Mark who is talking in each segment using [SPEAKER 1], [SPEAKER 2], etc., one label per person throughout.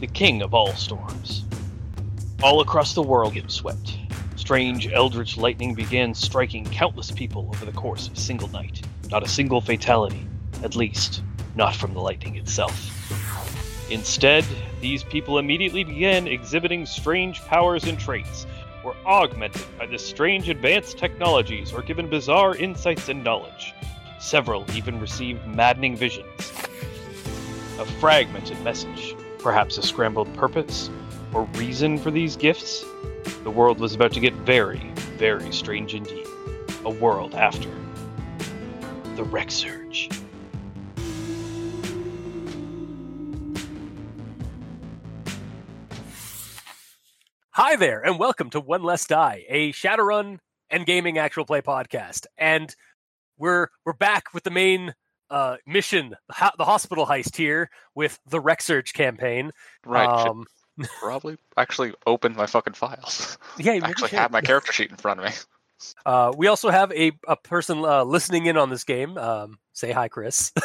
[SPEAKER 1] the king of all storms. All across the world it swept. Strange eldritch lightning began striking countless people over the course of a single night. Not a single fatality, at least, not from the lightning itself. Instead, these people immediately began exhibiting strange powers and traits, were augmented by the strange advanced technologies, or given bizarre insights and knowledge. Several even received maddening visions. A fragmented message, perhaps a scrambled purpose, or reason for these gifts? The world was about to get very, very strange indeed. A world after the Wreck Surge.
[SPEAKER 2] Hi there, and welcome to One Less Die, a Shadowrun and gaming actual play podcast. And we're we're back with the main uh, mission, the ho- the hospital heist here with the Rec Surge campaign.
[SPEAKER 3] Right.
[SPEAKER 2] Um,
[SPEAKER 3] should probably actually open my fucking files.
[SPEAKER 2] yeah, you
[SPEAKER 3] I actually
[SPEAKER 2] should.
[SPEAKER 3] have my character sheet in front of me.
[SPEAKER 2] Uh, we also have a a person uh, listening in on this game. Um, say hi, Chris.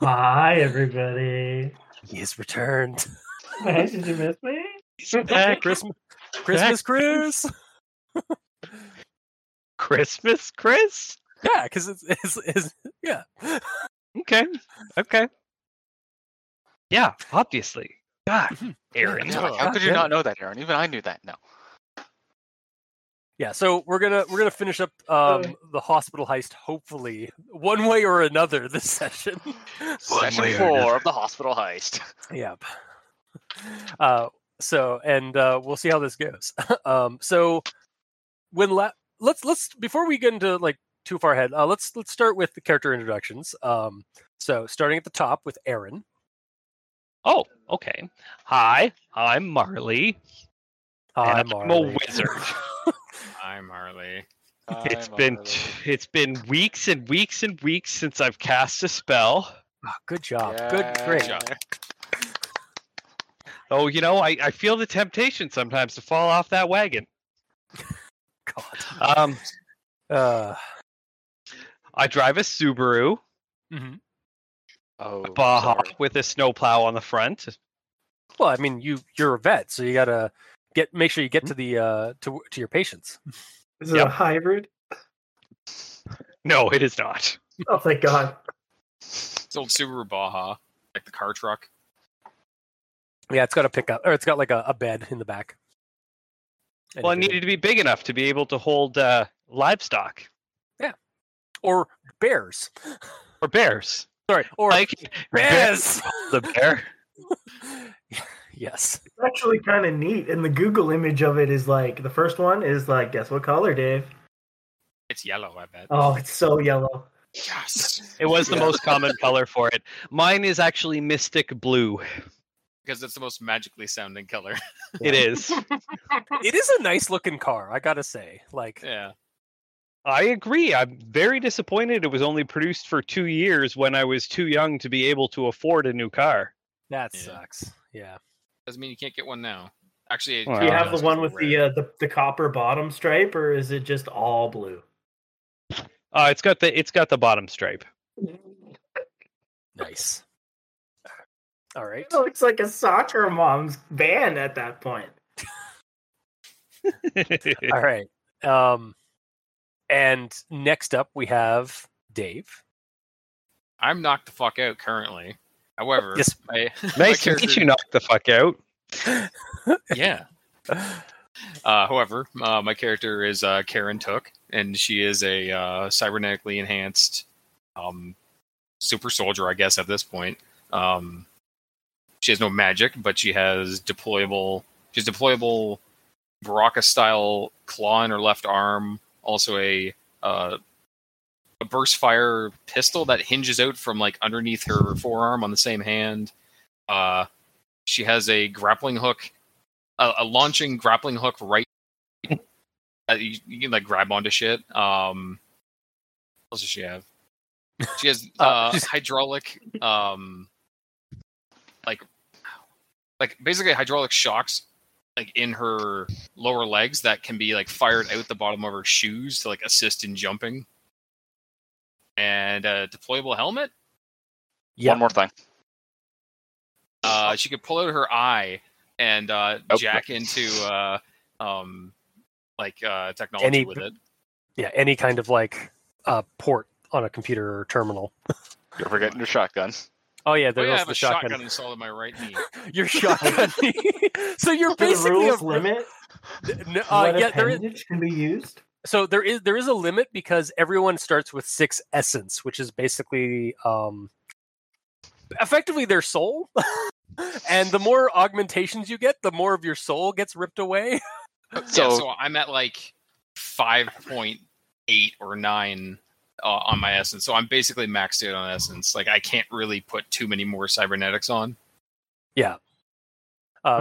[SPEAKER 4] Hi, everybody.
[SPEAKER 2] he has returned.
[SPEAKER 4] Hey, did you miss me?
[SPEAKER 2] Christmas, Christmas cruise.
[SPEAKER 1] Christmas, Chris?
[SPEAKER 2] Yeah, because it's, it's, it's yeah.
[SPEAKER 1] Okay. Okay. Yeah, obviously. God,
[SPEAKER 2] Aaron.
[SPEAKER 3] Yeah,
[SPEAKER 2] Oh,
[SPEAKER 3] how could you
[SPEAKER 2] okay.
[SPEAKER 3] not know that, Aaron? Even I knew that. No.
[SPEAKER 2] Yeah, so we're gonna we're gonna finish up um,
[SPEAKER 4] Okay.
[SPEAKER 2] the hospital heist, hopefully one way or another this session.
[SPEAKER 3] Session
[SPEAKER 5] way or
[SPEAKER 3] four
[SPEAKER 5] another.
[SPEAKER 3] of the hospital heist.
[SPEAKER 2] yep. Uh, so and uh, we'll see how this goes. um, so when la- let's let's before we get into like too far ahead, uh, let's let's start with the character introductions. Um, so starting at the top with Aaron.
[SPEAKER 1] Oh, okay. Hi, I'm Marley.
[SPEAKER 2] Hi,
[SPEAKER 1] and I'm a
[SPEAKER 2] Marley.
[SPEAKER 1] wizard.
[SPEAKER 5] I'm Harley.
[SPEAKER 1] It's
[SPEAKER 3] I'm
[SPEAKER 1] been
[SPEAKER 3] over
[SPEAKER 1] it's been weeks and weeks and weeks since I've cast a spell.
[SPEAKER 2] Ah, good job.
[SPEAKER 3] there.
[SPEAKER 2] Good, great.
[SPEAKER 3] Yeah.
[SPEAKER 1] Oh, you know, I, I feel the temptation sometimes to fall off that wagon.
[SPEAKER 2] God.
[SPEAKER 1] Um,
[SPEAKER 2] Uh,
[SPEAKER 1] I drive a Subaru
[SPEAKER 2] mhm.
[SPEAKER 3] Oh,
[SPEAKER 1] a Baja
[SPEAKER 3] sorry.
[SPEAKER 1] with a snowplow on the front.
[SPEAKER 2] Well, I mean, you you're a vet, so you gotta get make sure you get to the uh, to to your patients.
[SPEAKER 4] Is it
[SPEAKER 1] Yep.
[SPEAKER 4] a hybrid?
[SPEAKER 1] No, it is not.
[SPEAKER 4] Oh, thank God.
[SPEAKER 5] It's old Subaru Baja, like the car truck.
[SPEAKER 2] Yeah, it's got a pickup, or it's got like a, a bed in the back. And
[SPEAKER 1] Well, I
[SPEAKER 2] you can-
[SPEAKER 1] needed to be big enough to be able to hold uh, livestock
[SPEAKER 2] or bears.
[SPEAKER 1] or bears.
[SPEAKER 2] Sorry, or
[SPEAKER 1] Like
[SPEAKER 2] bears.
[SPEAKER 1] the bear.
[SPEAKER 2] yes.
[SPEAKER 4] It's actually kind of neat. And the Google image of it is like the first one is like, guess what color, Dave?
[SPEAKER 5] It's yellow, I bet.
[SPEAKER 4] Oh, it's so yellow.
[SPEAKER 5] Yes.
[SPEAKER 1] It was the
[SPEAKER 3] Yeah.
[SPEAKER 1] most common color for it. Mine is actually mystic blue.
[SPEAKER 5] Because it's the most magically sounding color.
[SPEAKER 1] It is.
[SPEAKER 2] It is a nice looking car, I gotta say. Like,
[SPEAKER 5] yeah.
[SPEAKER 1] I agree. I'm very disappointed it was only produced for two years when I was too young to be able to afford a new car.
[SPEAKER 2] that
[SPEAKER 5] Yeah.
[SPEAKER 2] sucks. Yeah.
[SPEAKER 5] Doesn't mean you can't get one now. Actually, it-
[SPEAKER 1] Well,
[SPEAKER 4] Do you
[SPEAKER 1] Uh,
[SPEAKER 4] have the one with the, uh, the the copper bottom stripe, or is it just all blue?
[SPEAKER 1] Uh, it's got the it's got the bottom stripe.
[SPEAKER 2] Nice. All right.
[SPEAKER 4] It looks like a soccer mom's van at that point.
[SPEAKER 2] All right. Um and next up we have Dave.
[SPEAKER 5] I'm knocked the fuck out currently. However,
[SPEAKER 2] Yes.
[SPEAKER 5] my, my
[SPEAKER 1] nice to meet
[SPEAKER 5] character-
[SPEAKER 1] you. Knock the fuck out.
[SPEAKER 5] Yeah. Uh, however, uh, my character is uh, Karen Took, and she is a uh, cybernetically enhanced um, super soldier, I guess, at this point. Um, she has no magic, but she has deployable. She has deployable Baraka style claw in her left arm. Also a uh, a burst fire pistol that hinges out from like underneath her forearm on the same hand. Uh, she has a grappling hook a, a launching grappling hook right that you, you can like grab onto shit. Um, what else does she have? She has
[SPEAKER 2] Uh,
[SPEAKER 5] uh,
[SPEAKER 2] she's-
[SPEAKER 5] hydraulic, um, like, like basically hydraulic shocks like in her lower legs that can be like fired out the bottom of her shoes to like assist in jumping. And a deployable helmet.
[SPEAKER 2] Yeah.
[SPEAKER 3] One more thing.
[SPEAKER 5] Uh, Uh, she could pull out her eye and uh,
[SPEAKER 3] Oh.
[SPEAKER 5] jack into uh, um, like uh, technology
[SPEAKER 2] Any-
[SPEAKER 5] with it.
[SPEAKER 2] yeah, any kind of like uh, port on a computer or terminal.
[SPEAKER 3] You're forgetting your shotgun.
[SPEAKER 2] Oh yeah,
[SPEAKER 5] Oh,
[SPEAKER 2] there's
[SPEAKER 5] yeah, I have
[SPEAKER 2] the
[SPEAKER 5] a shotgun,
[SPEAKER 2] shotgun.
[SPEAKER 5] installed in my right knee.
[SPEAKER 2] Your shotgun. so you're
[SPEAKER 4] Do the
[SPEAKER 2] basically
[SPEAKER 4] rules
[SPEAKER 2] a,
[SPEAKER 4] limit
[SPEAKER 2] n- uh,
[SPEAKER 4] what
[SPEAKER 2] yeah, there is,
[SPEAKER 4] appendage can be used.
[SPEAKER 2] so there is there is a limit because everyone starts with six essence, which is basically um, effectively their soul. and the more augmentations you get, the more of your soul gets ripped away.
[SPEAKER 5] so,
[SPEAKER 3] So-
[SPEAKER 5] so I'm at like five point eight or nine uh, on my essence. So I'm basically maxed out on essence. Like I can't really put too many more cybernetics on.
[SPEAKER 2] Uh,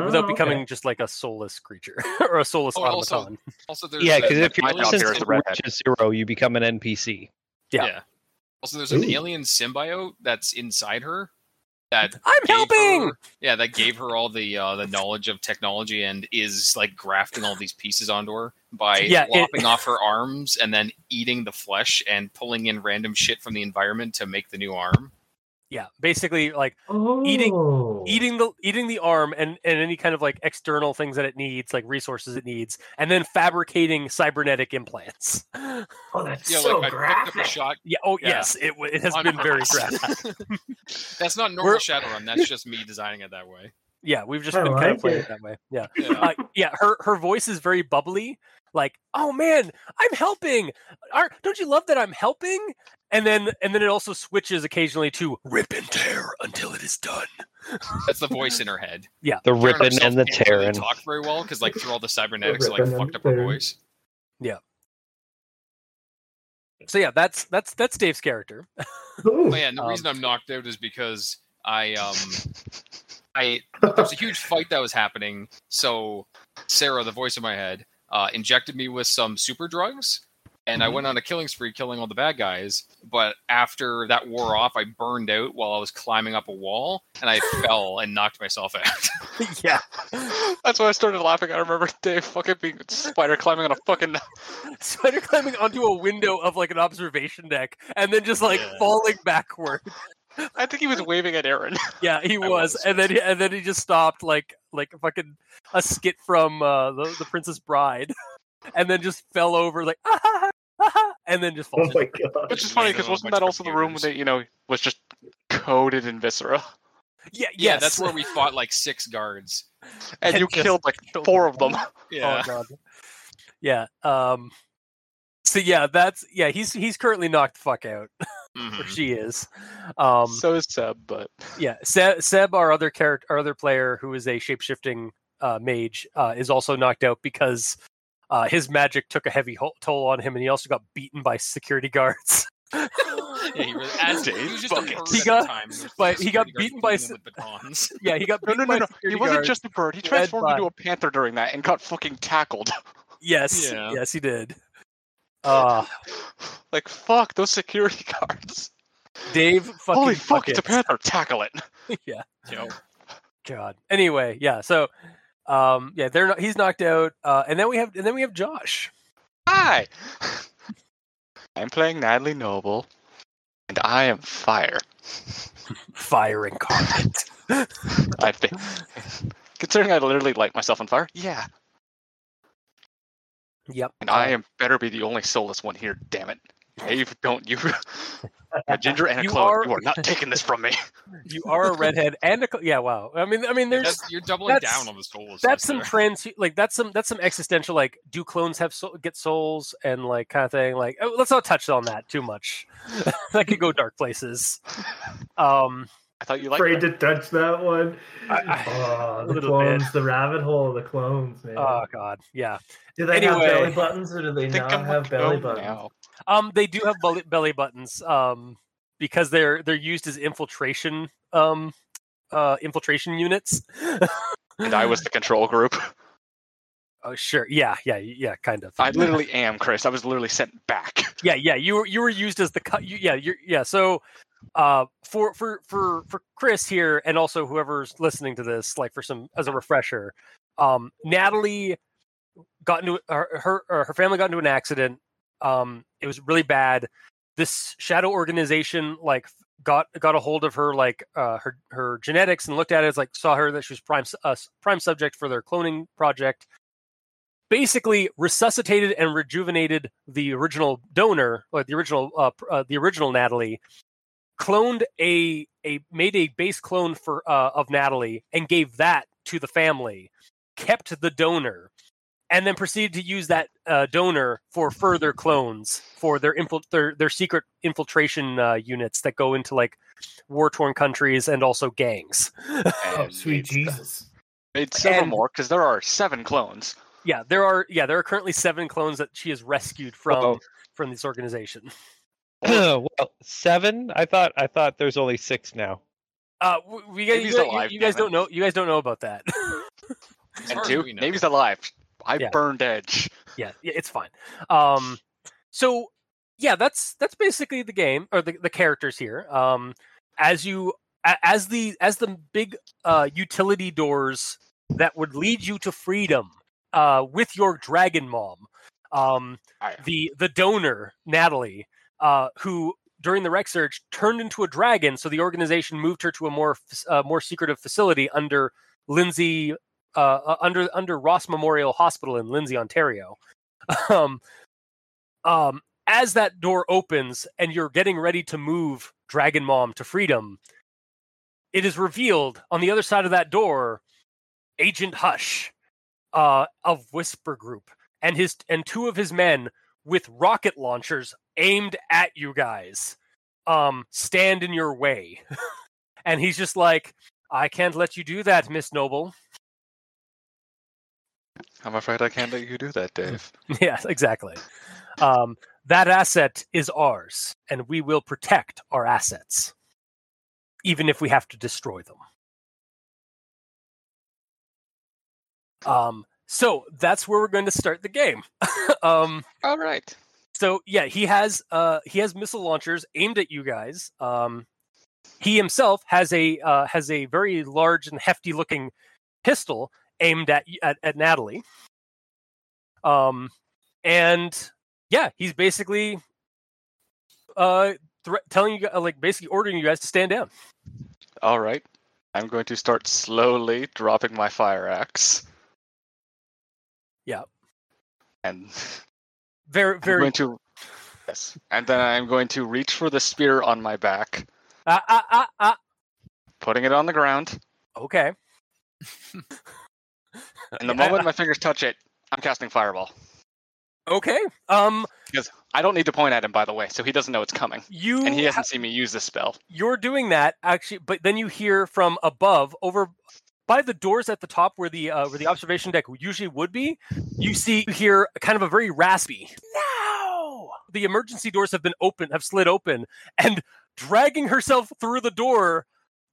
[SPEAKER 4] Oh,
[SPEAKER 2] without becoming
[SPEAKER 4] okay.
[SPEAKER 2] just like a soulless creature or a soulless
[SPEAKER 5] Oh, also-
[SPEAKER 2] automaton.
[SPEAKER 5] Also, there's
[SPEAKER 6] Yeah,
[SPEAKER 5] that-
[SPEAKER 6] because if
[SPEAKER 5] my
[SPEAKER 6] your
[SPEAKER 3] thought
[SPEAKER 5] license-
[SPEAKER 6] license
[SPEAKER 3] there was a redhead.
[SPEAKER 6] reaches zero, you become an NPC.
[SPEAKER 2] Yeah.
[SPEAKER 5] yeah. Also, there's an
[SPEAKER 4] Ooh.
[SPEAKER 5] alien symbiote that's inside her. That
[SPEAKER 2] I'm
[SPEAKER 5] gave
[SPEAKER 2] helping.
[SPEAKER 5] her- yeah, that gave her all the uh, the knowledge of technology and is like grafting all these pieces onto her by
[SPEAKER 2] Yeah, it-
[SPEAKER 5] lopping off her arms and then eating the flesh and pulling in random shit from the environment to make the new arm.
[SPEAKER 2] Yeah, basically like
[SPEAKER 4] Oh,
[SPEAKER 2] eating the eating the arm and and any kind of like external things that it needs, like resources it needs, and then fabricating cybernetic implants. yeah.
[SPEAKER 4] Oh, that's
[SPEAKER 5] Yeah,
[SPEAKER 4] so
[SPEAKER 5] like I picked up a
[SPEAKER 4] graphic.
[SPEAKER 5] shot.
[SPEAKER 2] Oh
[SPEAKER 5] Yeah.
[SPEAKER 2] yes, it w- it has
[SPEAKER 5] on
[SPEAKER 2] been very
[SPEAKER 5] purpose.
[SPEAKER 2] graphic.
[SPEAKER 5] that's not normal
[SPEAKER 2] We're-
[SPEAKER 5] Shadowrun. That's just me designing it that way.
[SPEAKER 2] Yeah, we've just
[SPEAKER 4] I
[SPEAKER 2] been kind
[SPEAKER 4] like
[SPEAKER 2] of playing
[SPEAKER 4] it.
[SPEAKER 2] it that way. Yeah.
[SPEAKER 5] Yeah.
[SPEAKER 2] Uh, yeah, her her voice is very bubbly. Like, oh man, I'm helping. are don't you love that I'm helping? And then and then it also switches occasionally to rip and tear until it is done.
[SPEAKER 5] That's the voice in her head.
[SPEAKER 6] The
[SPEAKER 5] Karen
[SPEAKER 6] ripping
[SPEAKER 5] herself
[SPEAKER 6] and the
[SPEAKER 5] can't really
[SPEAKER 6] tearing.
[SPEAKER 5] talk very well because like through all the cybernetics, like
[SPEAKER 4] Ripping and
[SPEAKER 5] fucked up her
[SPEAKER 4] tearing.
[SPEAKER 5] voice.
[SPEAKER 2] So yeah, that's that's that's Dave's character.
[SPEAKER 4] Ooh.
[SPEAKER 5] Oh yeah, and the
[SPEAKER 2] Um,
[SPEAKER 5] reason I'm knocked out is because I um I there was a huge fight that was happening. So Sarah, the voice in my head, uh, injected me with some super drugs, and
[SPEAKER 2] Mm-hmm.
[SPEAKER 5] I went on a killing spree, killing all the bad guys. But after that wore off, I burned out while I was climbing up a wall, and I fell and knocked myself out.
[SPEAKER 2] yeah.
[SPEAKER 3] That's why I started laughing. I remember Dave fucking being spider climbing on a fucking.
[SPEAKER 2] Spider climbing onto a window of like an observation deck and then just like
[SPEAKER 5] Yeah.
[SPEAKER 2] falling backward.
[SPEAKER 3] I think he was waving at Aaron.
[SPEAKER 2] Yeah, he
[SPEAKER 5] I
[SPEAKER 2] was.
[SPEAKER 5] was,
[SPEAKER 2] And then and then he just stopped like like a fucking a skit from uh the, the Princess Bride and then just fell over like ah, ah, ah, ah, and then just
[SPEAKER 4] Oh
[SPEAKER 2] falls.
[SPEAKER 4] my god.
[SPEAKER 3] Which is
[SPEAKER 5] Yeah,
[SPEAKER 3] funny
[SPEAKER 5] they're
[SPEAKER 3] because
[SPEAKER 5] all
[SPEAKER 3] wasn't
[SPEAKER 5] much
[SPEAKER 3] that also the room
[SPEAKER 5] computers.
[SPEAKER 3] that you know was just coated in viscera,
[SPEAKER 2] yeah, yes.
[SPEAKER 5] yeah, that's where we fought like six guards.
[SPEAKER 3] and
[SPEAKER 2] That
[SPEAKER 3] you
[SPEAKER 2] just
[SPEAKER 3] killed like
[SPEAKER 2] killed
[SPEAKER 3] four of them.
[SPEAKER 5] Yeah.
[SPEAKER 2] Oh god. Yeah. Um so yeah, that's yeah, he's he's currently knocked the fuck out. Or
[SPEAKER 5] Mhm.
[SPEAKER 2] she is. Um
[SPEAKER 3] so is Seb, but
[SPEAKER 2] yeah Se- seb our other character our other player who is a shapeshifting uh, mage uh, is also knocked out because uh, his magic took a heavy ho- toll on him and he also got beaten by security guards
[SPEAKER 5] Yeah, he really, as, he was just a
[SPEAKER 3] Buckets.
[SPEAKER 5] bird
[SPEAKER 2] He
[SPEAKER 5] at
[SPEAKER 2] got-
[SPEAKER 5] the time.
[SPEAKER 2] but he got
[SPEAKER 5] Security guards
[SPEAKER 2] beaten by
[SPEAKER 5] him with batons.
[SPEAKER 2] yeah he got
[SPEAKER 3] no,
[SPEAKER 2] beaten
[SPEAKER 3] no,
[SPEAKER 2] by
[SPEAKER 3] no, no. He
[SPEAKER 2] security
[SPEAKER 3] wasn't
[SPEAKER 2] guards.
[SPEAKER 3] just a bird. He
[SPEAKER 2] Red
[SPEAKER 3] transformed
[SPEAKER 2] by-
[SPEAKER 3] into a panther during that and got fucking tackled.
[SPEAKER 2] yes
[SPEAKER 5] Yeah.
[SPEAKER 2] yes he did uh
[SPEAKER 3] like fuck those security guards.
[SPEAKER 2] dave fucking
[SPEAKER 3] Holy fuck! It's a
[SPEAKER 2] Bucket.
[SPEAKER 3] panther. Tackle it.
[SPEAKER 2] yeah
[SPEAKER 5] Yo.
[SPEAKER 2] God. Anyway, yeah. So, um, yeah, they're not, he's knocked out, uh, and then we have and then we have Josh.
[SPEAKER 3] Hi. I'm playing Natalie Noble, and I am fire.
[SPEAKER 2] Fire incarnate.
[SPEAKER 3] I've been considering I literally light myself on fire. Yeah,
[SPEAKER 2] yep.
[SPEAKER 3] and I am better be the only soulless one here. Damn it, Dave! Don't you? a ginger and a
[SPEAKER 2] You
[SPEAKER 3] clone.
[SPEAKER 2] are-
[SPEAKER 3] You are not taking this from me.
[SPEAKER 2] you are a redhead and a co- yeah. Wow. I mean, I mean, there's
[SPEAKER 5] That's- you're doubling
[SPEAKER 2] that's-
[SPEAKER 5] down on the soulless.
[SPEAKER 2] that's some trans like that's some that's some existential like do clones have soul, get souls and like kind of thing like oh, let's not touch on that too much that could go dark places um
[SPEAKER 3] I thought you liked
[SPEAKER 4] Afraid
[SPEAKER 3] it.
[SPEAKER 4] to touch that one.
[SPEAKER 2] I-
[SPEAKER 4] oh, the
[SPEAKER 2] little
[SPEAKER 4] clones, the rabbit hole of the clones, man.
[SPEAKER 2] oh god yeah
[SPEAKER 4] do they have
[SPEAKER 2] anyway.
[SPEAKER 4] belly buttons or do they
[SPEAKER 3] Think
[SPEAKER 4] not
[SPEAKER 3] I'm
[SPEAKER 4] have
[SPEAKER 3] a
[SPEAKER 4] belly
[SPEAKER 3] clone
[SPEAKER 4] buttons?
[SPEAKER 3] now.
[SPEAKER 2] um they do have belly, belly buttons um because they're they're used as infiltration um uh infiltration units
[SPEAKER 3] And I was the control group.
[SPEAKER 2] oh sure yeah yeah yeah kind of
[SPEAKER 3] I literally am, Chris. I was literally sent back.
[SPEAKER 2] yeah yeah you were you were used as the cut you, yeah you're yeah so uh for for for for chris here and also whoever's listening to this like for some as a refresher um natalie got into her her, or her family got into an accident um it was really bad this shadow organization like got got a hold of her like uh, her her genetics and looked at it as like saw her that she was prime su- uh, prime subject for their cloning project. Basically, resuscitated and rejuvenated the original donor, or the original uh, pr- uh, the original Natalie, cloned a a made a base clone for uh, of Natalie and gave that to the family, kept the donor, and then proceeded to use that uh, donor for further clones for their infil- their, their secret infiltration uh, units that go into like war torn countries and also gangs.
[SPEAKER 4] Oh,
[SPEAKER 3] And
[SPEAKER 4] sweet
[SPEAKER 3] it's,
[SPEAKER 4] Jesus.
[SPEAKER 3] It's several
[SPEAKER 2] And-
[SPEAKER 3] more because there are seven clones.
[SPEAKER 2] Yeah, there are yeah there are currently seven clones that she has rescued from
[SPEAKER 1] Uh-oh.
[SPEAKER 2] from this organization.
[SPEAKER 1] well, seven. I thought I thought there's only six now.
[SPEAKER 2] Uh, w- we, guys- you,
[SPEAKER 3] Baby's
[SPEAKER 2] guys-
[SPEAKER 3] alive,
[SPEAKER 2] you guys
[SPEAKER 3] damn
[SPEAKER 2] don't know you guys don't know about that.
[SPEAKER 3] And
[SPEAKER 5] As far as
[SPEAKER 3] two,
[SPEAKER 5] we know.
[SPEAKER 3] Navy's alive. I
[SPEAKER 2] Yeah.
[SPEAKER 3] burned Edge.
[SPEAKER 2] yeah, yeah, it's fine. Um, so yeah, that's that's basically the game or the, the characters here. Um, as you a- as the as the big uh, utility doors that would lead you to freedom uh, with your dragon mom, um,
[SPEAKER 3] Aye.
[SPEAKER 2] the the donor Natalie, uh, who during the wreck search turned into a dragon, so the organization moved her to a more f- uh, more secretive facility under Lindsay uh, uh, under under Ross Memorial Hospital in Lindsay, Ontario. Um, um, as that door opens and you're getting ready to move Dragon Mom to freedom, it is revealed on the other side of that door, Agent Hush uh, of Whisper Group and his and two of his men with rocket launchers aimed at you guys um stand in your way and he's just like i can't let you do that miss noble
[SPEAKER 3] I'm afraid I can't let you do that, Dave.
[SPEAKER 2] Yeah, exactly. Um, that asset is ours, and we will protect our assets, even if we have to destroy them. Um, so that's where we're going to start the game. um,
[SPEAKER 3] All right.
[SPEAKER 2] so yeah, he has uh, he has missile launchers aimed at you guys. Um, he himself has a uh, has a very large and hefty looking pistol aimed at y- at, at Natalie. Um, and yeah, he's basically uh thre- telling you gu- uh, like basically ordering you guys to stand down.
[SPEAKER 3] All right. I'm going to start slowly dropping my fire axe.
[SPEAKER 2] Yeah.
[SPEAKER 3] And
[SPEAKER 2] Very
[SPEAKER 3] I'm
[SPEAKER 2] very
[SPEAKER 3] going to yes, and then I'm going to reach for the spear on my back,
[SPEAKER 2] ah, ah, ah, ah.
[SPEAKER 3] putting it on the ground.
[SPEAKER 2] okay.
[SPEAKER 3] And the
[SPEAKER 2] Yeah, I-
[SPEAKER 3] moment my fingers touch it, I'm casting fireball.
[SPEAKER 2] Okay. Um
[SPEAKER 3] I don't need to point at him, by the way, so he doesn't know it's coming,
[SPEAKER 2] you
[SPEAKER 3] and he hasn't seen me use this spell.
[SPEAKER 2] you're doing that actually but then you hear from above over by the doors at the top where the uh, where the observation deck usually would be you see you hear kind of a very raspy no the emergency doors have been open have slid open and dragging herself through the door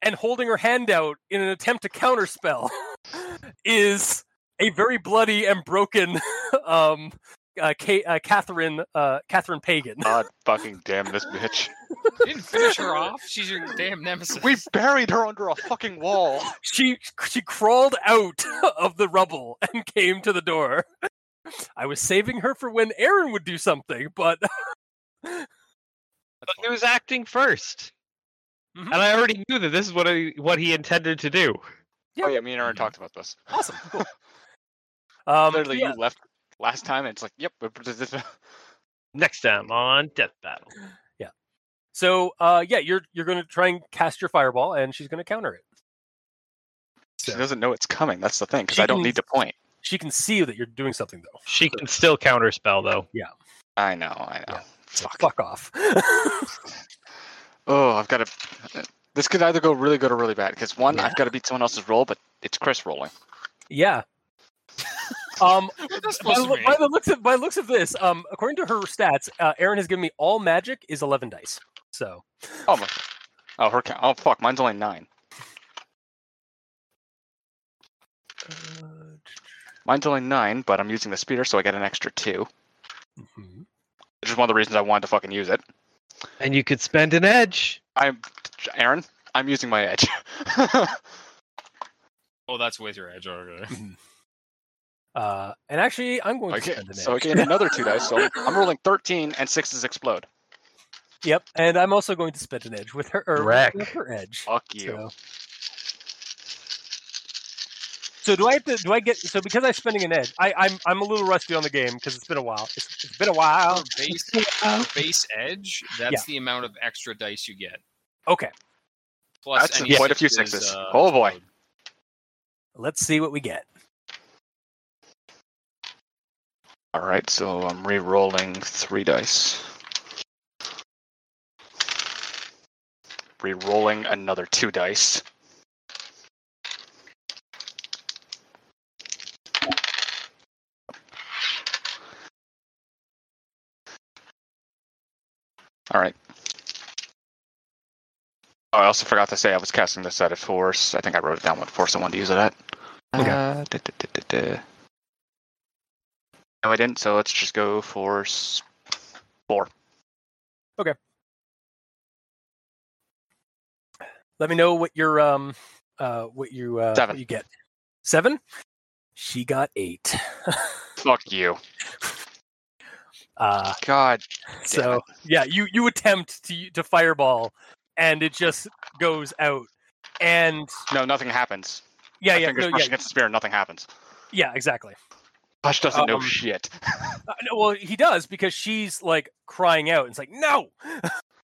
[SPEAKER 2] and holding her hand out in an attempt to counterspell is a very bloody and broken um uh, Ka- uh, Catherine uh, Catherine Pagan
[SPEAKER 3] God fucking damn this bitch!
[SPEAKER 5] You didn't finish her off. She's your damn nemesis.
[SPEAKER 3] We buried her under a fucking wall.
[SPEAKER 2] she she crawled out of the rubble and came to the door. I was saving her for when Aaron would do something, but
[SPEAKER 1] But he was acting 1st
[SPEAKER 2] Mhm.
[SPEAKER 1] and I already knew that this is what I, what he intended to do.
[SPEAKER 3] Oh yeah, me and Aaron talked about this.
[SPEAKER 2] awesome, cool. Um,
[SPEAKER 3] Literally,
[SPEAKER 2] yeah,
[SPEAKER 3] you left last time, and it's like, yep. All
[SPEAKER 1] Next time on Death Battle.
[SPEAKER 2] So uh, yeah, you're you're going to try and cast your fireball, and she's going to counter it.
[SPEAKER 3] She doesn't know it's coming. That's the thing, because
[SPEAKER 2] She
[SPEAKER 3] I don't
[SPEAKER 2] can-
[SPEAKER 3] need to point.
[SPEAKER 2] She can see that you're doing something though.
[SPEAKER 1] She can still counterspell though.
[SPEAKER 3] I know, I know.
[SPEAKER 2] Yeah. So
[SPEAKER 3] Fuck.
[SPEAKER 2] fuck off.
[SPEAKER 3] Oh, I've got to. This could either go really good or really bad. Because one,
[SPEAKER 2] Yeah.
[SPEAKER 3] I've got to beat someone else's roll, but it's Chris rolling.
[SPEAKER 2] yeah. Um,
[SPEAKER 5] What's that
[SPEAKER 2] by,
[SPEAKER 5] supposed to
[SPEAKER 2] lo-
[SPEAKER 5] mean?
[SPEAKER 2] by the looks of by the looks of this, um, according to her stats, uh, Aaron has given me all magic is eleven dice. So
[SPEAKER 3] Oh, my, oh, her. count- Oh, fuck. Mine's only nine. Mine's only nine, but I'm using the speeder, so I get an extra two.
[SPEAKER 2] Mhm.
[SPEAKER 3] Which is one of the reasons I wanted to fucking use it.
[SPEAKER 1] And you could spend an edge.
[SPEAKER 3] I'm, Aaron. I'm using my edge.
[SPEAKER 5] Oh, that's with your edge. Okay.
[SPEAKER 2] Uh, and actually, I'm going to
[SPEAKER 3] okay,
[SPEAKER 2] spend an
[SPEAKER 3] so I
[SPEAKER 2] edge.
[SPEAKER 3] gain another two dice. So I'm rolling thirteen, and sixes explode.
[SPEAKER 2] Yep, and I'm also going to spend an edge with her. Or
[SPEAKER 4] Wreck.
[SPEAKER 2] With her edge.
[SPEAKER 3] Fuck
[SPEAKER 2] So.
[SPEAKER 3] you.
[SPEAKER 2] So do I have to? Do I get? So because I'm spending an edge, I, I'm I'm a little rusty on the game because it's been a while. It's, it's been a while.
[SPEAKER 5] Our base, our base edge, that's the amount of extra dice you get.
[SPEAKER 2] Okay,
[SPEAKER 5] Plus
[SPEAKER 3] That's
[SPEAKER 5] any
[SPEAKER 3] quite a few
[SPEAKER 5] sixes,
[SPEAKER 3] sixes.
[SPEAKER 5] uh,
[SPEAKER 3] Oh, boy.
[SPEAKER 2] let's see what we get.
[SPEAKER 3] All right, so I'm re-rolling three dice. Re-rolling another two dice. All right. Oh, I also forgot to say I was casting this at a force. I think I wrote it down what force I wanted to use it at.
[SPEAKER 2] Okay.
[SPEAKER 3] Uh, duh, duh, duh, duh, duh. No, I didn't. So let's just go for s- four.
[SPEAKER 2] Let me know what your um uh what you uh
[SPEAKER 3] Seven.
[SPEAKER 2] what you get. Seven. She got eight.
[SPEAKER 3] Fuck you.
[SPEAKER 2] Uh,
[SPEAKER 3] God.
[SPEAKER 2] so yeah, you you attempt to to fireball, and it just goes out. And
[SPEAKER 3] No, nothing happens.
[SPEAKER 2] yeah,
[SPEAKER 3] My
[SPEAKER 2] yeah,
[SPEAKER 3] fingers
[SPEAKER 2] no,
[SPEAKER 3] brush
[SPEAKER 2] yeah,
[SPEAKER 3] against the spear, and nothing happens.
[SPEAKER 2] yeah, exactly.
[SPEAKER 3] Hush doesn't know
[SPEAKER 2] Um,
[SPEAKER 3] shit.
[SPEAKER 2] Uh, no, well, he does because she's like crying out. and It's like no,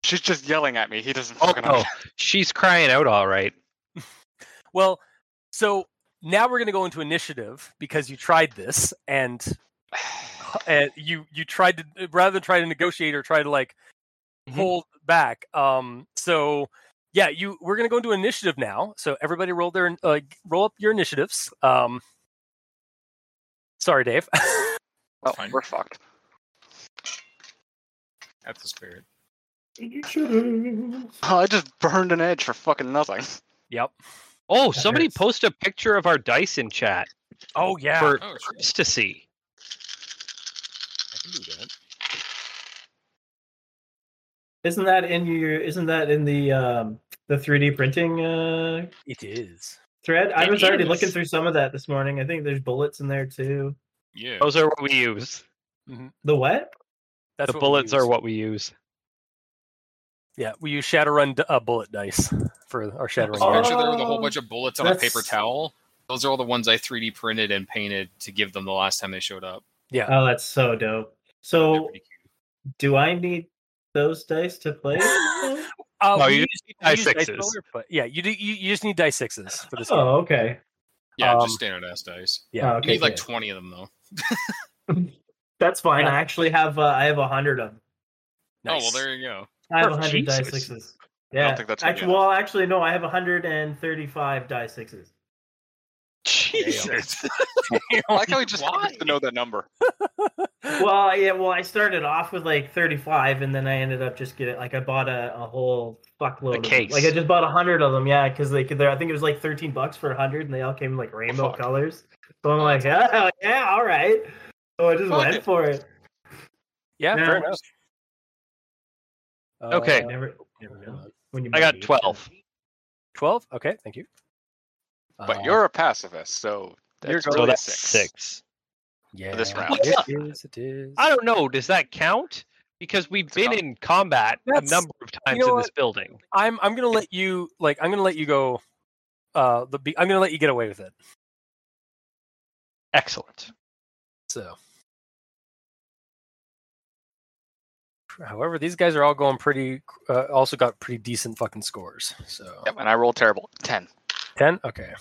[SPEAKER 3] She's just yelling at me. He doesn't
[SPEAKER 1] Oh,
[SPEAKER 3] fucking
[SPEAKER 1] no. She's crying out all right.
[SPEAKER 2] Well, so now we're going to go into initiative because you tried this and uh, you you tried to uh, rather than try to negotiate or try to like
[SPEAKER 1] Mhm.
[SPEAKER 2] hold back. Um, so yeah, you we're going to go into initiative now. So everybody roll their uh, roll up your initiatives. Um, sorry, Dave.
[SPEAKER 3] Well,
[SPEAKER 5] fine.
[SPEAKER 3] Oh, we're fucked.
[SPEAKER 5] That's the spirit.
[SPEAKER 3] Oh, I just burned an edge for fucking nothing.
[SPEAKER 2] yep.
[SPEAKER 1] Oh, somebody
[SPEAKER 2] hurts.
[SPEAKER 1] post a picture of our dice in chat
[SPEAKER 2] Oh yeah.
[SPEAKER 1] for
[SPEAKER 5] Oh, shit.
[SPEAKER 1] Chris to see.
[SPEAKER 5] I can do that.
[SPEAKER 4] Isn't that in your? Isn't that in the um the 3D printing uh
[SPEAKER 2] it is.
[SPEAKER 4] thread? I
[SPEAKER 5] It
[SPEAKER 4] was already
[SPEAKER 5] is.
[SPEAKER 4] looking through some of that this morning. I think there's bullets in there too.
[SPEAKER 5] Yeah.
[SPEAKER 1] Those are what we use.
[SPEAKER 4] The what?
[SPEAKER 2] That's
[SPEAKER 1] the
[SPEAKER 2] what we
[SPEAKER 1] bullets are
[SPEAKER 2] use.
[SPEAKER 1] what we use.
[SPEAKER 2] Yeah, we use Shadowrun d- uh, bullet dice for our Shadowrun.
[SPEAKER 5] So
[SPEAKER 4] Oh,
[SPEAKER 2] dice.
[SPEAKER 5] picture there with a whole bunch of bullets on a paper
[SPEAKER 4] that's-
[SPEAKER 5] towel. Those are all the ones I 3D printed and painted to give them the last time they showed up.
[SPEAKER 4] Oh, that's so dope.
[SPEAKER 5] They're
[SPEAKER 4] So
[SPEAKER 5] pretty cute.
[SPEAKER 4] do I need those dice to play? with?
[SPEAKER 2] Uh,
[SPEAKER 1] No,
[SPEAKER 2] we
[SPEAKER 1] you
[SPEAKER 2] use-
[SPEAKER 1] just need
[SPEAKER 2] we
[SPEAKER 1] dice
[SPEAKER 2] use dice
[SPEAKER 1] sixes.
[SPEAKER 2] roller, but yeah, you, do, you you just need dice sixes for this.
[SPEAKER 4] oh,
[SPEAKER 2] game.
[SPEAKER 4] okay.
[SPEAKER 5] Yeah,
[SPEAKER 2] Um,
[SPEAKER 5] just standard ass dice.
[SPEAKER 2] Yeah.
[SPEAKER 4] Oh,
[SPEAKER 5] You
[SPEAKER 4] okay.
[SPEAKER 5] need like
[SPEAKER 4] good.
[SPEAKER 5] 20 of them though. Oh,
[SPEAKER 4] That's fine.
[SPEAKER 2] Yeah.
[SPEAKER 4] I actually have uh, I have a hundred of them.
[SPEAKER 5] Oh well,
[SPEAKER 2] Nice.
[SPEAKER 5] there you go.
[SPEAKER 4] I have a
[SPEAKER 1] Perfect.
[SPEAKER 4] hundred die
[SPEAKER 1] Jesus.
[SPEAKER 4] sixes. Yeah.
[SPEAKER 3] think that's gonna be
[SPEAKER 4] actually, Oh, well, actually, no. I have hundred and thirty-five die sixes.
[SPEAKER 1] Jesus.
[SPEAKER 2] Oh,
[SPEAKER 3] I like how he just
[SPEAKER 5] Why?
[SPEAKER 3] wants to know that number.
[SPEAKER 4] Well, yeah. Well, I started off with like thirty-five, and then I ended up just getting like I bought a, a whole fuckload.
[SPEAKER 1] A
[SPEAKER 4] of them.
[SPEAKER 1] case.
[SPEAKER 4] Like I just bought a hundred of them. Yeah, because they could. I think it was like thirteen bucks for a hundred, and they all came in like rainbow
[SPEAKER 3] Oh, fuck.
[SPEAKER 4] colors. So I'm like, yeah, yeah, all right. So I just
[SPEAKER 3] Fuck
[SPEAKER 4] went
[SPEAKER 3] it.
[SPEAKER 4] for it.
[SPEAKER 2] yeah,
[SPEAKER 4] Yeah.
[SPEAKER 2] fair enough.
[SPEAKER 1] Okay.
[SPEAKER 2] Uh,
[SPEAKER 4] Never, never know. When you
[SPEAKER 1] I got
[SPEAKER 4] make it.
[SPEAKER 1] 12.
[SPEAKER 2] Twelve. Okay, thank you.
[SPEAKER 3] But
[SPEAKER 2] Uh,
[SPEAKER 3] you're a pacifist, so
[SPEAKER 2] You're
[SPEAKER 3] that's
[SPEAKER 2] going-
[SPEAKER 1] So
[SPEAKER 3] really
[SPEAKER 1] that's
[SPEAKER 3] six.
[SPEAKER 1] six.
[SPEAKER 2] yeah.
[SPEAKER 3] this round.
[SPEAKER 2] It is. It is.
[SPEAKER 1] I don't know. Does that count? Because we've been
[SPEAKER 3] not-
[SPEAKER 1] in combat
[SPEAKER 2] That's-
[SPEAKER 1] a number of times
[SPEAKER 2] know
[SPEAKER 1] in this building.
[SPEAKER 2] I'm I'm gonna let you like I'm gonna let you go. Uh, the be- I'm gonna let you get away with it.
[SPEAKER 1] Excellent.
[SPEAKER 2] So, however, these guys are all going pretty. Uh, also got pretty decent fucking scores. So
[SPEAKER 3] Yep, and I rolled terrible. Ten.
[SPEAKER 2] 10 okay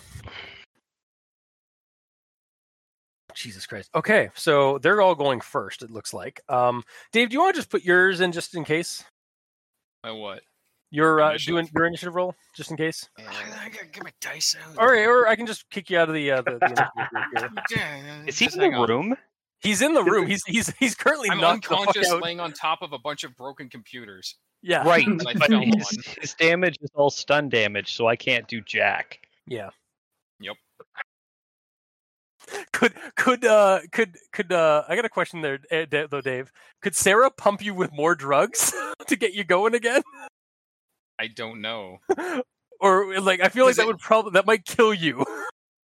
[SPEAKER 2] jesus christ okay so they're all going first it looks like um dave do you want to just put yours in just in case
[SPEAKER 5] My what?
[SPEAKER 2] you're uh,
[SPEAKER 5] Initiative.
[SPEAKER 2] doing your initiative roll just in case
[SPEAKER 5] I gotta get my dice out.
[SPEAKER 2] all right or i can just kick you out of the uh the, the initiative group here.
[SPEAKER 1] Is he in the room?
[SPEAKER 2] he's in the room he's he's he's currently
[SPEAKER 5] I'm
[SPEAKER 2] knocked the fuck
[SPEAKER 5] unconscious,
[SPEAKER 2] out.
[SPEAKER 5] laying on top of a bunch of broken computers.
[SPEAKER 2] yeah
[SPEAKER 1] Right.
[SPEAKER 5] I
[SPEAKER 1] But
[SPEAKER 5] fell
[SPEAKER 1] his, his damage is all stun damage, so I can't do jack.
[SPEAKER 2] yeah
[SPEAKER 5] Yep.
[SPEAKER 2] could could uh could could uh i got a question there eh, Da- though dave could sarah pump you with more drugs to get you going again
[SPEAKER 5] I don't know.
[SPEAKER 2] or eh, like I feel like
[SPEAKER 5] Is
[SPEAKER 2] that
[SPEAKER 5] it-
[SPEAKER 2] would probably that might kill you.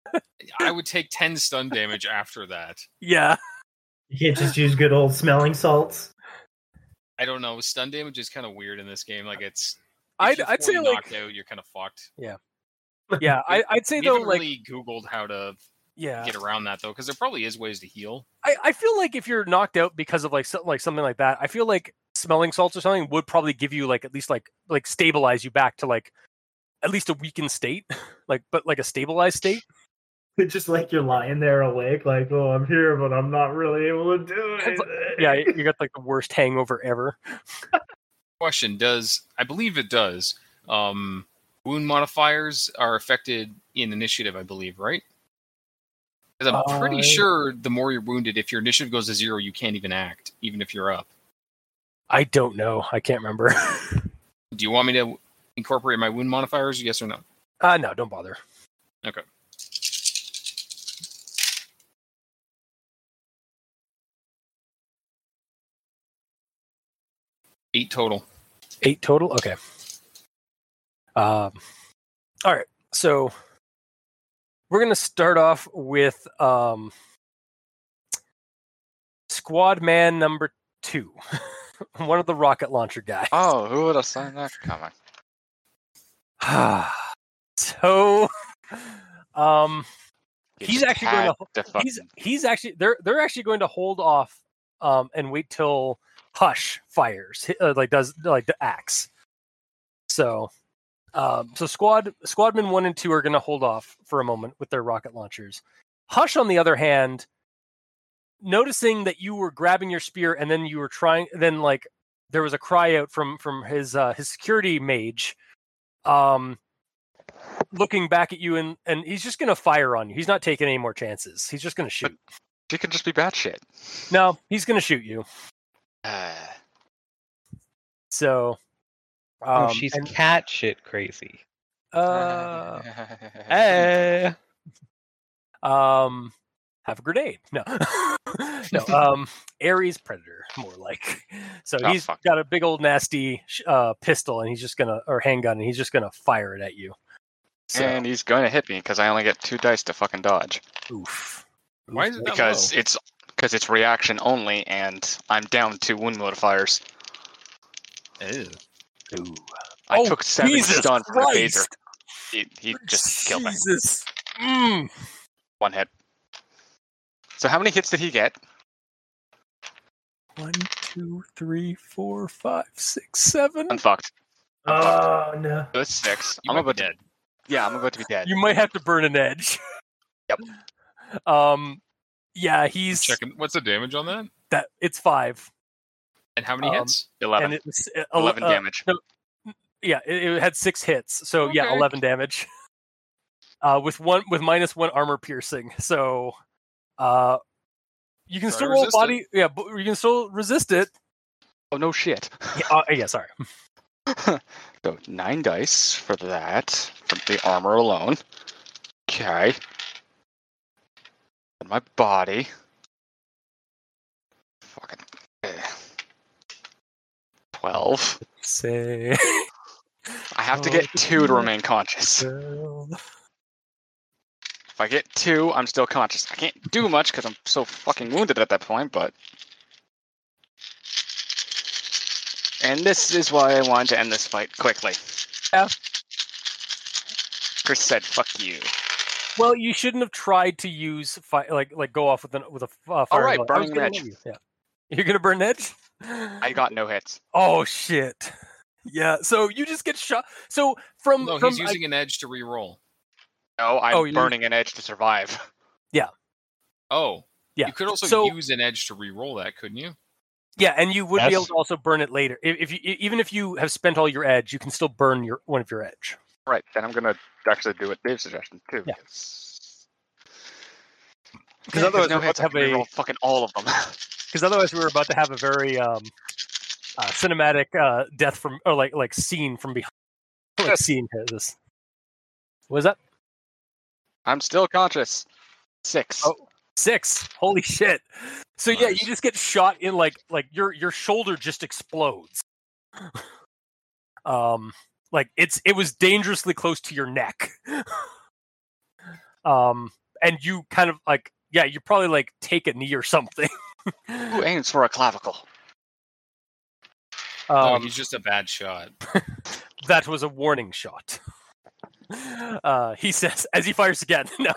[SPEAKER 5] I would take 10 stun damage after that.
[SPEAKER 2] yeah.
[SPEAKER 4] You can't just use good old smelling salts.
[SPEAKER 5] I don't know. Stun damage is kind of weird in this game. Like it's, if
[SPEAKER 2] I'd,
[SPEAKER 5] you
[SPEAKER 2] I'd
[SPEAKER 5] fully
[SPEAKER 2] say
[SPEAKER 5] knocked
[SPEAKER 2] like
[SPEAKER 5] out, you're kind of fucked.
[SPEAKER 2] yeah, I, I'd say
[SPEAKER 5] We
[SPEAKER 2] though
[SPEAKER 5] haven't
[SPEAKER 2] like
[SPEAKER 5] really Googled how to
[SPEAKER 2] yeah,
[SPEAKER 5] get around that though, because there probably is ways to heal.
[SPEAKER 2] I, I feel like if you're knocked out because of like something like something like that, I feel like smelling salts or something would probably give you like at least like like stabilize you back to like at least a weakened state, like but like a stabilized state.
[SPEAKER 4] It's just like you're lying there awake, like, oh, I'm here, but I'm not really able to do
[SPEAKER 2] It's
[SPEAKER 4] it.
[SPEAKER 2] Yeah, you got like the worst hangover ever.
[SPEAKER 5] Question: Does I believe it does? Um, wound modifiers are affected in initiative, I believe, right? 'Cause I'm pretty
[SPEAKER 2] Uh,
[SPEAKER 5] sure the more you're wounded, if your initiative goes to zero, you can't even act, even if you're up.
[SPEAKER 2] I don't know. I can't remember.
[SPEAKER 5] Do you want me to incorporate my wound modifiers? Yes or no?
[SPEAKER 2] Uh no, don't bother.
[SPEAKER 5] Eight total.
[SPEAKER 2] Eight total. Okay. Um, all right. So we're gonna start off with um, squad man number two, one of the rocket launcher guy.
[SPEAKER 3] Oh, who would have seen that coming?
[SPEAKER 2] so, um,
[SPEAKER 3] You
[SPEAKER 2] He's
[SPEAKER 3] just
[SPEAKER 2] actually going
[SPEAKER 3] had
[SPEAKER 2] to-
[SPEAKER 3] to fucking-
[SPEAKER 2] he's he's actually they're they're actually going to hold off um and wait till hush fires hi- uh, like does like the axe so um so squad squadman 1 and 2 are going to hold off for a moment with their rocket launchers hush on the other hand noticing that you were grabbing your spear and then you were trying then like there was a cry out from from his uh his security mage um looking back at you and and he's just gonna fire on you. He's not taking any more chances. He's just gonna shoot.
[SPEAKER 3] She can just be bad shit.
[SPEAKER 2] No, he's gonna shoot you.
[SPEAKER 3] Uh,
[SPEAKER 2] So
[SPEAKER 1] Oh,
[SPEAKER 2] um,
[SPEAKER 1] she's
[SPEAKER 2] and,
[SPEAKER 1] cat shit crazy.
[SPEAKER 3] Ah,
[SPEAKER 2] uh, um have a grenade. No. no, um Ares predator more like. So
[SPEAKER 3] Oh,
[SPEAKER 2] he's
[SPEAKER 3] fuck.
[SPEAKER 2] got a big old nasty sh- uh pistol and he's just gonna or handgun and he's just gonna fire it at you. So
[SPEAKER 3] And he's going to hit me because I only get two dice to fucking dodge
[SPEAKER 2] oof.
[SPEAKER 5] Why is it that
[SPEAKER 3] because
[SPEAKER 5] low?
[SPEAKER 3] it's because it's reaction only, and I'm down two wound modifiers.
[SPEAKER 5] Ew.
[SPEAKER 2] Ooh.
[SPEAKER 3] I
[SPEAKER 2] Oh,
[SPEAKER 3] took seven
[SPEAKER 2] Jesus
[SPEAKER 3] stun from the
[SPEAKER 2] Christ.
[SPEAKER 3] phaser. He, he just killed me
[SPEAKER 2] Jesus. Mm.
[SPEAKER 3] one hit. So how many hits did he get?
[SPEAKER 2] One, two, three, four, five, six, seven.
[SPEAKER 3] I'm fucked.
[SPEAKER 4] Oh no.
[SPEAKER 3] So That's six.
[SPEAKER 5] You
[SPEAKER 3] I'm
[SPEAKER 5] might be
[SPEAKER 3] about to
[SPEAKER 5] dead.
[SPEAKER 3] yeah, I'm about to be dead.
[SPEAKER 2] You might have to burn an edge.
[SPEAKER 3] Yep.
[SPEAKER 2] Um, yeah, he's
[SPEAKER 5] Checking. What's the damage on that?
[SPEAKER 2] that. It's five,
[SPEAKER 5] And how many
[SPEAKER 2] Um,
[SPEAKER 5] hits?
[SPEAKER 3] Eleven.
[SPEAKER 2] and it was uh, ele-
[SPEAKER 3] Eleven
[SPEAKER 2] uh,
[SPEAKER 3] damage.
[SPEAKER 2] yeah, it, it had six hits, so yeah,
[SPEAKER 5] Okay.
[SPEAKER 2] eleven damage. Uh, with one with minus one armor piercing, so uh, you can
[SPEAKER 5] So I
[SPEAKER 2] still roll
[SPEAKER 5] resist it.
[SPEAKER 2] body. Yeah, but you can still resist it.
[SPEAKER 3] Oh no shit.
[SPEAKER 2] Yeah, uh, yeah, sorry.
[SPEAKER 3] so nine dice for that from the armor alone. Okay. And my body. Fucking. eh. Twelve.
[SPEAKER 2] Say.
[SPEAKER 3] I have to
[SPEAKER 2] Oh,
[SPEAKER 3] get two to
[SPEAKER 2] goodness.
[SPEAKER 3] remain conscious. If I get two, I'm still conscious. I can't do much because I'm so fucking wounded at that point, but. And this is why I wanted to end this fight quickly.
[SPEAKER 2] Yeah.
[SPEAKER 3] Chris said, fuck you.
[SPEAKER 2] Well, you shouldn't have tried to use fi- like like go off with an with a f- uh, fire.
[SPEAKER 3] right,
[SPEAKER 2] bullet. I was
[SPEAKER 3] burning
[SPEAKER 2] gonna
[SPEAKER 3] edge.
[SPEAKER 2] let you, Yeah, you're gonna burn edge.
[SPEAKER 3] I got no hits.
[SPEAKER 2] Oh shit! Yeah, so you just get shot. So from
[SPEAKER 5] No,
[SPEAKER 2] from
[SPEAKER 5] he's using an edge to re-roll.
[SPEAKER 3] No, I'm
[SPEAKER 2] Oh, you-
[SPEAKER 3] burning an edge to survive.
[SPEAKER 5] Oh,
[SPEAKER 2] Yeah.
[SPEAKER 5] You could also
[SPEAKER 2] So-
[SPEAKER 5] use an edge to re-roll that, couldn't you?
[SPEAKER 2] yeah, and you would be able
[SPEAKER 1] That's-
[SPEAKER 2] to also burn it later. If, if you e- even if you have spent all your edge, you can still burn your one of your edge.
[SPEAKER 3] Right, then I'm gonna actually do what Dave's suggestion too.
[SPEAKER 2] Yeah.
[SPEAKER 3] Because
[SPEAKER 2] Because
[SPEAKER 3] otherwise,
[SPEAKER 2] otherwise,
[SPEAKER 3] no
[SPEAKER 2] we're about
[SPEAKER 3] hits,
[SPEAKER 2] to
[SPEAKER 3] I
[SPEAKER 2] have
[SPEAKER 3] can
[SPEAKER 2] a-
[SPEAKER 3] reroll fucking all of them.
[SPEAKER 2] Because otherwise, we were about to have a very um, uh, cinematic uh, death from or like like scene from behind. Like scene this. Was that
[SPEAKER 3] I'm still conscious. Six.
[SPEAKER 2] Oh. six? Holy shit! So yeah, you
[SPEAKER 5] Nice.
[SPEAKER 2] just get shot in like like your your shoulder just explodes. um, like it's it was dangerously close to your neck. um, and you kind of like yeah, you
[SPEAKER 5] Oh,
[SPEAKER 2] probably like take a knee or something.
[SPEAKER 3] Who aims for a clavicle?
[SPEAKER 5] oh,
[SPEAKER 2] Um,
[SPEAKER 5] he's just a bad shot.
[SPEAKER 2] that was a warning shot. Uh, he says as he fires again. No,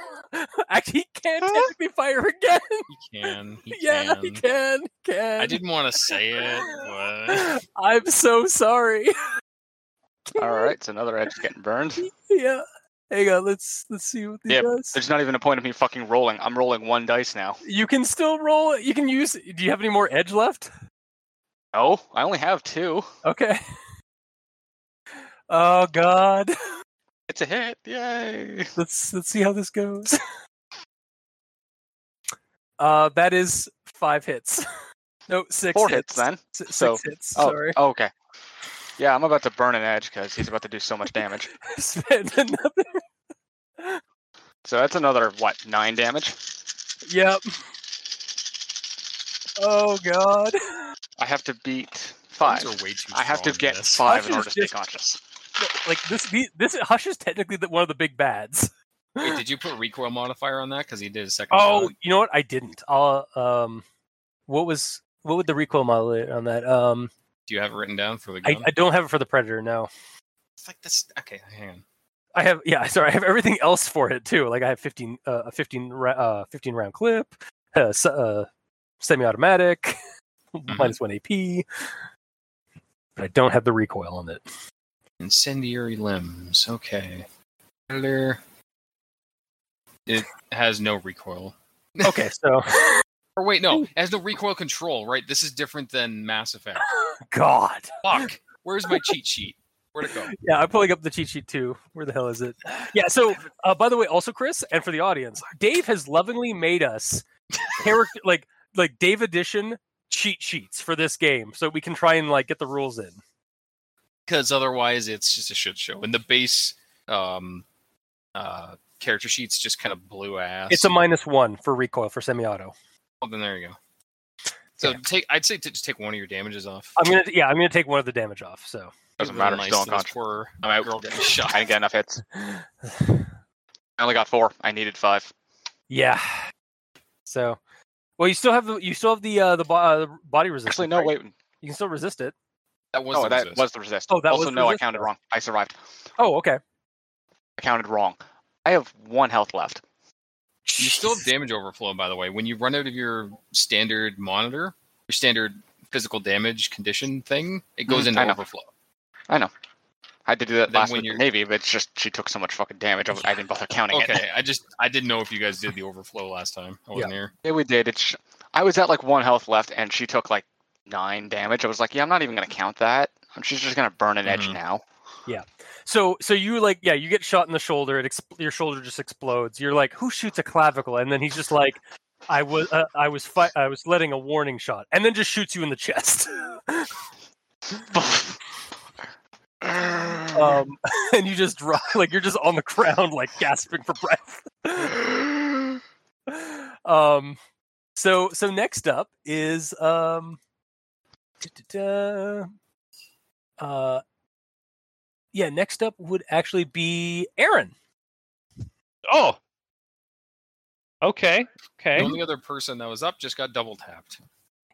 [SPEAKER 2] actually, he can
[SPEAKER 3] Huh?
[SPEAKER 2] technically fire again.
[SPEAKER 5] He can. Ah. He
[SPEAKER 2] yeah,
[SPEAKER 5] can.
[SPEAKER 2] he can. he Can
[SPEAKER 5] I didn't want to say it, but
[SPEAKER 2] I'm so sorry.
[SPEAKER 3] All right, it's another edge getting burned.
[SPEAKER 2] yeah. Hang on. Let's let's see what he
[SPEAKER 3] Yeah,
[SPEAKER 2] does.
[SPEAKER 3] There's not even a point of me fucking rolling. I'm rolling one dice now.
[SPEAKER 2] You can still roll. it. You can use. Do you have any more edge left?
[SPEAKER 3] No, I only have two.
[SPEAKER 2] Okay. Oh God.
[SPEAKER 3] It's a hit. Yay.
[SPEAKER 2] Let's let's see how this goes. Uh, that is five hits. No, six.
[SPEAKER 3] Four hits, then.
[SPEAKER 2] S- six
[SPEAKER 3] So-
[SPEAKER 2] hits.
[SPEAKER 3] Oh,
[SPEAKER 2] Sorry.
[SPEAKER 3] oh, okay. Yeah, I'm about to burn an edge because he's about to do so much damage.
[SPEAKER 2] Spend another.
[SPEAKER 3] So that's another what nine damage.
[SPEAKER 2] Yep. Oh God.
[SPEAKER 3] I have to beat five.
[SPEAKER 5] These are way too
[SPEAKER 3] I have to
[SPEAKER 5] strong,
[SPEAKER 3] get
[SPEAKER 5] this.
[SPEAKER 3] five
[SPEAKER 2] Hush
[SPEAKER 3] in order to
[SPEAKER 2] is
[SPEAKER 3] stay
[SPEAKER 2] just-
[SPEAKER 3] conscious.
[SPEAKER 2] No, Like this. the- This Hush is technically the, one of the big bads.
[SPEAKER 5] Wait, did you put recoil modifier on that? Because he did a second.
[SPEAKER 2] Oh,
[SPEAKER 5] shot.
[SPEAKER 2] you know what? I didn't. I'll, um, what was what would the recoil model it on that? Um,
[SPEAKER 5] do you have it written down for the gun?
[SPEAKER 2] I, I don't have it for the predator. No,
[SPEAKER 5] it's like this. Okay, hang on.
[SPEAKER 2] I have yeah. Sorry, I have everything else for it too. Like I have fifteen, uh, a fifteen, ra- uh, fifteen round clip, uh, s- uh, semi-automatic, minus one AP. But I don't have the recoil on it.
[SPEAKER 5] Incendiary limbs. Okay. Predator. It has no recoil.
[SPEAKER 2] Okay, so
[SPEAKER 5] Or wait, no, it has no recoil control. Right. This is different than Mass Effect.
[SPEAKER 2] God,
[SPEAKER 5] Fuck. Where's my cheat sheet? Where'd it go?
[SPEAKER 2] yeah, I'm pulling up the cheat sheet too. Where the hell is it? Yeah. So, uh, by the way, also Chris, and for the audience, Dave has lovingly made us character like like Dave edition cheat sheets for this game, so we can try and like get the rules in.
[SPEAKER 5] because otherwise it's just a shit show. And the base um, uh, character sheets just kind of blew ass.
[SPEAKER 2] It's a minus one for recoil for semi-auto.
[SPEAKER 5] Oh, then there you go. So
[SPEAKER 2] Yeah.
[SPEAKER 5] take, I'd say to just take one of your damages off.
[SPEAKER 2] I'm gonna yeah, I'm gonna take one of the damage off. So
[SPEAKER 3] Doesn't
[SPEAKER 5] Really
[SPEAKER 3] matter.
[SPEAKER 5] nice
[SPEAKER 3] still
[SPEAKER 5] to this
[SPEAKER 3] unconscious.
[SPEAKER 5] poor
[SPEAKER 3] I'm out.
[SPEAKER 5] girl getting shot.
[SPEAKER 3] I didn't get enough hits. I only got four. I needed five.
[SPEAKER 2] yeah. So well, you still have the you still have the uh, the bo- uh, body resistance.
[SPEAKER 3] Actually, no.
[SPEAKER 2] right?
[SPEAKER 3] Wait.
[SPEAKER 2] You can still resist it.
[SPEAKER 5] That was
[SPEAKER 3] No,
[SPEAKER 5] the
[SPEAKER 3] that
[SPEAKER 5] resist.
[SPEAKER 3] was the resist.
[SPEAKER 2] Oh, that
[SPEAKER 3] also,
[SPEAKER 2] was the
[SPEAKER 3] no. I
[SPEAKER 2] resist,
[SPEAKER 3] counted
[SPEAKER 2] though.
[SPEAKER 3] wrong. I survived.
[SPEAKER 2] Oh, okay.
[SPEAKER 3] I counted wrong. I have one health left.
[SPEAKER 5] You still have
[SPEAKER 2] Jesus.
[SPEAKER 5] damage overflow, by the way. When you run out of your standard monitor, your standard physical damage condition thing, it goes
[SPEAKER 3] Mhm,
[SPEAKER 5] into
[SPEAKER 3] I know.
[SPEAKER 5] overflow.
[SPEAKER 3] I had to do that
[SPEAKER 5] Then
[SPEAKER 3] last
[SPEAKER 5] when
[SPEAKER 3] with the
[SPEAKER 5] you're-
[SPEAKER 3] Navy, but it's just she took so much fucking damage. I was- I didn't bother counting it.
[SPEAKER 5] Okay, I just I didn't know if you guys did the overflow last time. I wasn't here.
[SPEAKER 3] Yeah, we did. It's. I was at like one health left, and she took like nine damage. I was like, yeah, I'm not even gonna count that. She's just gonna burn an edge
[SPEAKER 5] Mhm.
[SPEAKER 3] now.
[SPEAKER 2] So so you like yeah, you get shot in the shoulder. It exp- your shoulder just explodes. You're like, who shoots a clavicle? And then he's just like, I was uh, I was fi- I was letting a warning shot, and then just shoots you in the chest. um, and you just drop like you're just on the ground like gasping for breath. um so so next up is um da-da-da, uh yeah next up would actually be aaron
[SPEAKER 1] Oh. Okay.
[SPEAKER 5] The
[SPEAKER 1] Okay.
[SPEAKER 5] only other person that was up just got double tapped.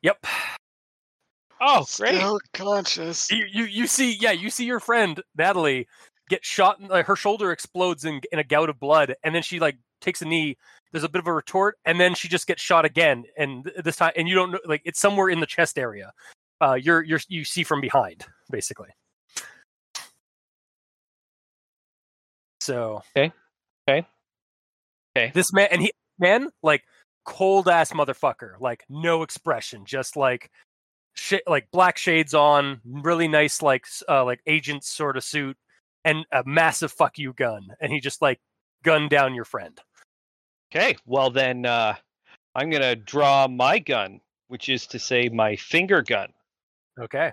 [SPEAKER 2] yep
[SPEAKER 1] Oh, great.
[SPEAKER 3] Still conscious.
[SPEAKER 2] you you, you see yeah you see your friend natalie get shot in, like, her shoulder explodes in, in a gout of blood and then she like takes a knee there's a bit of a retort and then she just gets shot again and th- this time and you don't know like it's somewhere in the chest area uh you're you're you see from behind basically so
[SPEAKER 1] Okay. Okay. Okay.
[SPEAKER 2] this man and he man like cold ass motherfucker like no expression just like sh- like black shades on, really nice like s- uh, like agent sort of suit, and a massive fuck you gun, and he just like gunned down your friend.
[SPEAKER 1] Okay. Well, then uh, I'm going to draw my gun, which is to say my finger gun,
[SPEAKER 2] Okay,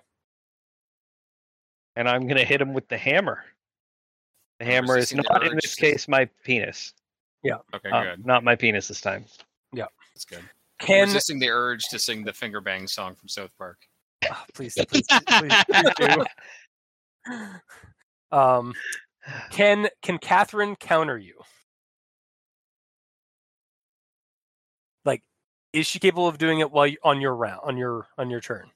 [SPEAKER 1] and I'm going to hit him with the hammer. The hammer is
[SPEAKER 5] resisting the
[SPEAKER 1] not, in
[SPEAKER 5] urge
[SPEAKER 1] this
[SPEAKER 5] to-
[SPEAKER 1] case, my penis.
[SPEAKER 5] Okay,
[SPEAKER 1] Um,
[SPEAKER 5] good.
[SPEAKER 1] not my penis this time.
[SPEAKER 5] That's good.
[SPEAKER 2] can
[SPEAKER 5] resisting the urge to sing the finger bang song from South Park.
[SPEAKER 2] Ah, please, please, please, please do. Um, can can Catherine counter you? Like, is she capable of doing it while you, on your round on your on your turn?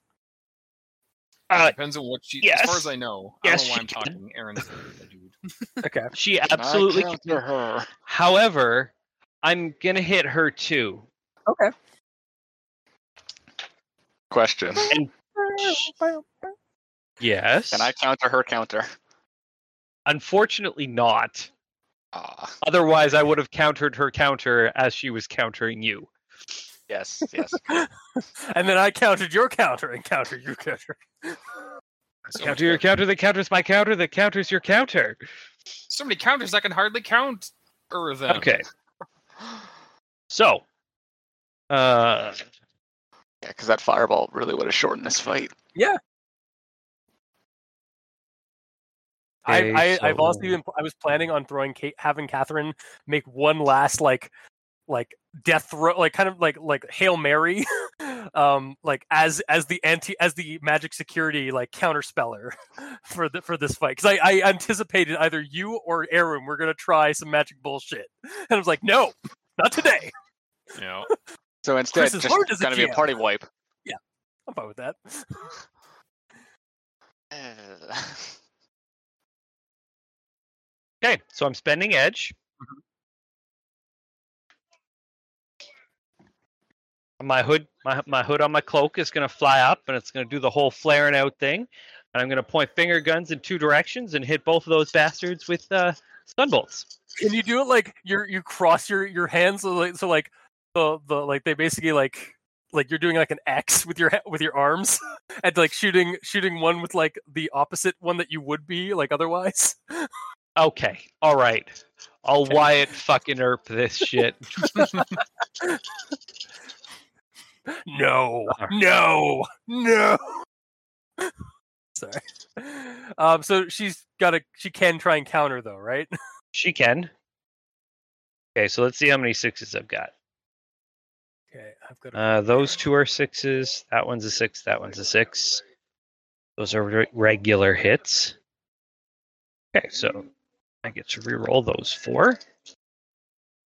[SPEAKER 1] Uh,
[SPEAKER 5] Depends on what she.
[SPEAKER 1] yes.
[SPEAKER 5] As far as I know,
[SPEAKER 1] Yes,
[SPEAKER 5] I
[SPEAKER 1] she
[SPEAKER 5] don't know why I'm
[SPEAKER 1] can.
[SPEAKER 5] talking. Aaron's the dude.
[SPEAKER 2] Okay.
[SPEAKER 1] She absolutely
[SPEAKER 3] I
[SPEAKER 1] can.
[SPEAKER 3] counter her.
[SPEAKER 1] However, I'm gonna hit her too.
[SPEAKER 2] Okay.
[SPEAKER 3] Question.
[SPEAKER 1] Yes.
[SPEAKER 3] Can I counter her counter?
[SPEAKER 1] Unfortunately, not.
[SPEAKER 3] Ah,
[SPEAKER 1] Otherwise, I would have countered her counter as she was countering you.
[SPEAKER 3] yes, yes.
[SPEAKER 2] And then I countered your counter and countered your counter.
[SPEAKER 5] So
[SPEAKER 1] counter
[SPEAKER 5] many
[SPEAKER 1] your counter. The counter's my counter. The counter's your counter.
[SPEAKER 5] So many counters I can hardly count. Or them.
[SPEAKER 1] Okay. So, uh,
[SPEAKER 3] Yeah, because that fireball really would have shortened this fight.
[SPEAKER 2] I, I,
[SPEAKER 1] Okay,
[SPEAKER 2] I've also
[SPEAKER 1] so-
[SPEAKER 2] even I was planning on throwing Kate, having Catherine make one last like like death throw like kind of like like hail mary um like as as the anti as the magic security like counterspeller for the for this fight because I, I anticipated either you or aaron were gonna try some magic bullshit and i was like no not today
[SPEAKER 5] You know,
[SPEAKER 3] So instead,
[SPEAKER 2] Chris is
[SPEAKER 3] just
[SPEAKER 2] hard as a
[SPEAKER 3] going to be a
[SPEAKER 2] GM.
[SPEAKER 3] party wipe.
[SPEAKER 2] i'm fine with that
[SPEAKER 1] okay. So I'm spending edge. Mm-hmm. My hood, my my hood on my cloak is gonna fly up, and it's gonna do the whole flaring out thing. And I'm gonna point finger guns in two directions and hit both of those bastards with uh, stun bolts.
[SPEAKER 2] Can you do it like you are you cross your your hands so like so like the the like they basically like like you're doing like an X with your ha- with your arms and like shooting shooting one with like the opposite one that you would be like otherwise.
[SPEAKER 1] Okay. All right. I'll
[SPEAKER 2] Okay.
[SPEAKER 1] Wyatt fucking erp this shit.
[SPEAKER 2] No,
[SPEAKER 1] Alright.
[SPEAKER 2] no, no. Sorry. Um. So she's got to she can try and counter though, right?
[SPEAKER 1] she can. Okay, so let's see how many sixes I've got.
[SPEAKER 2] Okay, I've got.
[SPEAKER 1] Uh, those two are sixes. That one's a six. That one's a six. Those are re- regular hits. Okay, so I get to re-roll those four.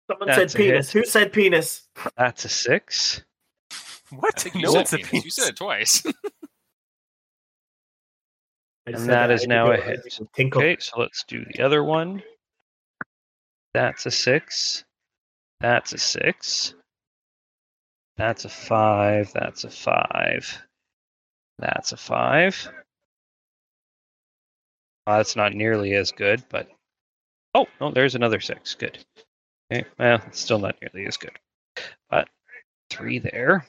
[SPEAKER 4] Someone
[SPEAKER 1] That's a
[SPEAKER 4] said penis. Who said penis?
[SPEAKER 1] That's a six.
[SPEAKER 2] what?
[SPEAKER 5] you
[SPEAKER 2] No,
[SPEAKER 5] said
[SPEAKER 2] it's a
[SPEAKER 5] penis. You said it twice.
[SPEAKER 4] I just
[SPEAKER 1] And
[SPEAKER 4] said
[SPEAKER 1] that
[SPEAKER 4] I
[SPEAKER 1] is
[SPEAKER 4] could
[SPEAKER 1] now
[SPEAKER 4] do
[SPEAKER 1] a
[SPEAKER 4] it. I
[SPEAKER 1] hit.
[SPEAKER 4] just Tinkle.
[SPEAKER 1] Okay, so let's do the other one. That's a six. That's a six. That's a five. That's a five. That's a five. Uh, that's not nearly as good, but. Oh, no, there's another six. Good. Okay, well, it's still not nearly as good. But three there.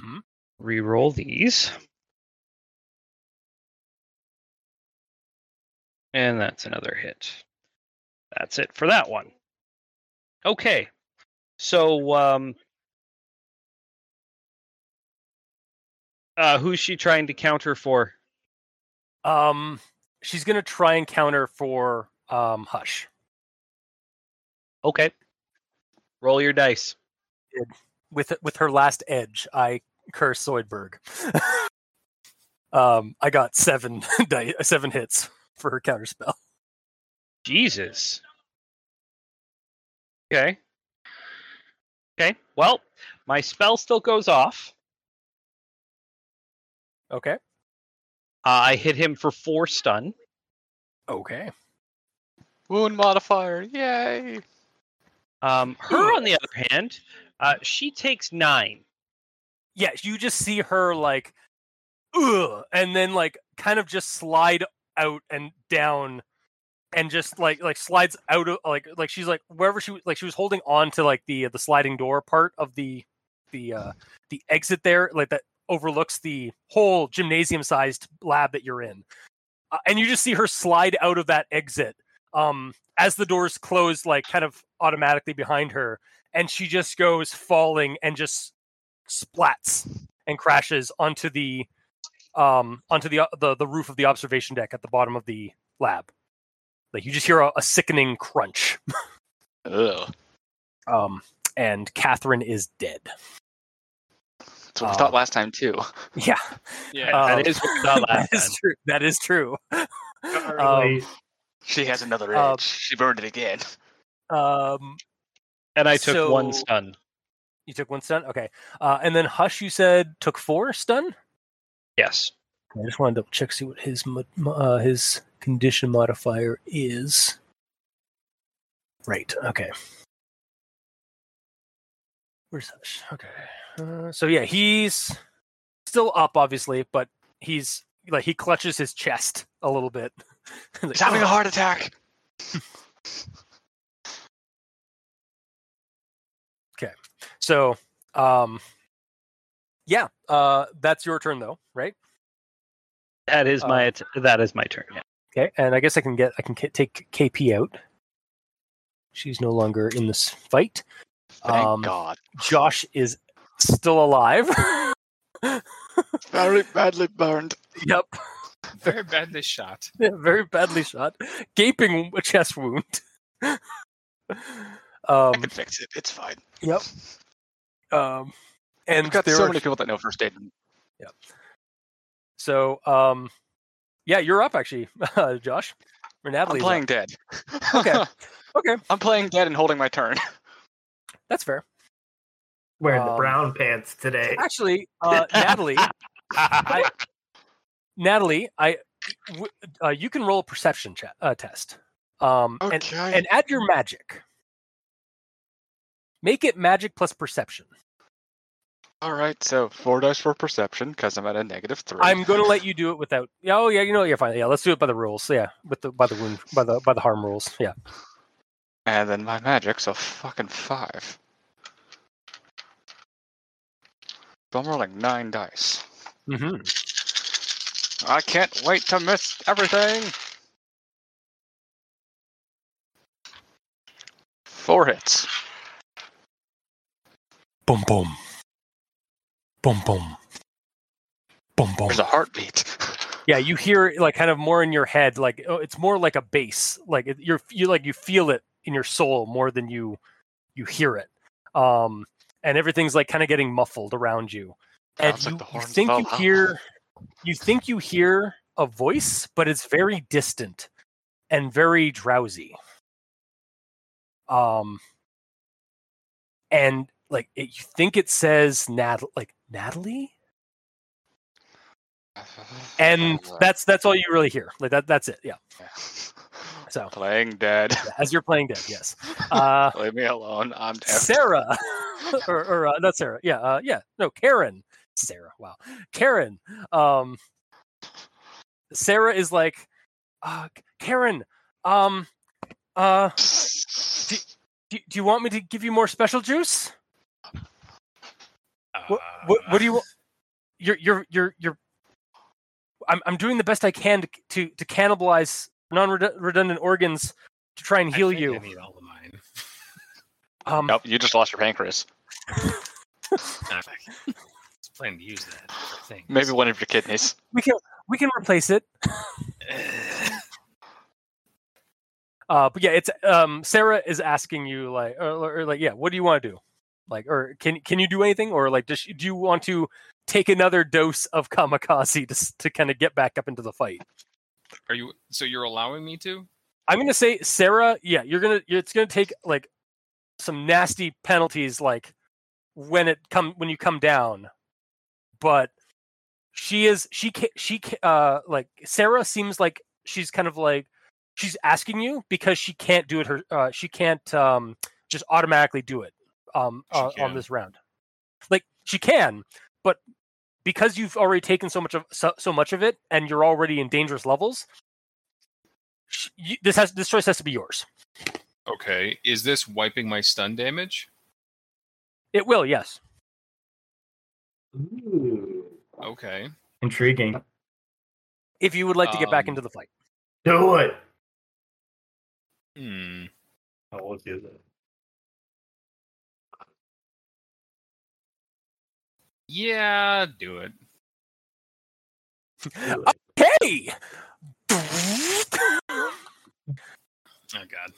[SPEAKER 5] Mhm.
[SPEAKER 1] Reroll these. And that's another hit. That's it for that one. Okay. So um uh who's she trying to counter for?
[SPEAKER 2] Um. She's gonna try and counter for um hush.
[SPEAKER 1] Okay. Roll your dice.
[SPEAKER 2] with with her last edge, I curse Zoidberg. um, I got seven di- seven hits for her counterspell.
[SPEAKER 1] Jesus. Okay. Okay. Well, my spell still goes off.
[SPEAKER 2] Okay.
[SPEAKER 1] Uh, I hit him for 4 stun.
[SPEAKER 2] Okay.
[SPEAKER 3] Wound modifier, yay!
[SPEAKER 1] Um her on the other hand, uh she takes 9.
[SPEAKER 2] Yeah, you just see her like, Ugh, and then like kind of just slide out and down, and just like like slides out of like like she's like wherever she was- like she was holding on to like the the sliding door part of the the uh the exit there like that overlooks the whole gymnasium sized lab that you're in uh, and you just see her slide out of that exit um as the doors close like kind of automatically behind her and she just goes falling and just splats and crashes onto the um onto the the, the roof of the observation deck at the bottom of the lab like you just hear a, a sickening crunch
[SPEAKER 3] Ugh.
[SPEAKER 2] um and catherine is dead
[SPEAKER 3] That's what
[SPEAKER 2] Uh,
[SPEAKER 3] we thought last time, too.
[SPEAKER 2] yeah
[SPEAKER 5] Yeah.
[SPEAKER 2] um,
[SPEAKER 1] that is what we got last
[SPEAKER 2] that is
[SPEAKER 1] time.
[SPEAKER 2] true that is true
[SPEAKER 4] Really.
[SPEAKER 2] um,
[SPEAKER 3] She has another edge.
[SPEAKER 2] uh,
[SPEAKER 3] she burned it again.
[SPEAKER 2] um
[SPEAKER 1] And I took 1
[SPEAKER 2] So-
[SPEAKER 1] stun.
[SPEAKER 2] you took one stun okay uh and then hush you said took four stun
[SPEAKER 1] Yes.
[SPEAKER 2] I just want to double check see what his mod- mo- uh, his condition modifier is. Right. Okay. Where's Hush? Okay. Uh, so yeah, he's still up, obviously, but he's like he clutches his chest a little bit. Like,
[SPEAKER 3] He's having a
[SPEAKER 2] "Ugh."
[SPEAKER 3] heart attack.
[SPEAKER 2] So, um, yeah, uh, that's your turn though, right?
[SPEAKER 1] That is
[SPEAKER 2] Uh,
[SPEAKER 5] Oh.
[SPEAKER 1] my att- that is my turn. Yeah.
[SPEAKER 2] Okay, and I guess I can get I can k- take KP out. She's no longer in this fight.
[SPEAKER 3] Thank
[SPEAKER 2] Um,
[SPEAKER 3] God.
[SPEAKER 2] Josh is still alive.
[SPEAKER 3] Very badly burned.
[SPEAKER 2] yep,
[SPEAKER 5] Very badly shot.
[SPEAKER 2] very badly shot, gaping chest wound. um,
[SPEAKER 3] I can fix it. It's fine.
[SPEAKER 2] yep. Um, and
[SPEAKER 3] I've got
[SPEAKER 2] there
[SPEAKER 3] so
[SPEAKER 2] are
[SPEAKER 3] many people that know first aid.
[SPEAKER 2] So, um, yeah, you're up actually, Josh. Or
[SPEAKER 3] I'm
[SPEAKER 2] Natalie's up.
[SPEAKER 3] playing dead.
[SPEAKER 2] Okay. Okay.
[SPEAKER 3] I'm playing dead and holding my turn.
[SPEAKER 2] That's fair.
[SPEAKER 4] Wearing the
[SPEAKER 2] Um,
[SPEAKER 4] brown pants today.
[SPEAKER 2] Actually, uh, Natalie, I, Natalie, I, w- uh, you can roll a perception chat, uh, test, um, and,
[SPEAKER 3] Okay.
[SPEAKER 2] and add your magic. Make it magic plus perception.
[SPEAKER 3] All right. So four dice for perception because I'm at a negative three.
[SPEAKER 2] I'm going to let you do it without. yeah, Oh yeah, you know yeah, fine. Yeah, let's do it by the rules. Yeah, with the by the wound by the by the harm rules. Yeah.
[SPEAKER 3] And then my magic, so fucking five. So I'm rolling nine dice.
[SPEAKER 2] Mm-hmm.
[SPEAKER 3] I can't wait to miss everything. Four hits.
[SPEAKER 2] Boom boom. Boom boom. Boom boom.
[SPEAKER 3] There's a heartbeat.
[SPEAKER 2] Yeah, you hear it, like kind of more in your head, like oh, it's more like a bass, like it, you're you like you feel it in your soul more than you you hear it, um, and everything's like kind of getting muffled around you, and
[SPEAKER 3] Sounds like
[SPEAKER 2] you,
[SPEAKER 3] the
[SPEAKER 2] you
[SPEAKER 3] horns of
[SPEAKER 2] think you
[SPEAKER 3] Valhalla.
[SPEAKER 2] hear you think you hear a voice, but it's very distant and very drowsy, um, and like it, you think it says Nat like Natalie and that's that's all you really hear. Like that that's it. Yeah. So.
[SPEAKER 3] Playing dead.
[SPEAKER 2] As you're playing dead, yes. Uh,
[SPEAKER 3] Leave me alone. I'm dead.
[SPEAKER 2] Sarah, or, or uh, not Sarah. Yeah, uh, yeah. No, Karen. Sarah. Wow, Karen. Um, Sarah is like, uh, Karen. Um, uh, do, do you want me to give you more special juice? What,
[SPEAKER 5] Uh,
[SPEAKER 2] what, what do you want? You're, you're, you're, you're. I'm, I'm doing the best I can to to, to cannibalize non-redundant organs to try and
[SPEAKER 5] I
[SPEAKER 2] heal
[SPEAKER 5] think
[SPEAKER 2] you.
[SPEAKER 5] I need all of mine.
[SPEAKER 2] Um,
[SPEAKER 3] Nope, you just lost your pancreas.
[SPEAKER 5] I was planning to use that for things.
[SPEAKER 3] Maybe one of your kidneys.
[SPEAKER 2] we can we can replace it. Uh, but yeah, it's um, Sarah is asking you like, or, or like, yeah, what do you want to do? Like, or can can you do anything? Or like, does she, do you want to take another dose of kamikaze to s- to kind of get back up into the fight?
[SPEAKER 5] Are you? So you're allowing me to?
[SPEAKER 2] I'm gonna say Sarah. Yeah, you're gonna. It's gonna take like some nasty penalties, like when it come when you come down. But she is she ca she ca uh like Sarah seems like she's kind of like she's asking you because she can't do it her uh, she can't um just automatically do it um
[SPEAKER 5] She
[SPEAKER 2] uh, on
[SPEAKER 5] can.
[SPEAKER 2] this round. Like she can, but because you've already taken so much of so, so much of it and you're already in dangerous levels, sh- you, this has this choice has to be yours.
[SPEAKER 5] Okay. Is this wiping my stun damage?
[SPEAKER 2] It will, yes.
[SPEAKER 4] Ooh,
[SPEAKER 5] Okay.
[SPEAKER 4] intriguing.
[SPEAKER 2] If you would like to get back
[SPEAKER 5] Um,
[SPEAKER 2] into the fight,
[SPEAKER 4] Do it.
[SPEAKER 5] Hmm.
[SPEAKER 4] I won't do that.
[SPEAKER 5] Yeah, do it.
[SPEAKER 4] Do it.
[SPEAKER 2] hey!
[SPEAKER 5] Oh God.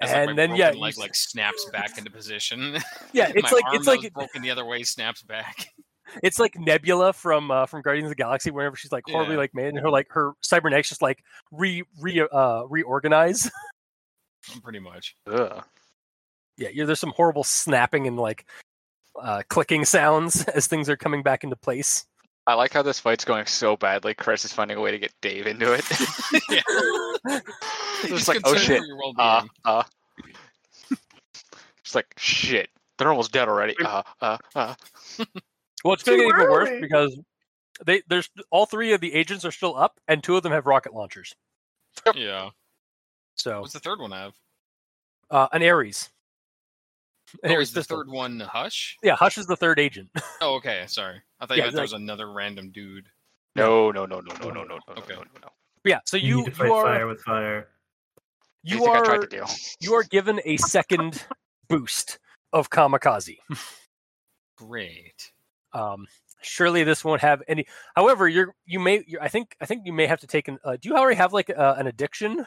[SPEAKER 2] And
[SPEAKER 5] my
[SPEAKER 2] then, yeah,
[SPEAKER 5] broken
[SPEAKER 2] you
[SPEAKER 5] leg
[SPEAKER 2] s-
[SPEAKER 5] like snaps back into position.
[SPEAKER 2] yeah, it's
[SPEAKER 5] my
[SPEAKER 2] like
[SPEAKER 5] arm
[SPEAKER 2] it's
[SPEAKER 5] that
[SPEAKER 2] like
[SPEAKER 5] was broken the other way snaps back.
[SPEAKER 2] it's like Nebula from uh, from Guardians of the Galaxy. Whenever she's like horribly
[SPEAKER 5] Yeah.
[SPEAKER 2] like made, and her like her cybernetics just like re re uh, reorganize.
[SPEAKER 5] Pretty much.
[SPEAKER 3] Ugh.
[SPEAKER 2] yeah, you there's some horrible snapping and like uh, clicking sounds as things are coming back into place.
[SPEAKER 3] I like how this fight's going so badly. Chris is finding a way to get Dave into it.
[SPEAKER 5] yeah.
[SPEAKER 3] Just like, oh shit. Uh, uh. Just like, shit. They're almost dead already. Uh, uh, uh.
[SPEAKER 2] Well, it's going to
[SPEAKER 4] Too
[SPEAKER 2] get even worse
[SPEAKER 4] early.
[SPEAKER 2] because they there's all three of the agents are still up, and two of them have rocket launchers.
[SPEAKER 5] yeah.
[SPEAKER 2] So Oh.
[SPEAKER 5] What's the third one have?
[SPEAKER 2] uh, an Ares. An
[SPEAKER 5] Oh,
[SPEAKER 2] Ares
[SPEAKER 5] is the
[SPEAKER 2] pistol.
[SPEAKER 5] third one Hush?
[SPEAKER 2] Yeah, Hush is the third agent.
[SPEAKER 5] Oh, okay. Sorry. I thought
[SPEAKER 2] Yeah,
[SPEAKER 5] you meant
[SPEAKER 2] like-
[SPEAKER 5] there was another random dude.
[SPEAKER 3] No, no, no, no,
[SPEAKER 2] Oh,
[SPEAKER 3] no, no, no, no, no,
[SPEAKER 5] Okay.
[SPEAKER 3] no, no, no.
[SPEAKER 2] yeah, so
[SPEAKER 4] You,
[SPEAKER 2] you
[SPEAKER 4] need to fight
[SPEAKER 2] you
[SPEAKER 4] fire
[SPEAKER 2] are
[SPEAKER 4] with fire.
[SPEAKER 3] You
[SPEAKER 2] you
[SPEAKER 3] think I tried
[SPEAKER 2] are
[SPEAKER 3] to deal?
[SPEAKER 2] you are given a second boost of kamikaze.
[SPEAKER 5] Great.
[SPEAKER 2] Um, surely this won't have any. However, you're you may you're, I think I think you may have to take an. Uh, do you already have like uh, an addiction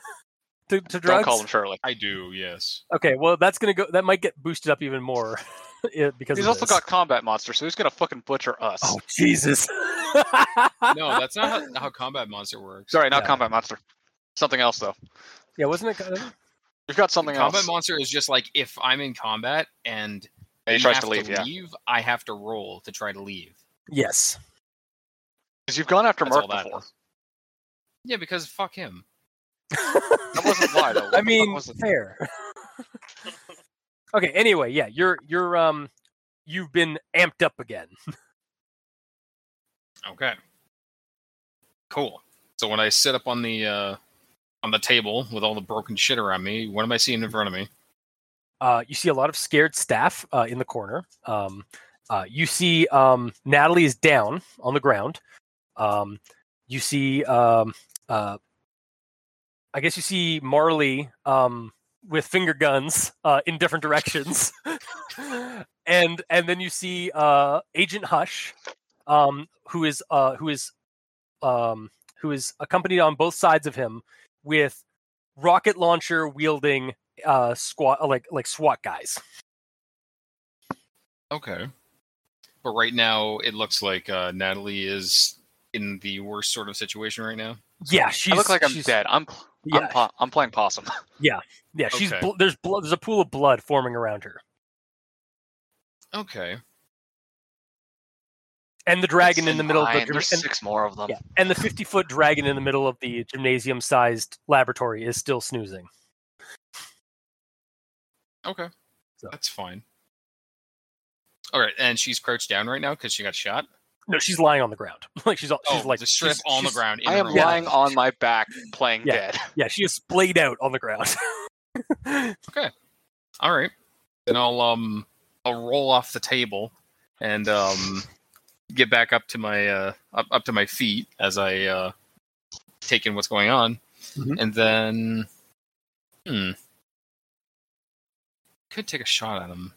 [SPEAKER 2] to, to drugs?
[SPEAKER 3] Don't call him Shirley.
[SPEAKER 5] I do. Yes.
[SPEAKER 2] Okay, well that's gonna go. That might get boosted up even more yeah, because
[SPEAKER 3] He's
[SPEAKER 2] of
[SPEAKER 3] also
[SPEAKER 2] this.
[SPEAKER 3] got combat monster, so he's gonna fucking butcher us.
[SPEAKER 2] Oh Jesus!
[SPEAKER 5] No, that's not how, how Combat Monster works.
[SPEAKER 3] Sorry, not
[SPEAKER 2] yeah.
[SPEAKER 3] combat monster. Something else though.
[SPEAKER 2] Yeah, wasn't it? kind of-
[SPEAKER 3] You've got something
[SPEAKER 5] Combat
[SPEAKER 3] else.
[SPEAKER 5] Monster is just like if I'm in combat and
[SPEAKER 3] And he
[SPEAKER 5] you
[SPEAKER 3] tries
[SPEAKER 5] have
[SPEAKER 3] to leave. yeah,
[SPEAKER 5] I have to roll to try to leave.
[SPEAKER 2] Yes.
[SPEAKER 3] because you've gone after
[SPEAKER 5] That's
[SPEAKER 3] Mark
[SPEAKER 5] all that
[SPEAKER 3] before.
[SPEAKER 5] is. Yeah, because fuck him.
[SPEAKER 3] That wasn't why though. What the
[SPEAKER 2] I
[SPEAKER 3] fuck
[SPEAKER 2] mean,
[SPEAKER 3] was it?
[SPEAKER 2] fair. okay. Anyway, yeah, you're you're um you've been amped up again.
[SPEAKER 5] Okay. Cool. So when I sit up on the uh, on the table with all the broken shit around me, what am I seeing in front of me?
[SPEAKER 2] Uh, you see a lot of scared staff uh, in the corner. Um, uh, you see um, Natalie is down on the ground. Um, you see, um, uh, I guess you see Marley um, with finger guns uh, in different directions, and and then you see uh, Agent Hush, um, who is uh, who is um, who is accompanied on both sides of him with rocket launcher wielding uh squat like like SWAT guys.
[SPEAKER 5] Okay. But right now, it looks like uh, Natalie is in the worst sort of situation right now.
[SPEAKER 2] Yeah, she's.
[SPEAKER 3] I look like I'm
[SPEAKER 2] she's-
[SPEAKER 3] dead. I'm I'm,
[SPEAKER 2] Yeah,
[SPEAKER 3] po- I'm playing possum.
[SPEAKER 2] yeah. She's
[SPEAKER 5] Okay.
[SPEAKER 2] bl- there's blood. There's a pool of blood forming around her,
[SPEAKER 5] Okay.
[SPEAKER 2] and the dragon
[SPEAKER 3] It's
[SPEAKER 2] in the middle of the
[SPEAKER 3] nine, There's
[SPEAKER 2] gym-
[SPEAKER 3] six more of
[SPEAKER 2] and,
[SPEAKER 3] them.
[SPEAKER 2] yeah, and the 50 foot dragon in the middle of the gymnasium-sized laboratory is still snoozing.
[SPEAKER 5] Okay.
[SPEAKER 2] So-
[SPEAKER 5] That's fine. All right, and she's crouched down right now because she got shot.
[SPEAKER 2] No, she's lying on the ground. like she's all, she's
[SPEAKER 3] Oh,
[SPEAKER 2] like
[SPEAKER 5] just straight up
[SPEAKER 2] she's-
[SPEAKER 5] on Oh, the
[SPEAKER 2] she's-
[SPEAKER 5] ground. In
[SPEAKER 3] I
[SPEAKER 5] her
[SPEAKER 3] am
[SPEAKER 5] own-
[SPEAKER 3] lying on my back playing
[SPEAKER 2] Yeah.
[SPEAKER 3] dead.
[SPEAKER 2] Yeah, she is splayed out on the ground.
[SPEAKER 5] All right, then I'll um I'll roll off the table and um get back up to my uh up, up to my feet as I uh take in what's going on,
[SPEAKER 2] Mhm.
[SPEAKER 5] and then hmm could take a shot at him.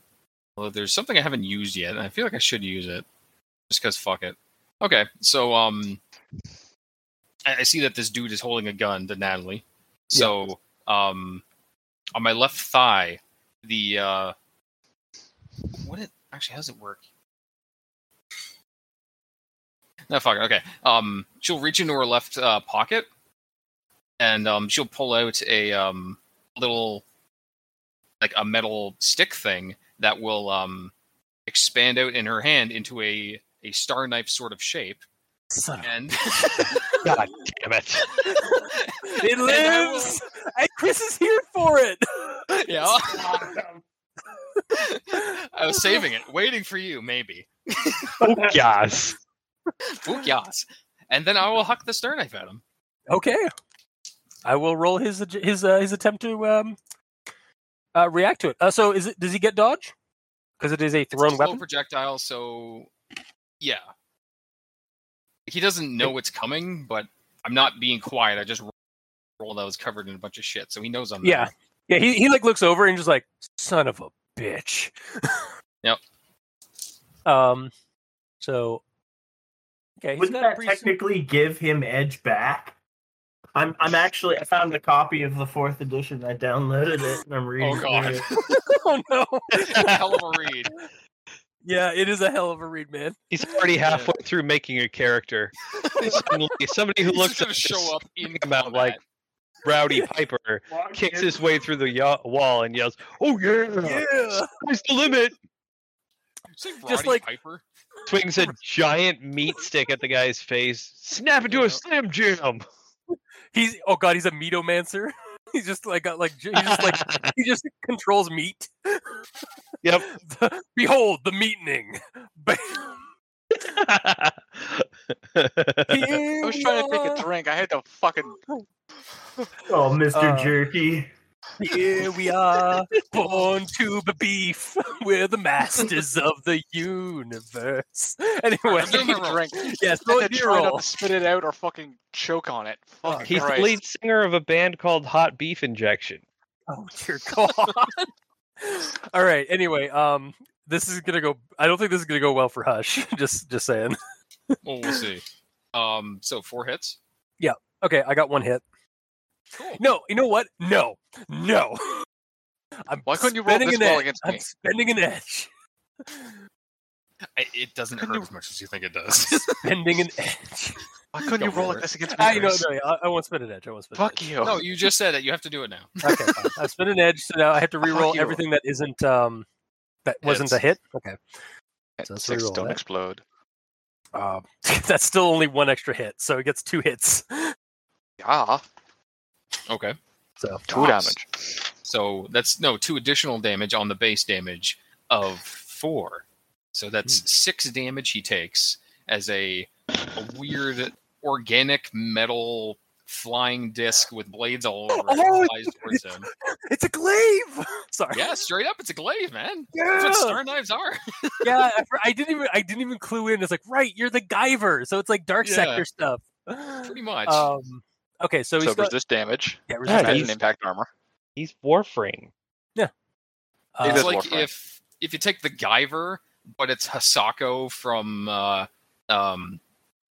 [SPEAKER 5] Although there's something I haven't used yet, and I feel like I should use it just because fuck it. Okay, so um I, I see that this dude is holding a gun to Natalie, so um on my left thigh the uh what it actually how does it work no fuck it, okay um she'll reach into her left uh, pocket and um she'll pull out a um little like a metal stick thing that will um expand out in her hand into a a star knife sort of shape
[SPEAKER 2] Son of
[SPEAKER 5] and
[SPEAKER 1] God damn it.
[SPEAKER 2] it
[SPEAKER 5] and I will-
[SPEAKER 2] lives, and Chris is here for it.
[SPEAKER 5] yeah
[SPEAKER 4] Awesome.
[SPEAKER 5] i was saving it waiting for you maybe
[SPEAKER 1] Yes.
[SPEAKER 5] Ooh, yes. And then I will huck the stern knife at him.
[SPEAKER 2] Okay. I will roll his ad- his uh, his attempt to um uh, react to it. Uh, so is it does he get dodge? Because it is a
[SPEAKER 5] It's a
[SPEAKER 2] thrown
[SPEAKER 5] slow
[SPEAKER 2] weapon.
[SPEAKER 5] projectile, so yeah. He doesn't know it's coming, but I'm not being quiet. I just rolled. I was covered in a bunch of shit, so he knows I'm.
[SPEAKER 2] Yeah. Yeah,
[SPEAKER 5] there.
[SPEAKER 2] he, he like looks over and just like son of a bitch.
[SPEAKER 5] Yep.
[SPEAKER 2] Um so Okay, he's
[SPEAKER 4] Wouldn't
[SPEAKER 2] got a
[SPEAKER 4] that
[SPEAKER 2] pretty su-
[SPEAKER 4] technically give him edge back? I'm I'm actually I found a copy of the fourth edition. I downloaded it and I'm reading
[SPEAKER 5] God.
[SPEAKER 4] it.
[SPEAKER 2] Oh no.
[SPEAKER 5] Hell of a read.
[SPEAKER 2] Yeah, it is a hell of a read, man.
[SPEAKER 1] He's already halfway through making a character. Suddenly, somebody who
[SPEAKER 5] He's
[SPEAKER 1] looks
[SPEAKER 5] just gonna
[SPEAKER 1] like
[SPEAKER 5] show up in
[SPEAKER 1] thinking about,
[SPEAKER 5] combat.
[SPEAKER 1] like, Rowdy Piper
[SPEAKER 4] Walk
[SPEAKER 1] kicks
[SPEAKER 4] in.
[SPEAKER 1] his way through the ya- wall and yells, "Oh yeah,
[SPEAKER 2] Yeah.
[SPEAKER 1] sky's the limit!"
[SPEAKER 5] Say
[SPEAKER 2] just
[SPEAKER 5] Roddy
[SPEAKER 2] like-
[SPEAKER 5] Piper.
[SPEAKER 1] Swings a giant meat stick at the guy's face. Snap into a slim jam.
[SPEAKER 2] He's oh god, he's a meatomancer. He's just like got like j- he just like he just controls meat.
[SPEAKER 1] Yep.
[SPEAKER 2] The- behold the meatening. Bam.
[SPEAKER 1] I
[SPEAKER 3] I was trying to take a drink. I had to fucking.
[SPEAKER 4] Oh, Mr.
[SPEAKER 2] Uh,
[SPEAKER 4] Jerky.
[SPEAKER 2] Here we are, born to be beef. We're the masters of the universe. Anyway,
[SPEAKER 5] I'm doing my role.
[SPEAKER 3] drink.
[SPEAKER 2] yes,
[SPEAKER 3] I
[SPEAKER 2] roll
[SPEAKER 3] had to
[SPEAKER 2] your
[SPEAKER 3] try not
[SPEAKER 2] roll.
[SPEAKER 3] to spit it out or fucking choke on it. Fuck
[SPEAKER 1] He's the lead singer of a band called Hot Beef Injection.
[SPEAKER 2] Oh dear God! All right. Anyway, um, this is gonna go. I don't think this is gonna go well for Hush. Just, just saying.
[SPEAKER 5] Well, we'll see. Um, so four hits.
[SPEAKER 2] Okay, I got one hit.
[SPEAKER 5] Cool.
[SPEAKER 2] No, you know what? No, no. I'm
[SPEAKER 3] Why couldn't you roll
[SPEAKER 2] spending
[SPEAKER 3] this
[SPEAKER 2] an
[SPEAKER 3] well
[SPEAKER 2] edge.
[SPEAKER 3] against
[SPEAKER 2] I'm
[SPEAKER 3] me?
[SPEAKER 2] spending an edge.
[SPEAKER 5] I, it doesn't
[SPEAKER 2] Couldn't
[SPEAKER 5] hurt
[SPEAKER 2] you-
[SPEAKER 5] as much as you think it does.
[SPEAKER 2] Spending an edge.
[SPEAKER 3] Why couldn't you
[SPEAKER 5] Go
[SPEAKER 3] roll like
[SPEAKER 5] for it.
[SPEAKER 3] this against me?
[SPEAKER 2] I know.
[SPEAKER 3] Chris?
[SPEAKER 2] No, I, I won't spend an edge. I won't spend.
[SPEAKER 3] Fuck
[SPEAKER 2] an
[SPEAKER 3] you.
[SPEAKER 5] no, you just said it. You have to do it now.
[SPEAKER 2] edge. Okay, fine. I spent an edge, so now I have to
[SPEAKER 3] Fuck
[SPEAKER 2] re-roll
[SPEAKER 3] you.
[SPEAKER 2] everything that isn't um that wasn't a hit. Okay.
[SPEAKER 3] Hit
[SPEAKER 2] So let's
[SPEAKER 3] Six
[SPEAKER 2] reroll
[SPEAKER 3] don't
[SPEAKER 2] that.
[SPEAKER 3] explode.
[SPEAKER 2] Um, that's still only one extra hit, so it gets two hits.
[SPEAKER 3] Yeah,
[SPEAKER 5] Okay.
[SPEAKER 2] So
[SPEAKER 3] two
[SPEAKER 5] Nice.
[SPEAKER 3] damage.
[SPEAKER 5] So that's no two additional damage on the base damage of four. So that's six damage he takes as a, a weird organic metal flying disc with blades all over it
[SPEAKER 2] Oh,
[SPEAKER 5] flies towards him.
[SPEAKER 2] it's a glaive. Sorry.
[SPEAKER 5] Yeah, straight up, it's a glaive, man. That's
[SPEAKER 2] Yeah,
[SPEAKER 5] what star knives are.
[SPEAKER 2] yeah. I, for- I didn't even I didn't even clue in. It's like right, you're the Guyver, so it's like dark
[SPEAKER 5] Yeah.
[SPEAKER 2] sector stuff.
[SPEAKER 5] Pretty much.
[SPEAKER 2] Um, okay, so
[SPEAKER 3] So
[SPEAKER 2] he's got,
[SPEAKER 3] resist damage.
[SPEAKER 2] yeah,
[SPEAKER 1] Yeah,
[SPEAKER 2] resist
[SPEAKER 3] Imagine
[SPEAKER 1] he's-
[SPEAKER 3] impact armor.
[SPEAKER 1] He's Warframe.
[SPEAKER 2] uh,
[SPEAKER 3] It
[SPEAKER 5] it's
[SPEAKER 3] is
[SPEAKER 5] like
[SPEAKER 3] Warframe.
[SPEAKER 5] if if you take the Guyver, but it's Hasako from uh, um,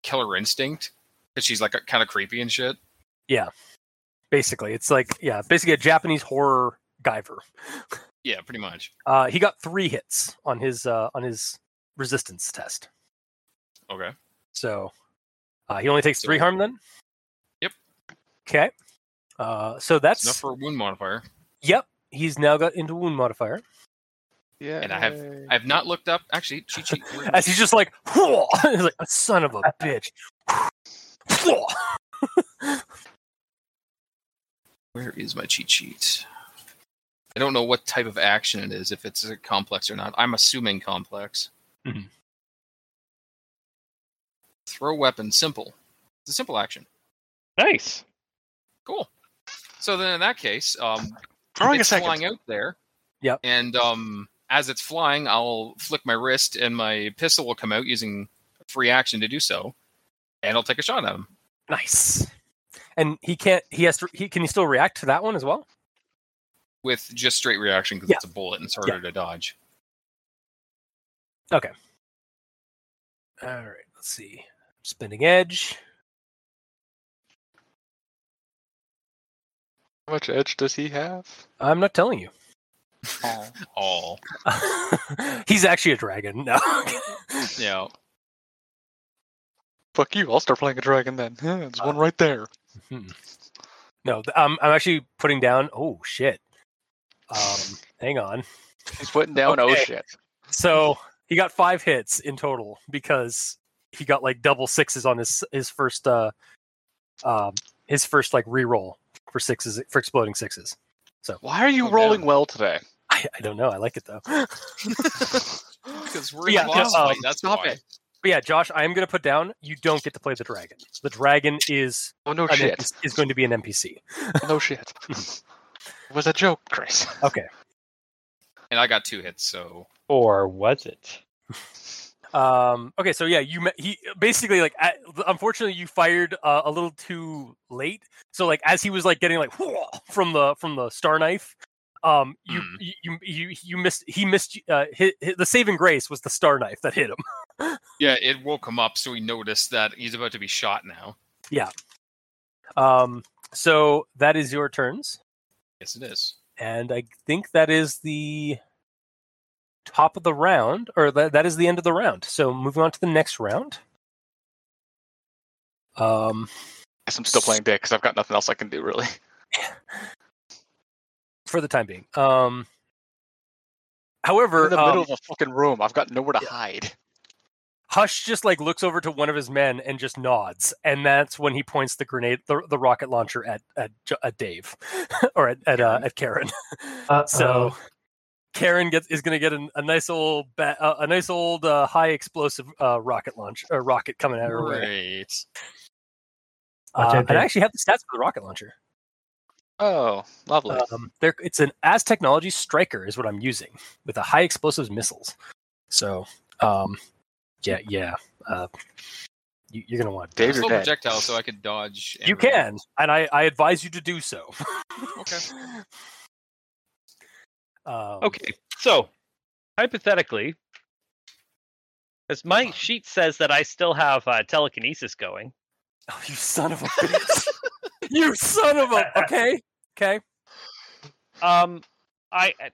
[SPEAKER 5] Killer Instinct, because she's like kind of creepy and shit.
[SPEAKER 2] basically. It's like yeah, basically a Japanese horror Guyver.
[SPEAKER 5] Yeah, pretty much.
[SPEAKER 2] Uh, he got three hits on his uh, on his resistance test.
[SPEAKER 5] Okay.
[SPEAKER 2] So uh, he only takes
[SPEAKER 5] So-
[SPEAKER 2] three harm then.
[SPEAKER 5] Yep.
[SPEAKER 2] Okay. Uh, so
[SPEAKER 5] That's enough
[SPEAKER 2] that's
[SPEAKER 5] for a wound modifier.
[SPEAKER 2] yep. He's now got into wound modifier.
[SPEAKER 3] Yeah.
[SPEAKER 5] And I have- I've not looked up. Actually, cheat sheet. three.
[SPEAKER 2] as he's just like, "Whoa!" he's like, "Son of a bitch!" Whoa.
[SPEAKER 5] Where is my cheat sheet? I don't know what type of action it is, if it's a complex or not. I'm assuming complex.
[SPEAKER 2] Mhm.
[SPEAKER 5] Throw weapon, simple. It's a simple action.
[SPEAKER 1] Nice.
[SPEAKER 5] Cool. So then, in that case, um,
[SPEAKER 3] Throwing a
[SPEAKER 5] it's
[SPEAKER 3] second.
[SPEAKER 5] flying out there.
[SPEAKER 2] Yep.
[SPEAKER 5] And um, as it's flying, I'll flick my wrist, and my pistol will come out using free action to do so, and I'll take a shot at him.
[SPEAKER 2] nice. And he can't. He has to. He can he still react to that one as well?
[SPEAKER 5] with just straight reaction because
[SPEAKER 2] Yeah.
[SPEAKER 5] it's a bullet and it's harder to dodge.
[SPEAKER 2] All right. Let's see. Spinning edge.
[SPEAKER 3] How much edge does he have?
[SPEAKER 2] I'm not telling you.
[SPEAKER 5] All
[SPEAKER 2] he's actually a dragon. No.
[SPEAKER 5] yeah,
[SPEAKER 3] Fuck you! I'll start playing a dragon then. Yeah, There's one right there.
[SPEAKER 2] no. th- Um, I'm actually putting down. Oh shit. Um, hang on.
[SPEAKER 3] He's putting down. Oh
[SPEAKER 2] Okay.
[SPEAKER 3] shit!
[SPEAKER 2] So he got five hits in total because he got like double sixes on his his first uh um his first like reroll for sixes for exploding sixes.
[SPEAKER 3] Why are you
[SPEAKER 5] Oh,
[SPEAKER 3] rolling
[SPEAKER 5] damn.
[SPEAKER 3] well today?
[SPEAKER 2] I, I don't know. I like it though. But
[SPEAKER 5] because we're
[SPEAKER 2] Yeah, um,
[SPEAKER 5] in boss
[SPEAKER 2] no,
[SPEAKER 5] fight. That's
[SPEAKER 3] stop
[SPEAKER 5] why.
[SPEAKER 3] it.
[SPEAKER 2] yeah, Josh, I am gonna put down. You don't get to play the dragon. The dragon is
[SPEAKER 3] Oh no
[SPEAKER 2] an
[SPEAKER 3] shit! Oh,
[SPEAKER 2] NPC is going to be an NPC.
[SPEAKER 3] No shit! Was a joke, Chris.
[SPEAKER 2] Okay.
[SPEAKER 5] And I got two hits, so
[SPEAKER 1] Or was it?
[SPEAKER 2] Um. Okay. So yeah, you met, he basically like at, unfortunately you fired uh, a little too late. So like as he was like getting like from the from the star knife, um, you
[SPEAKER 5] Hmm.
[SPEAKER 2] you, you you you missed he missed uh hi hi- the saving grace was the star knife that hit him.
[SPEAKER 5] yeah, it woke him up, so he noticed that he's about to be shot now.
[SPEAKER 2] Um. So that is your turns,
[SPEAKER 5] Yes, it is.
[SPEAKER 2] and I think that is the top of the round, or that that is the end of the round. So moving on to the next round. Um.
[SPEAKER 3] Guess I'm still playing dick because I've got nothing else I can do really.
[SPEAKER 2] for the time being. Um,
[SPEAKER 3] We're
[SPEAKER 2] however,
[SPEAKER 3] in the
[SPEAKER 2] um,
[SPEAKER 3] middle of a fucking room. I've got nowhere to
[SPEAKER 2] yeah.
[SPEAKER 3] hide.
[SPEAKER 2] Hush just like looks over to one of his men and just nods, and that's when he points the grenade, the, the rocket launcher at at, Jo- at Dave, or at at, uh, at Karen. So
[SPEAKER 4] Oh.
[SPEAKER 2] Karen gets is going to get an, a nice old ba- uh, a nice old uh, high explosive uh, rocket launch uh, rocket coming out of her way.
[SPEAKER 5] Great.
[SPEAKER 2] Uh,
[SPEAKER 7] Watch out,
[SPEAKER 2] and I
[SPEAKER 7] Dave.
[SPEAKER 2] actually have the stats for the rocket launcher.
[SPEAKER 3] Oh, lovely.
[SPEAKER 2] Um, there, it's an as technology striker is what I'm using with a high explosives missiles. So, um, yeah, yeah, uh, you, you're gonna want.
[SPEAKER 3] Dave,
[SPEAKER 5] There's
[SPEAKER 3] you're
[SPEAKER 5] no
[SPEAKER 3] dead.
[SPEAKER 5] projectile, so I can dodge. and
[SPEAKER 2] You
[SPEAKER 5] reload.
[SPEAKER 2] can, and I, I advise you to do so.
[SPEAKER 5] Okay.
[SPEAKER 2] Um,
[SPEAKER 1] Okay, so hypothetically, because my sheet says that I still have uh, telekinesis going.
[SPEAKER 2] Oh, you son of a bitch! you son of a. Okay. Okay.
[SPEAKER 1] Um, I I-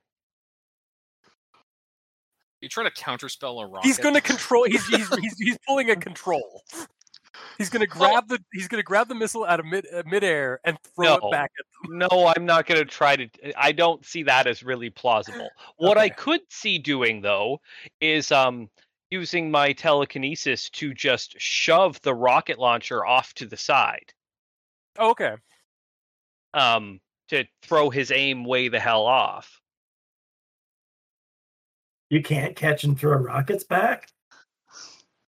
[SPEAKER 5] You're trying to counterspell a rocket.
[SPEAKER 2] He's gonna control. He's he's, he's he's pulling a control. He's gonna
[SPEAKER 1] Oh.
[SPEAKER 2] grab the he's gonna grab the missile out of mid uh, midair and throw
[SPEAKER 1] No.
[SPEAKER 2] it back at
[SPEAKER 1] no, I'm not going to try to. I don't see that as really plausible. What I
[SPEAKER 2] Okay.
[SPEAKER 1] could see doing though is um using my telekinesis to just shove the rocket launcher off to the side.
[SPEAKER 2] Oh, okay.
[SPEAKER 1] Um, to throw his aim way the hell off.
[SPEAKER 7] You can't catch and throw rockets back.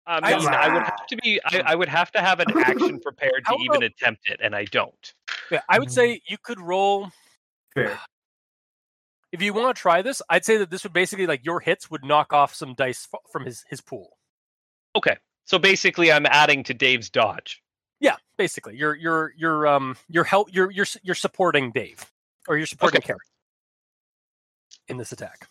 [SPEAKER 1] I
[SPEAKER 2] I-
[SPEAKER 1] mean, I, would have to be. I, I would have to have an action prepared to
[SPEAKER 2] How
[SPEAKER 1] even attempt it, and I don't.
[SPEAKER 2] Yeah, I would say you could roll
[SPEAKER 7] Fair.
[SPEAKER 2] if you want to try this. I'd say that this would basically like your hits would knock off some dice f- from his his pool.
[SPEAKER 1] Okay, so basically, I'm adding to Dave's dodge.
[SPEAKER 2] Yeah, basically, you're you're you're um you're help you're you're s- you're supporting Dave or you're supporting Karen in this attack.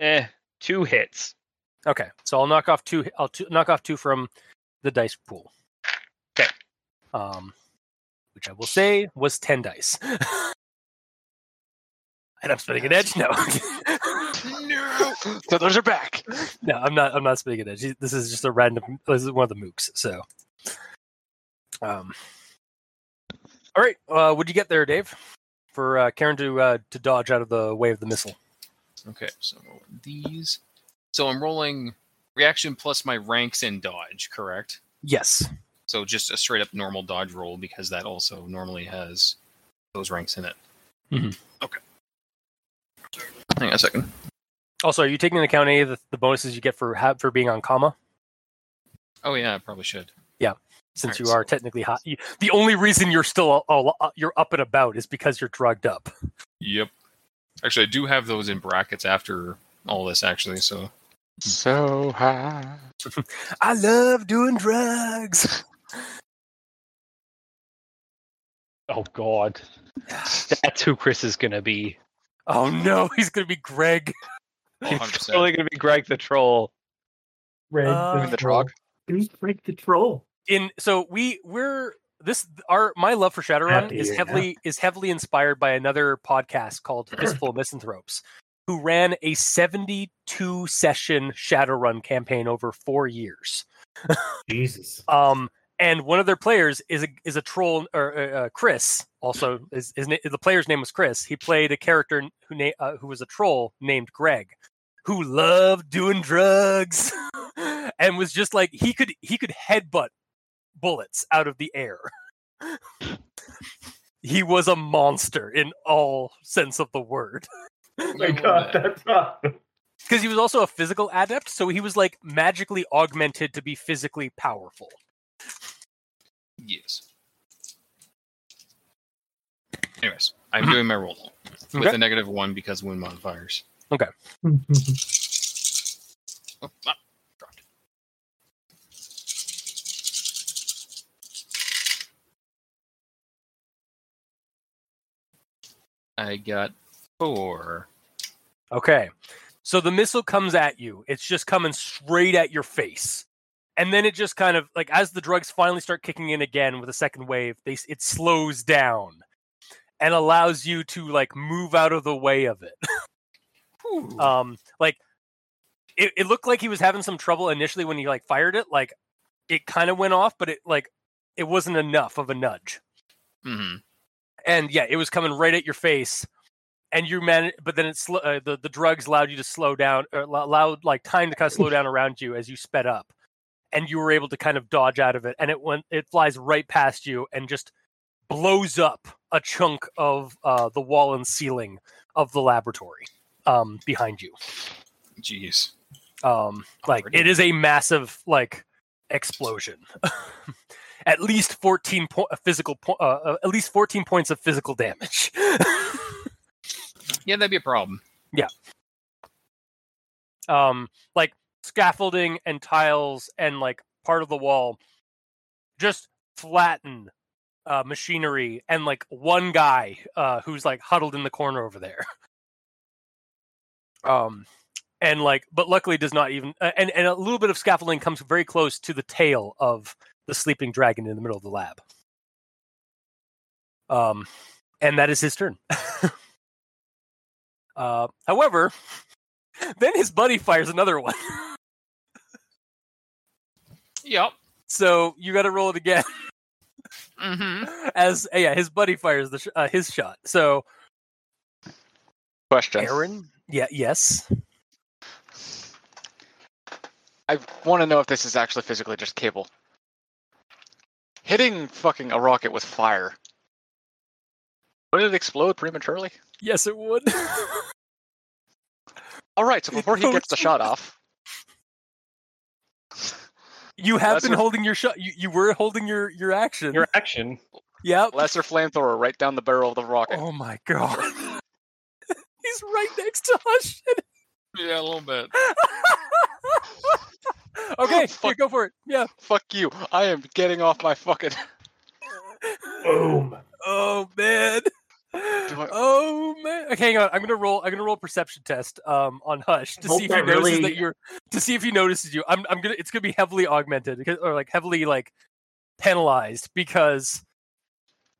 [SPEAKER 1] Eh, two hits.
[SPEAKER 2] Okay, so I'll knock off two. I'll two, knock off two from the dice pool.
[SPEAKER 1] Okay.
[SPEAKER 2] Um, which I will say was ten dice. and I'm spinning an edge. No,
[SPEAKER 5] No.
[SPEAKER 3] So those are back.
[SPEAKER 2] no, I'm not. I'm not spinning an edge. This is just a random. This is one of the mooks. So, um, all right. Uh, would you get there, Dave? For uh, Karen to uh, to dodge out of the way of the missile.
[SPEAKER 5] Okay, so I'm rolling these. So I'm rolling reaction plus my ranks in dodge, correct?
[SPEAKER 2] Yes.
[SPEAKER 5] So just a straight up normal dodge roll because that also normally has those ranks in it.
[SPEAKER 2] Mhm.
[SPEAKER 5] Okay. Hang on a second.
[SPEAKER 2] Also, are you taking into account any of the, the bonuses you get for ha- for being on comma?
[SPEAKER 5] Oh yeah, I probably should.
[SPEAKER 2] since
[SPEAKER 5] Alright,
[SPEAKER 2] you
[SPEAKER 5] so-
[SPEAKER 2] are technically hot. You, the only reason you're still al- al- uh, you're up and about is because you're drugged up.
[SPEAKER 5] Yep. Actually, I do have those in brackets after all this. Actually, so
[SPEAKER 3] So high.
[SPEAKER 2] I love doing drugs.
[SPEAKER 1] Oh God, that's who Chris is gonna be.
[SPEAKER 2] Oh no, he's gonna be Greg.
[SPEAKER 5] Oh,
[SPEAKER 1] He's
[SPEAKER 5] 100%.
[SPEAKER 1] totally gonna be Greg the troll.
[SPEAKER 7] Red,
[SPEAKER 2] Uh,
[SPEAKER 7] the
[SPEAKER 2] Even
[SPEAKER 3] the
[SPEAKER 7] troll.
[SPEAKER 3] trog.
[SPEAKER 7] Who's break the troll?
[SPEAKER 2] In so we we're this our my love for Shadowrun
[SPEAKER 7] Happy
[SPEAKER 2] is
[SPEAKER 7] year now.
[SPEAKER 2] heavily is heavily inspired by another podcast called Fistful of Misanthropes, who ran a seventy two session Shadowrun campaign over four years.
[SPEAKER 7] Jesus.
[SPEAKER 2] Um, and one of their players is a is a troll, or uh, uh, Chris. Also, is, is na- the player's name was Chris. He played a character who na- uh, who was a troll named Greg, who loved doing drugs, and was just like he could he could headbutt bullets out of the air. he was a monster in all sense of the word
[SPEAKER 7] Oh my god, that's awesome.
[SPEAKER 2] because he was also a physical adept, so he was like magically augmented to be physically powerful.
[SPEAKER 5] Yes. Anyways, I'm doing my roll with
[SPEAKER 2] Okay.
[SPEAKER 5] a negative one because wound modifiers. Oh, ah, dropped. I got four.
[SPEAKER 2] Okay. So the missile comes at you. It's just coming straight at your face. And then it just kind of like as the drugs finally start kicking in again with a second wave, they s- it slows down and allows you to like move out of the way of it. um like it, it looked like he was having some trouble initially when he like fired it. Like it kind of went off, but it like it wasn't enough of a nudge
[SPEAKER 5] Mm-hmm.
[SPEAKER 2] and yeah, it was coming right at your face. and you man, but then it's sl- uh, the the drugs allowed you to slow down, or lo- allowed like time to kind of slow down around you as you sped up, and you were able to kind of dodge out of it, and it went, it flies right past you and just blows up a chunk of uh, the wall and ceiling of the laboratory um, behind you.
[SPEAKER 5] Jeez.
[SPEAKER 2] Um, like it is a massive like explosion. at least 14 po- uh, physical po- uh, uh, at least 14 points of physical damage.
[SPEAKER 5] Yeah, that'd be a problem.
[SPEAKER 2] um like scaffolding and tiles and like part of the wall just flatten uh machinery and like one guy uh who's like huddled in the corner over there um and like but luckily does not even uh, and and a little bit of scaffolding comes very close to the tail of the sleeping dragon in the middle of the lab um and that is his turn uh however then his buddy fires another one.
[SPEAKER 5] Yep.
[SPEAKER 2] So you got to roll it again
[SPEAKER 5] Mm-hmm.
[SPEAKER 2] as eh, yeah, his buddy fires the sh- uh, his shot. So
[SPEAKER 3] Question.
[SPEAKER 2] Aaron, yeah, yes.
[SPEAKER 3] I want to know if this is actually physically just cable. Hitting fucking a rocket with fire. Would it explode prematurely?
[SPEAKER 2] Yes it would.
[SPEAKER 3] All right, so before he gets the shot off,
[SPEAKER 2] you have
[SPEAKER 3] That's
[SPEAKER 2] been
[SPEAKER 3] what-
[SPEAKER 2] holding your shot. You, you were holding your your action.
[SPEAKER 6] Your action.
[SPEAKER 2] yep.
[SPEAKER 3] lesser flamethrower right down the barrel of the rocket.
[SPEAKER 2] Oh my god. He's right next to us.
[SPEAKER 5] Yeah, a little bit.
[SPEAKER 2] okay, here,
[SPEAKER 3] Oh, Fuck.
[SPEAKER 2] go for it. Yeah.
[SPEAKER 3] Fuck you! I am getting off my fucking.
[SPEAKER 7] Boom.
[SPEAKER 2] Oh man. Oh man. Okay, hang on. I'm gonna roll. I'm gonna roll a perception test um, on Hush to
[SPEAKER 7] Hope
[SPEAKER 2] see if he
[SPEAKER 7] that
[SPEAKER 2] notices
[SPEAKER 7] really-
[SPEAKER 2] that you're to see if he notices you. I'm. I'm gonna. It's gonna be heavily augmented because- or like heavily like penalized because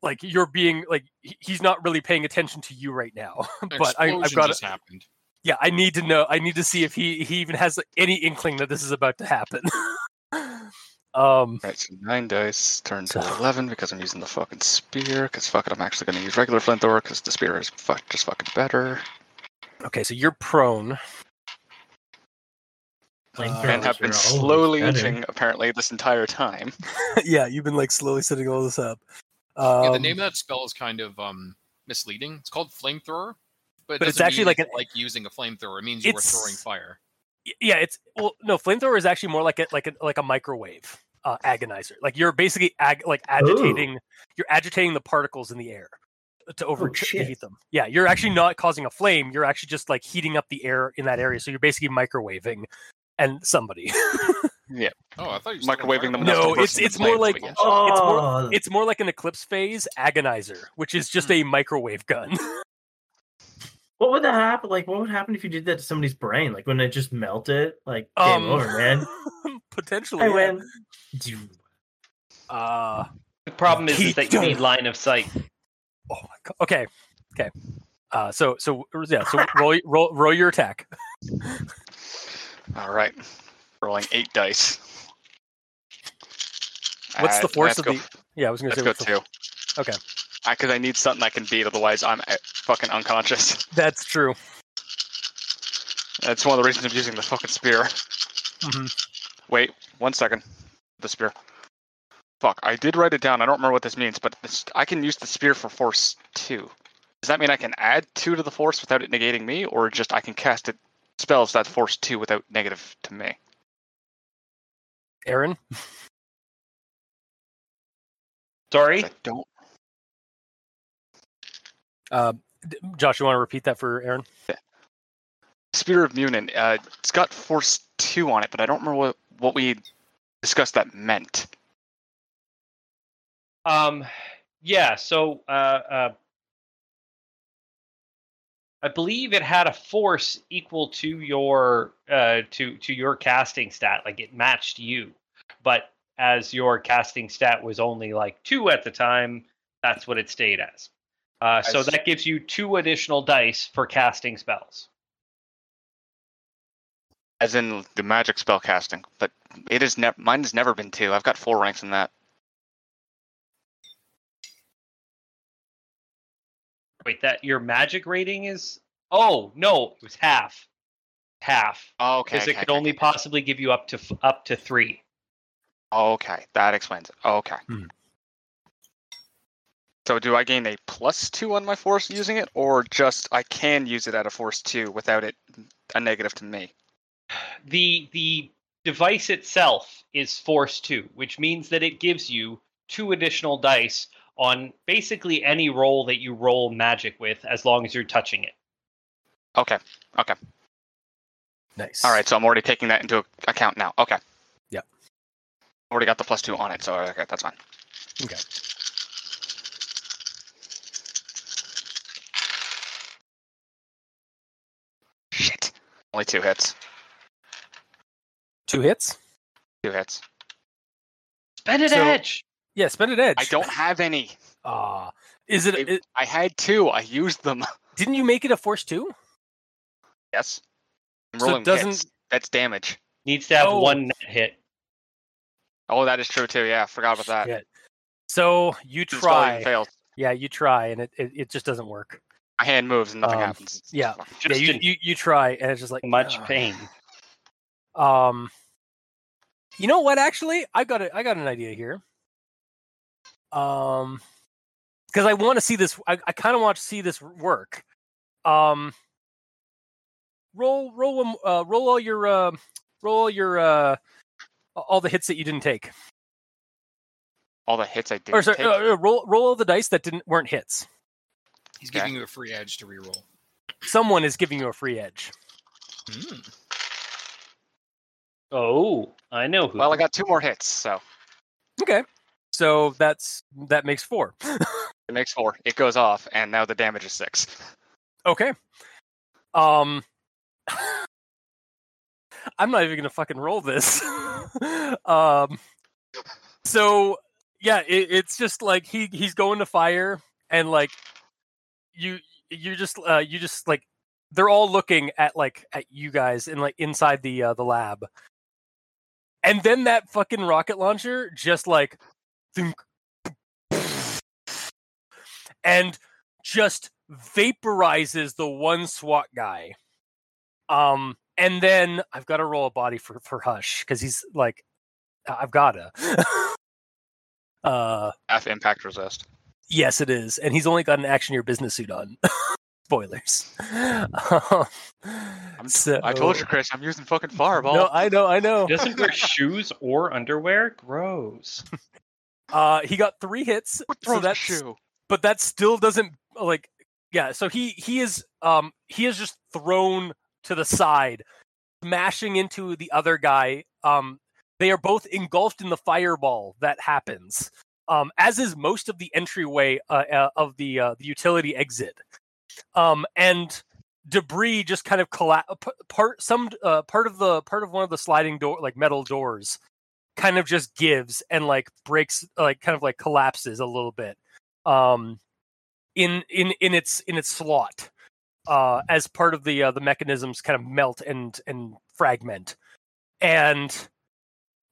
[SPEAKER 2] like you're being like he- he's not really paying attention to you right now. But I, I've
[SPEAKER 5] Explosion
[SPEAKER 2] got.
[SPEAKER 5] just
[SPEAKER 2] To,
[SPEAKER 5] happened.
[SPEAKER 2] yeah, I need to know. I need to see if he he even has any inkling that this is about to happen. um.
[SPEAKER 3] Right, so nine dice turn to eleven because I'm using the fucking spear. Because fuck it, I'm actually going to use regular flamethrower because the spear is fuck just fucking better.
[SPEAKER 2] Okay, so you're prone.
[SPEAKER 7] Flamethrower.
[SPEAKER 3] and have been
[SPEAKER 7] Those are always
[SPEAKER 3] slowly
[SPEAKER 7] better.
[SPEAKER 3] itching apparently this entire time.
[SPEAKER 2] yeah, you've been like slowly setting all this up.
[SPEAKER 5] yeah, the
[SPEAKER 2] Um,
[SPEAKER 5] name of that spell is kind of um, misleading. It's called flamethrower, but, it
[SPEAKER 2] But it's
[SPEAKER 5] doesn't
[SPEAKER 2] actually
[SPEAKER 5] mean
[SPEAKER 2] like
[SPEAKER 5] it's
[SPEAKER 2] an-
[SPEAKER 5] like using a flamethrower. It means you are
[SPEAKER 2] It's-
[SPEAKER 5] throwing fire.
[SPEAKER 2] Y- yeah it's well no flamethrower is actually more like a like a like a microwave uh, agonizer like you're basically ag- like agitating you're agitating the particles in the air
[SPEAKER 4] Oh,
[SPEAKER 2] to over to
[SPEAKER 7] shit.
[SPEAKER 2] heat them yeah you're actually not causing a flame you're actually just like heating up the air in that area so you're basically microwaving and somebody
[SPEAKER 5] Oh, I thought you were
[SPEAKER 3] Microwaving them. enough to
[SPEAKER 2] No, it's-
[SPEAKER 3] burst into
[SPEAKER 2] it's more
[SPEAKER 3] flames,
[SPEAKER 2] like-
[SPEAKER 3] but yeah.
[SPEAKER 7] Oh,
[SPEAKER 2] It's more-
[SPEAKER 4] Hmm.
[SPEAKER 2] it's more like an eclipse phase agonizer which is
[SPEAKER 3] Hmm.
[SPEAKER 2] just a microwave gun
[SPEAKER 4] What would that happen? Like, what would happen if you did that to somebody's brain? Like, wouldn't it just melt it? Like, game
[SPEAKER 2] Um,
[SPEAKER 4] over, man.
[SPEAKER 2] potentially
[SPEAKER 4] I
[SPEAKER 2] yeah.
[SPEAKER 4] win.
[SPEAKER 2] uh
[SPEAKER 1] The problem is, is
[SPEAKER 2] Keep
[SPEAKER 1] that you
[SPEAKER 2] doing
[SPEAKER 1] need line of sight.
[SPEAKER 2] oh my god okay okay uh so so yeah so roll roll roll your attack
[SPEAKER 3] All right, rolling eight dice.
[SPEAKER 2] What's the force
[SPEAKER 3] let's
[SPEAKER 2] of
[SPEAKER 3] go-
[SPEAKER 2] the- yeah i was gonna
[SPEAKER 3] Let's
[SPEAKER 2] say
[SPEAKER 3] go
[SPEAKER 2] what's the-
[SPEAKER 3] two.
[SPEAKER 2] Okay.
[SPEAKER 3] Because I need something I can beat, otherwise I'm uh, fucking unconscious.
[SPEAKER 2] That's true.
[SPEAKER 3] That's one of the reasons I'm using the fucking spear.
[SPEAKER 2] Mm-hmm.
[SPEAKER 3] Wait, one second. The spear. Fuck, I did write it down. I don't remember what this means, but this, I can use the spear for force two. Does that mean I can add two to the force without it negating me, or just I can cast it spells that force two without negative to me?
[SPEAKER 2] Aaron?
[SPEAKER 1] Sorry?
[SPEAKER 3] I don't.
[SPEAKER 2] Uh, d- Josh, you want to repeat that for Aaron?
[SPEAKER 3] Spear of Munin. Uh, it's got force two on it, but I don't remember what, what we discussed that meant.
[SPEAKER 1] Um, yeah. So, uh, uh, I believe it had a force equal to your uh, to to your casting stat. Like it matched you, but as your casting stat was only like two at the time, that's what it stayed as. Uh, so
[SPEAKER 3] see.
[SPEAKER 1] that gives you two additional dice for casting spells.
[SPEAKER 3] As in the magic spell casting, but it is ne- mine has never been two. I've got four ranks in that.
[SPEAKER 1] Wait, that your magic rating is? Oh no, it was half. Half.
[SPEAKER 3] Oh, okay.
[SPEAKER 1] Because
[SPEAKER 3] okay,
[SPEAKER 1] it could
[SPEAKER 3] okay,
[SPEAKER 1] only
[SPEAKER 3] okay.
[SPEAKER 1] possibly give you up to f- up to three.
[SPEAKER 3] Oh, Okay, that explains it. Oh, Okay.
[SPEAKER 2] Hmm.
[SPEAKER 3] So do I gain a plus two on my force using it, or just I can use it at a force two without it a negative to me?
[SPEAKER 1] the the device itself is force two, which means that it gives you two additional dice on basically any roll that you roll magic with, as long as you're touching it.
[SPEAKER 3] Okay.
[SPEAKER 2] Nice.
[SPEAKER 3] All right. So I'm already taking that into account now. Okay.
[SPEAKER 2] Yep.
[SPEAKER 3] Already got the plus two on it, so okay, that's fine.
[SPEAKER 2] Okay.
[SPEAKER 3] Shit. Only two hits.
[SPEAKER 2] Two hits.
[SPEAKER 3] Two hits.
[SPEAKER 1] Spend it
[SPEAKER 2] So-
[SPEAKER 1] edge.
[SPEAKER 2] Yeah, spend an edge.
[SPEAKER 3] I don't have any.
[SPEAKER 2] Ah, is it, it?
[SPEAKER 3] I had two. I used them.
[SPEAKER 2] Didn't you make it a force two?
[SPEAKER 3] Yes. I'm
[SPEAKER 2] So it
[SPEAKER 3] rolling
[SPEAKER 2] doesn't-
[SPEAKER 3] hits. That's damage.
[SPEAKER 1] Needs to have
[SPEAKER 2] Oh.
[SPEAKER 1] one net hit.
[SPEAKER 3] Oh, that is true too. Yeah, I forgot about that.
[SPEAKER 2] Yeah, so you
[SPEAKER 3] This spell even
[SPEAKER 2] try.
[SPEAKER 3] fails.
[SPEAKER 2] Yeah, you try, and it, it, it just doesn't work.
[SPEAKER 3] My hand moves and nothing
[SPEAKER 2] Um,
[SPEAKER 3] happens. It's
[SPEAKER 2] yeah.
[SPEAKER 3] fine.
[SPEAKER 1] Just
[SPEAKER 2] yeah, you,
[SPEAKER 1] in
[SPEAKER 2] you you try, and it's just like uh,
[SPEAKER 1] much
[SPEAKER 8] Ah.
[SPEAKER 2] "Ugh."
[SPEAKER 1] pain.
[SPEAKER 2] Um, you know what? Actually, I got a, I got an idea here. Um, because I want to see this. I, I kind of want to see this work. Um, roll roll one- uh, roll all your uh, roll all your uh, all the hits that you didn't take,
[SPEAKER 3] All the hits I did.
[SPEAKER 2] or sorry,
[SPEAKER 3] take.
[SPEAKER 2] uh, uh, roll roll all the dice that didn't weren't hits.
[SPEAKER 5] He's
[SPEAKER 3] Okay.
[SPEAKER 5] giving you a free edge to reroll.
[SPEAKER 2] Someone is giving you a free edge.
[SPEAKER 5] Mm.
[SPEAKER 1] Oh, I know who.
[SPEAKER 3] well, I got two more hits, so
[SPEAKER 2] Okay, so that's that makes four.
[SPEAKER 3] it makes four. It goes off, and now the damage is six.
[SPEAKER 2] Okay. Um I'm not even gonna fucking roll this. um so yeah, it, it's just like he he's going to fire and like you you just uh you just like they're all looking at like at you guys in like inside the uh the lab. And then that fucking rocket launcher just like thunk, and just vaporizes the one SWAT guy. Um, and then I've got to roll a body for for Hush because he's like, I- I've gotta. uh,
[SPEAKER 3] Half impact resist.
[SPEAKER 2] yes, it is, and he's only got an action your business suit on. Spoilers. Um, so,
[SPEAKER 3] I told you, Chris. I'm using fucking fireball.
[SPEAKER 2] No, I know, I know.
[SPEAKER 1] Doesn't wear shoes or underwear. Gross.
[SPEAKER 2] Uh, he got three hits,
[SPEAKER 3] What
[SPEAKER 2] so
[SPEAKER 3] throws the
[SPEAKER 2] that's
[SPEAKER 3] shoe?
[SPEAKER 2] but that still doesn't uh, like yeah so he he is um he is just thrown to the side smashing into the other guy um they are both engulfed in the fireball that happens um as is most of the entryway uh, uh, of the uh, the utility exit um and debris just kind of collapse part some uh, part of the part of one of the sliding door like metal doors kind of just gives and like breaks like kind of like collapses a little bit um, in in in its in its slot uh, as part of the uh, the mechanisms kind of melt and and fragment, and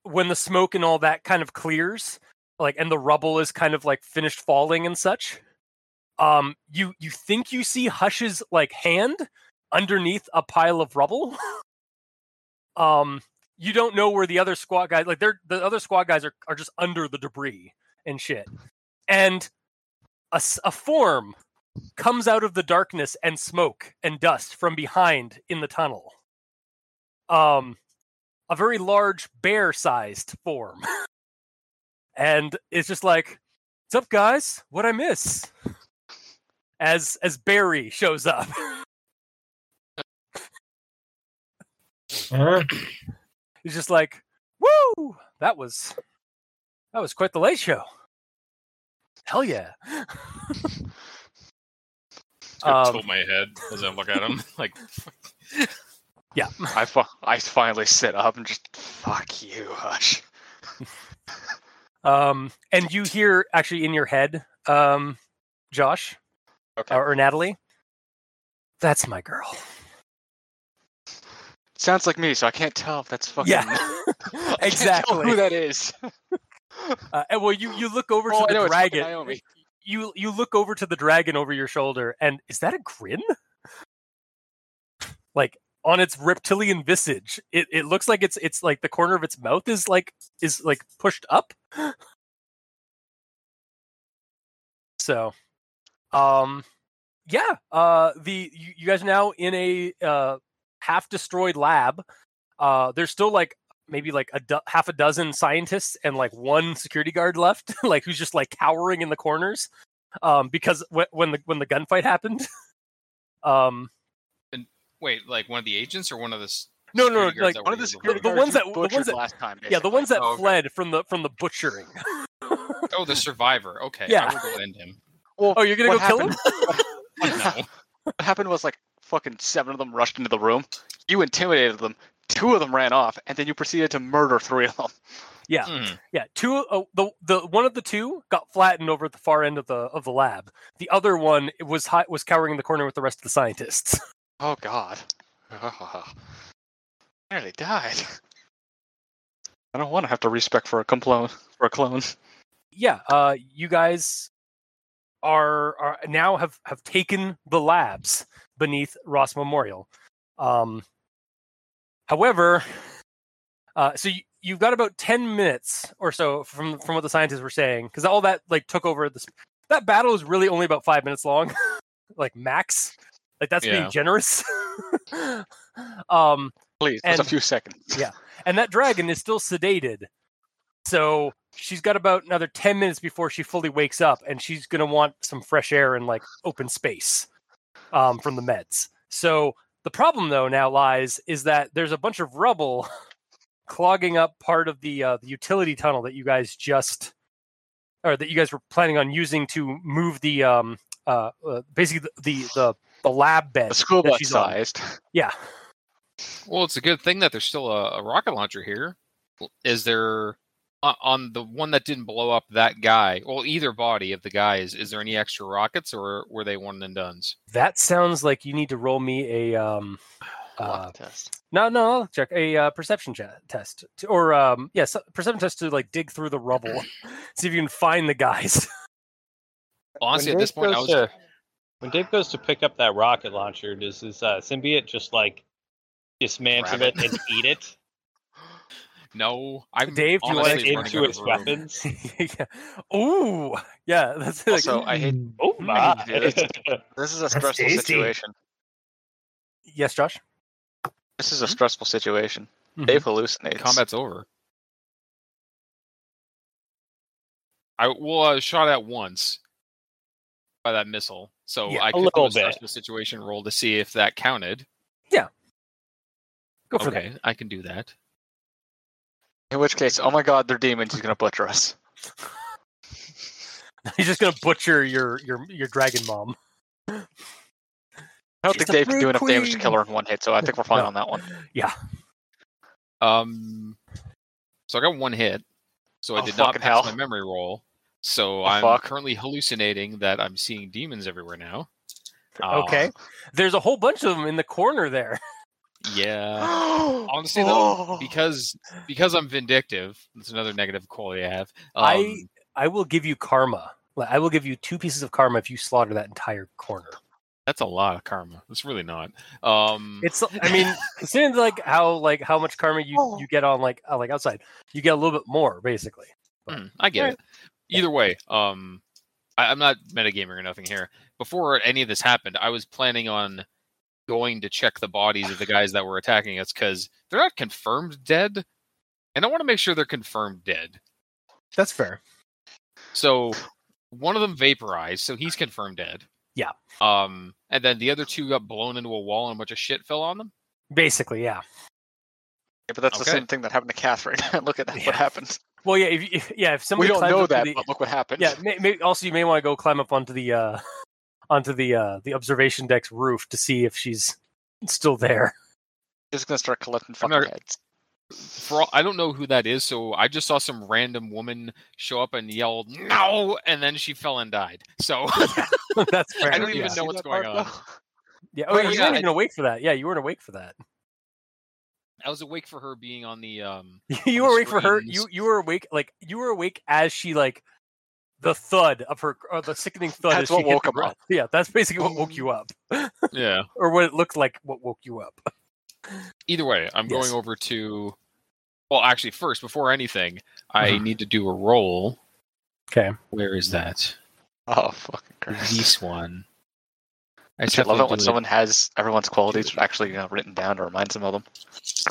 [SPEAKER 2] when the smoke and all that kind of clears, like and the rubble is kind of like finished falling and such, um, you you think you see Hush's like hand underneath a pile of rubble. um, you don't know where the other squad guys like they're the other squad guys are are just under the debris and shit, and a, s- a form comes out of the darkness and smoke and dust from behind in the tunnel. Um, a very large bear-sized form, and it's just like, "What's up, guys? What I miss?" As as Barry shows up,
[SPEAKER 3] Oh,
[SPEAKER 7] Huh?
[SPEAKER 2] he's just like, "Woo! That was that was quite the late show. Hell yeah!"
[SPEAKER 5] I
[SPEAKER 2] Um,
[SPEAKER 5] tilt my head as I look at him. like,
[SPEAKER 2] yeah.
[SPEAKER 3] I, fi- I finally sit up and just fuck you, Hush.
[SPEAKER 2] Um, and you hear actually in your head, um, Josh
[SPEAKER 3] Okay.
[SPEAKER 2] or, or Natalie, that's my girl.
[SPEAKER 3] Sounds like me, so I can't tell if that's fucking.
[SPEAKER 2] Yeah,
[SPEAKER 3] I can't tell
[SPEAKER 2] exactly.
[SPEAKER 3] who that is.
[SPEAKER 2] Uh, and well, you you look over
[SPEAKER 3] Oh, I
[SPEAKER 2] to
[SPEAKER 3] know,
[SPEAKER 2] the
[SPEAKER 3] it's fucking
[SPEAKER 2] dragon.
[SPEAKER 3] Naomi.
[SPEAKER 2] you you look over to the dragon over your shoulder, and is that a grin? Like on its reptilian visage, it, it looks like it's it's like the corner of its mouth is like is like pushed up. So, um, yeah, uh, the you, you guys are now in a uh, half destroyed lab. Uh, there's still like maybe like a do- half a dozen scientists and like one security guard left, like who's just like cowering in the corners, um, because w- when the when the gunfight happened, um,
[SPEAKER 5] Wait, like one of the agents or one of the s-
[SPEAKER 2] no, no,
[SPEAKER 5] security guards
[SPEAKER 2] like
[SPEAKER 5] that
[SPEAKER 3] One
[SPEAKER 5] were
[SPEAKER 3] of the
[SPEAKER 5] here
[SPEAKER 3] security
[SPEAKER 2] the
[SPEAKER 3] guards
[SPEAKER 2] ones
[SPEAKER 3] you
[SPEAKER 2] that- the
[SPEAKER 3] butchered
[SPEAKER 2] ones that-
[SPEAKER 3] last time.
[SPEAKER 2] yeah, the ones that
[SPEAKER 5] Oh, okay.
[SPEAKER 2] fled from the from the butchering.
[SPEAKER 5] before? Oh, the survivor. Okay,
[SPEAKER 2] Yeah.
[SPEAKER 5] I will go end him.
[SPEAKER 3] Well,
[SPEAKER 2] Oh, you're gonna
[SPEAKER 3] what
[SPEAKER 2] go kill
[SPEAKER 3] happened-
[SPEAKER 5] No.
[SPEAKER 3] What happened was like fucking seven of them rushed into the room. You intimidated them. Two of them ran off, and then you proceeded to murder three of them.
[SPEAKER 2] yeah,
[SPEAKER 5] Hmm.
[SPEAKER 2] Yeah, two. Uh, the the one of the two got flattened over at the far end of the of the lab. The other one was hi- was cowering in the corner with the rest of the scientists.
[SPEAKER 3] Oh God. Nearly died. I don't want to have to respec for a clone. For a clone.
[SPEAKER 2] yeah, uh, you guys are are now have have taken the labs beneath Ross Memorial. Um, however, uh, so you, you've got about ten minutes or so from from what the scientists were saying because all that like took over this. That battle is really only about five minutes long, like max. Like that's
[SPEAKER 5] Yeah.
[SPEAKER 2] being generous. um,
[SPEAKER 3] Please, just a
[SPEAKER 2] And-
[SPEAKER 3] few seconds.
[SPEAKER 2] Yeah. and that dragon is still sedated. So she's got about another 10 minutes before she fully wakes up and she's going to want some fresh air and like open space um, from the meds. So the problem though now lies is that there's a bunch of rubble clogging up part of the uh, the utility tunnel that you guys just or that you guys were planning on using to move the um uh, uh basically the the the, the lab bed.
[SPEAKER 3] The school
[SPEAKER 2] that
[SPEAKER 3] bus
[SPEAKER 2] she's on.
[SPEAKER 3] sized.
[SPEAKER 2] Yeah.
[SPEAKER 5] Well, it's a good thing that there's still a, a rocket launcher here. Is there on- on the one that didn't blow up that guy? Well, either body of the guy is. Is there any extra rockets, or were they one and duns?
[SPEAKER 2] That sounds like you need to roll me a um uh,
[SPEAKER 3] Lock test.
[SPEAKER 2] No, no, check a uh, perception che- test to- or um, yes, perception test to like dig through the rubble, see if you can find the guys.
[SPEAKER 5] Honestly,
[SPEAKER 8] When
[SPEAKER 5] at this
[SPEAKER 8] Dave
[SPEAKER 5] point, I
[SPEAKER 8] goes
[SPEAKER 5] was.
[SPEAKER 8] to- when Dave goes to pick up that rocket launcher, does his uh, symbiote just like dismantle
[SPEAKER 5] Grab
[SPEAKER 8] it and eat it
[SPEAKER 5] No, I'm
[SPEAKER 2] Dave, do you wanna
[SPEAKER 5] honestly
[SPEAKER 2] get
[SPEAKER 5] running
[SPEAKER 8] into
[SPEAKER 5] out of
[SPEAKER 8] its
[SPEAKER 5] room.
[SPEAKER 8] weapons?
[SPEAKER 2] yeah. Ooh, yeah, that's like,
[SPEAKER 3] Also, I hate
[SPEAKER 8] Oh my!
[SPEAKER 3] I hate to this is a stressful
[SPEAKER 7] tasty.
[SPEAKER 3] situation.
[SPEAKER 2] yes, Josh.
[SPEAKER 3] This
[SPEAKER 2] Mm-hmm.
[SPEAKER 3] is a stressful situation.
[SPEAKER 2] Mhm.
[SPEAKER 3] Dave hallucinates.
[SPEAKER 5] Combat's over. I well, I was shot at once by that missile, so
[SPEAKER 2] Yeah,
[SPEAKER 5] I
[SPEAKER 2] a
[SPEAKER 5] could do
[SPEAKER 8] little
[SPEAKER 5] a
[SPEAKER 8] bit.
[SPEAKER 5] special situation roll to see if that counted.
[SPEAKER 2] Go for
[SPEAKER 5] okay, I can do that.
[SPEAKER 3] In which case, oh my god, they're demons. He's gonna butcher us.
[SPEAKER 2] that. He's just gonna butcher your your your dragon mom.
[SPEAKER 3] I
[SPEAKER 2] She's
[SPEAKER 3] don't think
[SPEAKER 2] the
[SPEAKER 3] Dave can
[SPEAKER 2] fruit
[SPEAKER 3] do enough damage to kill
[SPEAKER 2] queen.
[SPEAKER 3] her in one hit, so I think we're fine
[SPEAKER 2] No.
[SPEAKER 3] on that one.
[SPEAKER 2] Yeah,
[SPEAKER 5] Um, so I got one hit, so I
[SPEAKER 3] Oh,
[SPEAKER 5] did not
[SPEAKER 3] fucking hell.
[SPEAKER 5] pass my memory roll. So
[SPEAKER 3] Oh,
[SPEAKER 5] I'm
[SPEAKER 3] fuck.
[SPEAKER 5] currently hallucinating that I'm seeing demons everywhere now.
[SPEAKER 2] Okay.
[SPEAKER 5] Um,
[SPEAKER 2] there's a whole bunch of them in the corner there.
[SPEAKER 5] yeah.
[SPEAKER 3] Honestly,
[SPEAKER 5] Honestly, though,
[SPEAKER 3] Oh.
[SPEAKER 5] Because because I'm vindictive, that's another negative quality I have. Um,
[SPEAKER 2] I- I will give you karma. Like, I will give you two pieces of karma if you slaughter that entire corner.
[SPEAKER 5] That's a lot of karma. It's really not. Um,
[SPEAKER 2] It's I mean, considering like how like how much karma you you get on like uh, like outside, you get a little bit more basically.
[SPEAKER 5] mm, I get it. Either way, um, I, I'm not metagaming or nothing here. Before any of this happened, I was planning on going to check the bodies of the guys that were attacking us because they're not confirmed dead, and I want to make sure they're confirmed dead.
[SPEAKER 2] That's fair.
[SPEAKER 5] So one of them vaporized, so he's confirmed dead.
[SPEAKER 2] Yeah.
[SPEAKER 5] Um, and then the other two got blown into a wall and a bunch of shit fell on them.
[SPEAKER 2] Basically, yeah.
[SPEAKER 3] Yeah, but that's
[SPEAKER 5] Okay.
[SPEAKER 3] the same thing that happened to Catherine. look at that,
[SPEAKER 2] Yeah.
[SPEAKER 3] what happened.
[SPEAKER 2] Well, yeah. If, if yeah, if
[SPEAKER 3] We
[SPEAKER 2] somebody
[SPEAKER 3] don't
[SPEAKER 2] climbs
[SPEAKER 3] know
[SPEAKER 2] up to
[SPEAKER 3] that,
[SPEAKER 2] the,
[SPEAKER 3] but look what happened.
[SPEAKER 2] yeah. May, may, also, you may want to go climb up onto the uh onto the uh the observation deck's roof to see if she's still there.
[SPEAKER 3] Just gonna start collecting
[SPEAKER 5] I'm
[SPEAKER 3] fucking
[SPEAKER 5] not-
[SPEAKER 3] heads.
[SPEAKER 5] For all, I don't know who that is, so I just saw some random woman show up and yelled "No!" and then she fell and died. So
[SPEAKER 2] That's fair.
[SPEAKER 5] I don't
[SPEAKER 2] yeah.
[SPEAKER 5] even know
[SPEAKER 3] See
[SPEAKER 5] what's
[SPEAKER 3] that
[SPEAKER 5] going
[SPEAKER 3] part,
[SPEAKER 5] on.
[SPEAKER 3] though?
[SPEAKER 2] Yeah. Oh,
[SPEAKER 3] Wait,
[SPEAKER 2] you
[SPEAKER 5] yeah,
[SPEAKER 2] weren't
[SPEAKER 5] I-
[SPEAKER 2] even awake for that. Yeah, you weren't awake for that.
[SPEAKER 5] I was awake for her being on the um.
[SPEAKER 2] you were
[SPEAKER 5] On the
[SPEAKER 2] awake for her.
[SPEAKER 5] screens.
[SPEAKER 2] You you were awake like you were awake as she like the thud of her, or the sickening thud.
[SPEAKER 3] That's
[SPEAKER 2] as
[SPEAKER 3] what
[SPEAKER 2] she hit
[SPEAKER 3] woke
[SPEAKER 2] the
[SPEAKER 3] him
[SPEAKER 2] ground.
[SPEAKER 3] up.
[SPEAKER 2] Yeah, that's basically what
[SPEAKER 5] Oh.
[SPEAKER 2] woke you up,
[SPEAKER 5] Yeah.
[SPEAKER 2] or what it looked like. What woke you up?
[SPEAKER 5] Either way, I'm
[SPEAKER 2] Yes.
[SPEAKER 5] going over to. Well, actually, first, before anything, I need to do a roll.
[SPEAKER 2] Mm-hmm. Okay.
[SPEAKER 5] Where is that?
[SPEAKER 3] Oh fucking Christ!
[SPEAKER 5] This one. I
[SPEAKER 3] I love
[SPEAKER 5] definitely
[SPEAKER 3] it when
[SPEAKER 5] do
[SPEAKER 3] someone has everyone's qualities actually uh, written down or reminds them of them.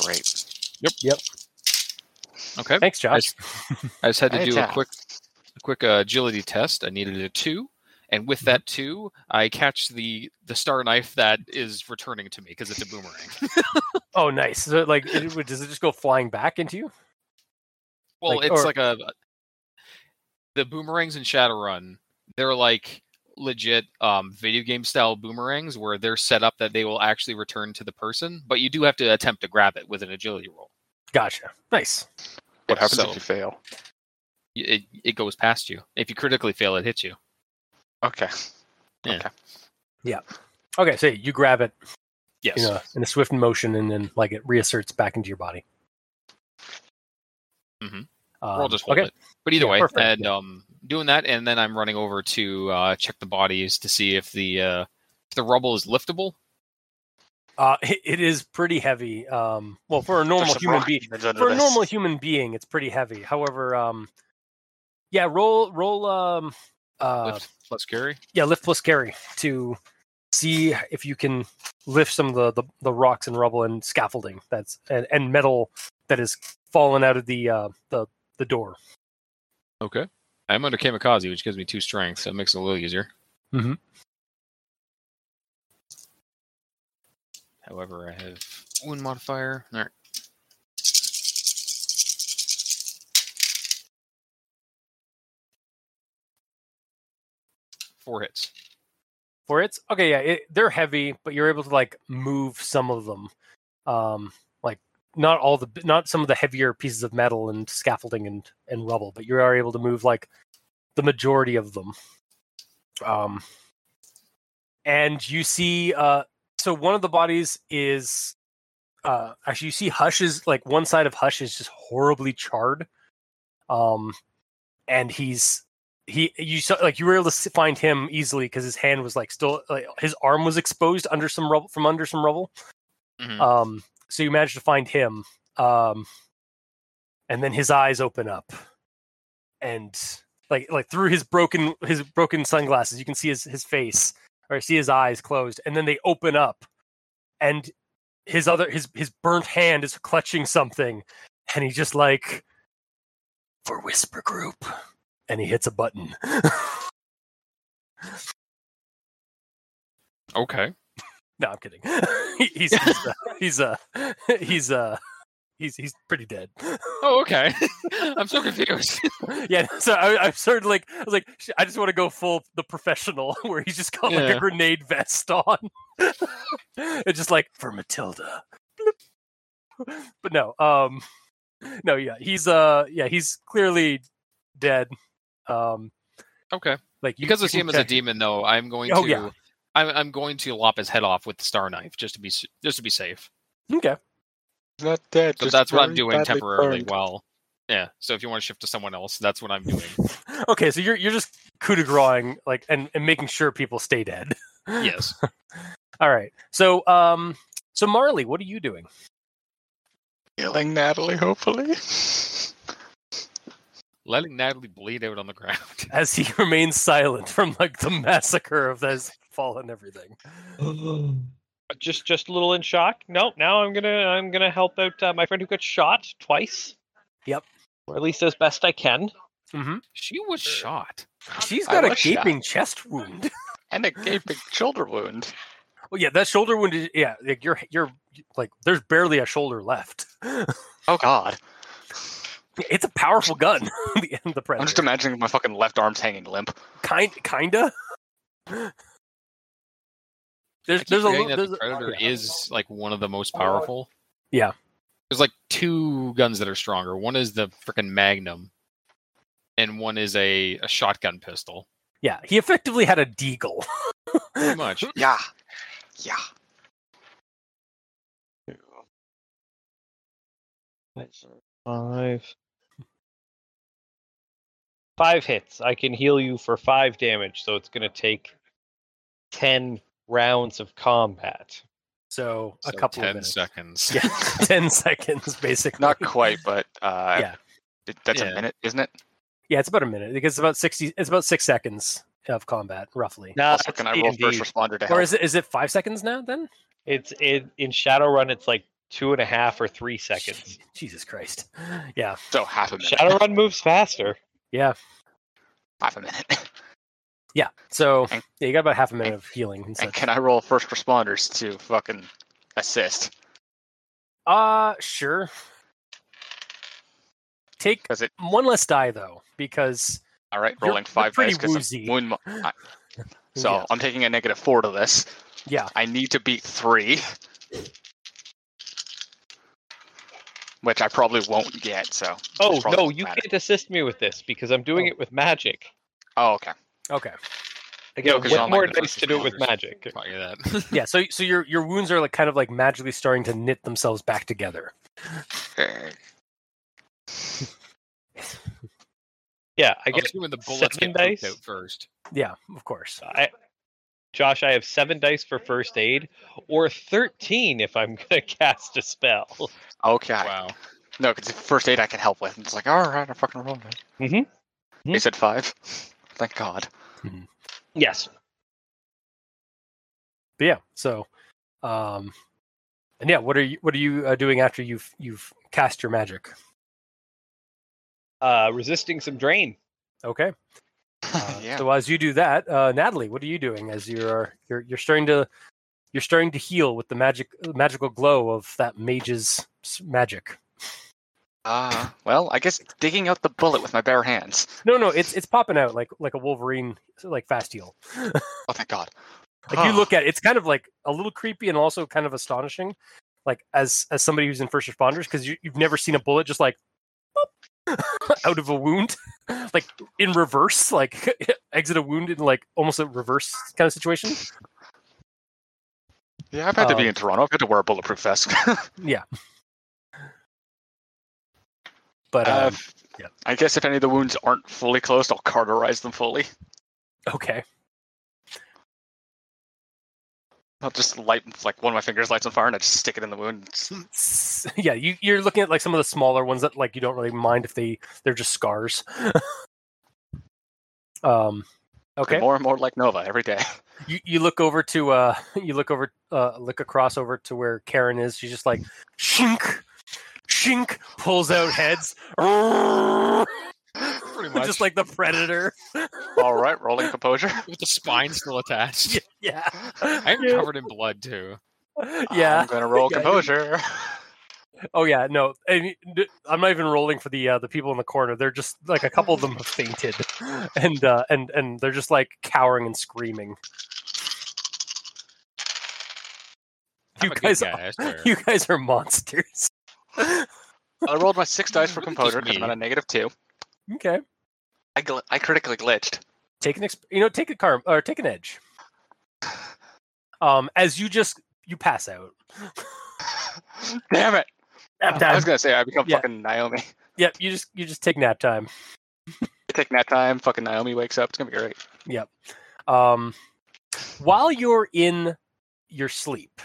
[SPEAKER 3] Great.
[SPEAKER 5] Okay.
[SPEAKER 2] Thanks, Josh.
[SPEAKER 5] I just had to
[SPEAKER 3] Hey,
[SPEAKER 5] do
[SPEAKER 3] Jack.
[SPEAKER 5] a quick, a quick uh, agility test. I needed a two, and with that two, I catch the the star knife that is returning to me because it's a boomerang.
[SPEAKER 2] Oh, nice. So, like, it, would- does it just go flying back into you?
[SPEAKER 5] well,
[SPEAKER 2] Like-
[SPEAKER 5] it's
[SPEAKER 2] or-
[SPEAKER 5] like a the boomerangs in Shadowrun. They're like legit um, video game style boomerangs where they're set up that they will actually return to the person, but you do have to attempt to grab it with an agility roll.
[SPEAKER 2] Gotcha. Nice.
[SPEAKER 3] What happens
[SPEAKER 5] So-
[SPEAKER 3] if you fail?
[SPEAKER 5] Y- It it goes past you. If you critically fail, it hits you.
[SPEAKER 3] Okay.
[SPEAKER 5] Yeah.
[SPEAKER 3] Okay.
[SPEAKER 2] Okay, so you grab it,
[SPEAKER 5] Yes.
[SPEAKER 2] you know, in a swift motion, and then like it reasserts back into your body.
[SPEAKER 5] Mhm.
[SPEAKER 2] Um,
[SPEAKER 5] Or I'll just hold
[SPEAKER 2] okay.
[SPEAKER 5] it. But either
[SPEAKER 2] Yeah,
[SPEAKER 5] way,
[SPEAKER 2] perfect,
[SPEAKER 5] and
[SPEAKER 2] yeah.
[SPEAKER 5] um, doing that, and then I'm running over to uh, check the bodies to see if the uh, if the rubble is liftable.
[SPEAKER 2] Uh, it- it is pretty heavy. Um, well, for a normal human being, for a normal human being, it's pretty heavy. However, um, yeah, roll roll um, uh,
[SPEAKER 5] Lift plus carry.
[SPEAKER 2] yeah, lift plus carry to see if you can lift some of the, the, the rocks and rubble and scaffolding that's and, and metal that is fallen out of the uh, the the door.
[SPEAKER 5] Okay. I'm under kamikaze, which gives me two strength, so it makes it a little easier.
[SPEAKER 2] Mhm.
[SPEAKER 5] However, I have wound modifier. All right. Four hits.
[SPEAKER 2] for it. Okay, yeah, it, they're heavy, but you're able to like move some of them. Um, like not all the b- not some of the heavier pieces of metal and scaffolding and and rubble, but you are able to move like the majority of them. Um, and you see, uh, so one of the bodies is, uh, actually you see Hush is like one side of Hush is just horribly charred. Um, and he's he you saw like you were able to s- find him easily because his hand was like still like, his arm was exposed under some rubble from under some rubble
[SPEAKER 5] Mhm.
[SPEAKER 2] um so you managed to find him um and then his eyes open up and like like through his broken his broken sunglasses you can see his his face or see his eyes closed and then they open up and his other his his burnt hand is clutching something and he just like for whisper group and he hits a button
[SPEAKER 5] Okay.
[SPEAKER 2] No, I'm kidding. He- he's he's uh, he's uh, he's uh, he's he's pretty dead.
[SPEAKER 5] Oh, okay. I'm so confused.
[SPEAKER 2] yeah, so I, I'm sort of like I was like "Sh- I just want to go full the professional where he's just got like
[SPEAKER 5] Yeah.
[SPEAKER 2] a grenade vest on. it's just like for Matilda. Bloop. But no, um, no, yeah, he's uh, yeah, he's clearly dead. Um,
[SPEAKER 5] okay.
[SPEAKER 2] like you,
[SPEAKER 5] Because
[SPEAKER 2] you
[SPEAKER 5] I see
[SPEAKER 2] can
[SPEAKER 5] him as a
[SPEAKER 2] check-
[SPEAKER 5] demon, though, I'm going
[SPEAKER 2] Oh,
[SPEAKER 5] to.
[SPEAKER 2] yeah.
[SPEAKER 5] I'm, I'm going to lop his head off with the star knife just to be s- just to be safe.
[SPEAKER 2] Okay,
[SPEAKER 3] not dead.
[SPEAKER 5] So that's what I'm doing temporarily. While yeah. So if you want to shift to someone else, that's what I'm doing.
[SPEAKER 2] okay, so you're you're just coup de graceing like and, and making sure people stay dead.
[SPEAKER 5] yes.
[SPEAKER 2] All right. So, um, so Marley, what are you doing?
[SPEAKER 3] Killing Natalie, hopefully.
[SPEAKER 5] Letting Natalie bleed out on the ground.
[SPEAKER 2] As he remains silent from like the massacre of this fall and everything.
[SPEAKER 8] Just just a little in shock. No, now I'm gonna I'm gonna help out uh, my friend who got shot twice.
[SPEAKER 2] Yep.
[SPEAKER 8] Or at least as best I can.
[SPEAKER 2] Mm-hmm.
[SPEAKER 5] She was shot.
[SPEAKER 2] She's
[SPEAKER 3] I
[SPEAKER 2] got a
[SPEAKER 3] was shot.
[SPEAKER 2] gaping chest wound.
[SPEAKER 3] and a gaping shoulder wound.
[SPEAKER 2] well, yeah, that shoulder wound. Is, yeah, like you're you're like there's barely a shoulder left.
[SPEAKER 3] Oh God!
[SPEAKER 2] It's a powerful gun. the end of the
[SPEAKER 3] I'm just
[SPEAKER 2] predator.
[SPEAKER 3] imagining my fucking left arm's hanging limp.
[SPEAKER 2] kind kinda. There's
[SPEAKER 5] I keep
[SPEAKER 2] there's a
[SPEAKER 5] forgetting
[SPEAKER 2] little
[SPEAKER 5] that
[SPEAKER 2] there's
[SPEAKER 5] the
[SPEAKER 2] a- oh,
[SPEAKER 5] predator
[SPEAKER 2] yeah.
[SPEAKER 5] is like one of the most powerful.
[SPEAKER 2] Yeah.
[SPEAKER 5] There's like two guns that are stronger. One is the freaking Magnum, and one is a, a shotgun pistol.
[SPEAKER 2] yeah. He effectively had a deagle.
[SPEAKER 5] Pretty much.
[SPEAKER 3] Yeah, yeah.
[SPEAKER 8] Five. Five hits. I can heal you for five damage, so it's going to take ten rounds of combat.
[SPEAKER 2] So a
[SPEAKER 5] So
[SPEAKER 2] couple of
[SPEAKER 5] 10
[SPEAKER 2] minutes.
[SPEAKER 5] seconds.
[SPEAKER 2] Yeah, ten seconds basically.
[SPEAKER 3] Not quite, but uh,
[SPEAKER 2] Yeah.
[SPEAKER 3] it- that's
[SPEAKER 5] Yeah.
[SPEAKER 3] a minute, isn't it?
[SPEAKER 2] Yeah, it's about a minute because it's about sixty. It's about six seconds of combat roughly.
[SPEAKER 8] No,
[SPEAKER 3] also, can I roll first responder to help?
[SPEAKER 2] Or is it is it five seconds now? Then
[SPEAKER 8] It's it, in Shadowrun. It's like two and a half or three seconds.
[SPEAKER 2] Jesus Christ. Yeah.
[SPEAKER 3] so half a minute.
[SPEAKER 8] Shadowrun moves faster.
[SPEAKER 3] Half a minute.
[SPEAKER 2] Yeah. So
[SPEAKER 3] And-
[SPEAKER 2] yeah, you got about half a minute of healing and
[SPEAKER 3] And
[SPEAKER 2] such.
[SPEAKER 3] can I roll first responders to fucking assist?
[SPEAKER 2] Uh sure. Take
[SPEAKER 3] Because it
[SPEAKER 2] one less die though, because
[SPEAKER 3] all right,
[SPEAKER 2] You're-
[SPEAKER 3] rolling
[SPEAKER 2] you're
[SPEAKER 3] five
[SPEAKER 2] pretty
[SPEAKER 3] dice 'cause I'm
[SPEAKER 2] woozy.
[SPEAKER 3] wound mo- I- so
[SPEAKER 2] Yeah.
[SPEAKER 3] I'm taking a negative four to this.
[SPEAKER 2] yeah,
[SPEAKER 3] I need to beat three, which I probably won't get. So it's
[SPEAKER 8] Oh
[SPEAKER 3] probably
[SPEAKER 8] no,
[SPEAKER 3] doesn't
[SPEAKER 8] you
[SPEAKER 3] matter.
[SPEAKER 8] can't assist me with this because I'm doing
[SPEAKER 2] Oh.
[SPEAKER 8] it with magic.
[SPEAKER 3] Oh okay.
[SPEAKER 2] okay.
[SPEAKER 8] I get
[SPEAKER 3] No, 'cause
[SPEAKER 8] one
[SPEAKER 3] you're on,
[SPEAKER 8] more
[SPEAKER 3] like, the
[SPEAKER 8] dice
[SPEAKER 5] first
[SPEAKER 8] to do it with
[SPEAKER 5] responders.
[SPEAKER 8] magic.
[SPEAKER 5] Tell you that.
[SPEAKER 2] Yeah, so so your your wounds are like kind of like magically starting to knit themselves back together.
[SPEAKER 3] Okay.
[SPEAKER 8] Yeah, I
[SPEAKER 5] I
[SPEAKER 8] get
[SPEAKER 5] guess when the bullets
[SPEAKER 8] seven
[SPEAKER 5] get poked
[SPEAKER 8] dice.
[SPEAKER 5] out first.
[SPEAKER 2] Yeah, of course.
[SPEAKER 8] I, Josh, I have seven dice for first aid, or thirteen if I'm gonna cast a spell.
[SPEAKER 3] Okay.
[SPEAKER 5] Wow.
[SPEAKER 3] No, because first aid I can help with. And it's like, all right, I'm fucking rolling.
[SPEAKER 8] Mhm.
[SPEAKER 3] He said five. Thank God.
[SPEAKER 8] Yes.
[SPEAKER 2] But yeah, so um and yeah, what are you what are you uh, doing after you've you've cast your magic?
[SPEAKER 8] Uh, resisting some drain.
[SPEAKER 2] Okay. Uh,
[SPEAKER 3] yeah.
[SPEAKER 2] So as you do that, uh, Natalie, what are you doing as you're you're you're starting to you're starting to heal with the magic magical glow of that mage's s- magic?
[SPEAKER 3] Ah, well, I guess digging out the bullet with my bare hands.
[SPEAKER 2] No, no, it's it's popping out like like a Wolverine like fast heal.
[SPEAKER 3] Oh, thank God.
[SPEAKER 2] Like you look at it, it's kind of like a little creepy and also kind of astonishing, like as as somebody who's in first responders because you, you've never seen a bullet just like boop, out of a wound, like in reverse, like exit a wound in like almost a reverse kind of situation.
[SPEAKER 3] Yeah, I've had to be
[SPEAKER 2] um,
[SPEAKER 3] in Toronto. I've had to wear a bulletproof vest.
[SPEAKER 2] Yeah. But
[SPEAKER 3] Uh,
[SPEAKER 2] um,
[SPEAKER 3] f-
[SPEAKER 2] yeah.
[SPEAKER 3] I guess if any of the wounds aren't fully closed, I'll cauterize them fully.
[SPEAKER 2] um, okay,
[SPEAKER 3] I'll just light, like, one of my fingers lights on fire and I just stick it in the wound. It's-
[SPEAKER 2] S- yeah, you, you're looking at like some of the smaller ones that like you don't really mind if they they're just scars. um, okay,
[SPEAKER 3] More and more like Nova every day.
[SPEAKER 2] you, you look over to uh you look over uh look across over to where Karen is. She's just like shink, shink, pulls out heads,
[SPEAKER 5] Pretty much.
[SPEAKER 2] just like the predator.
[SPEAKER 3] All right, rolling composure.
[SPEAKER 5] with the spine still attached.
[SPEAKER 2] Yeah,
[SPEAKER 5] I'm covered in blood too.
[SPEAKER 2] yeah.
[SPEAKER 3] I'm
[SPEAKER 5] Um,
[SPEAKER 3] going to roll
[SPEAKER 2] Yeah, you-
[SPEAKER 3] composure.
[SPEAKER 2] Oh yeah, no, and d- I'm not even rolling for the uh, the people in the corner. They're just like a couple of them have fainted, and uh, and and they're just like cowering and screaming.
[SPEAKER 5] I'm
[SPEAKER 2] You
[SPEAKER 5] a good
[SPEAKER 2] guys
[SPEAKER 5] guy,
[SPEAKER 2] are-
[SPEAKER 5] I swear.
[SPEAKER 2] You guys are monsters.
[SPEAKER 3] I rolled my six dice for
[SPEAKER 5] Look at
[SPEAKER 3] composure because I'm
[SPEAKER 5] me.
[SPEAKER 3] at a negative two.
[SPEAKER 2] Okay,
[SPEAKER 3] I, gl- I critically glitched.
[SPEAKER 2] take an exp- you know take a car or take an edge. Um, as you just you pass out.
[SPEAKER 3] Damn it.
[SPEAKER 4] Nap
[SPEAKER 3] I
[SPEAKER 4] time.
[SPEAKER 3] was gonna say I become
[SPEAKER 2] Yeah.
[SPEAKER 3] fucking Naomi.
[SPEAKER 2] Yep, you just you just take nap time.
[SPEAKER 3] Take nap time. Fucking Naomi wakes up. It's gonna be great.
[SPEAKER 2] um, while you're in your sleep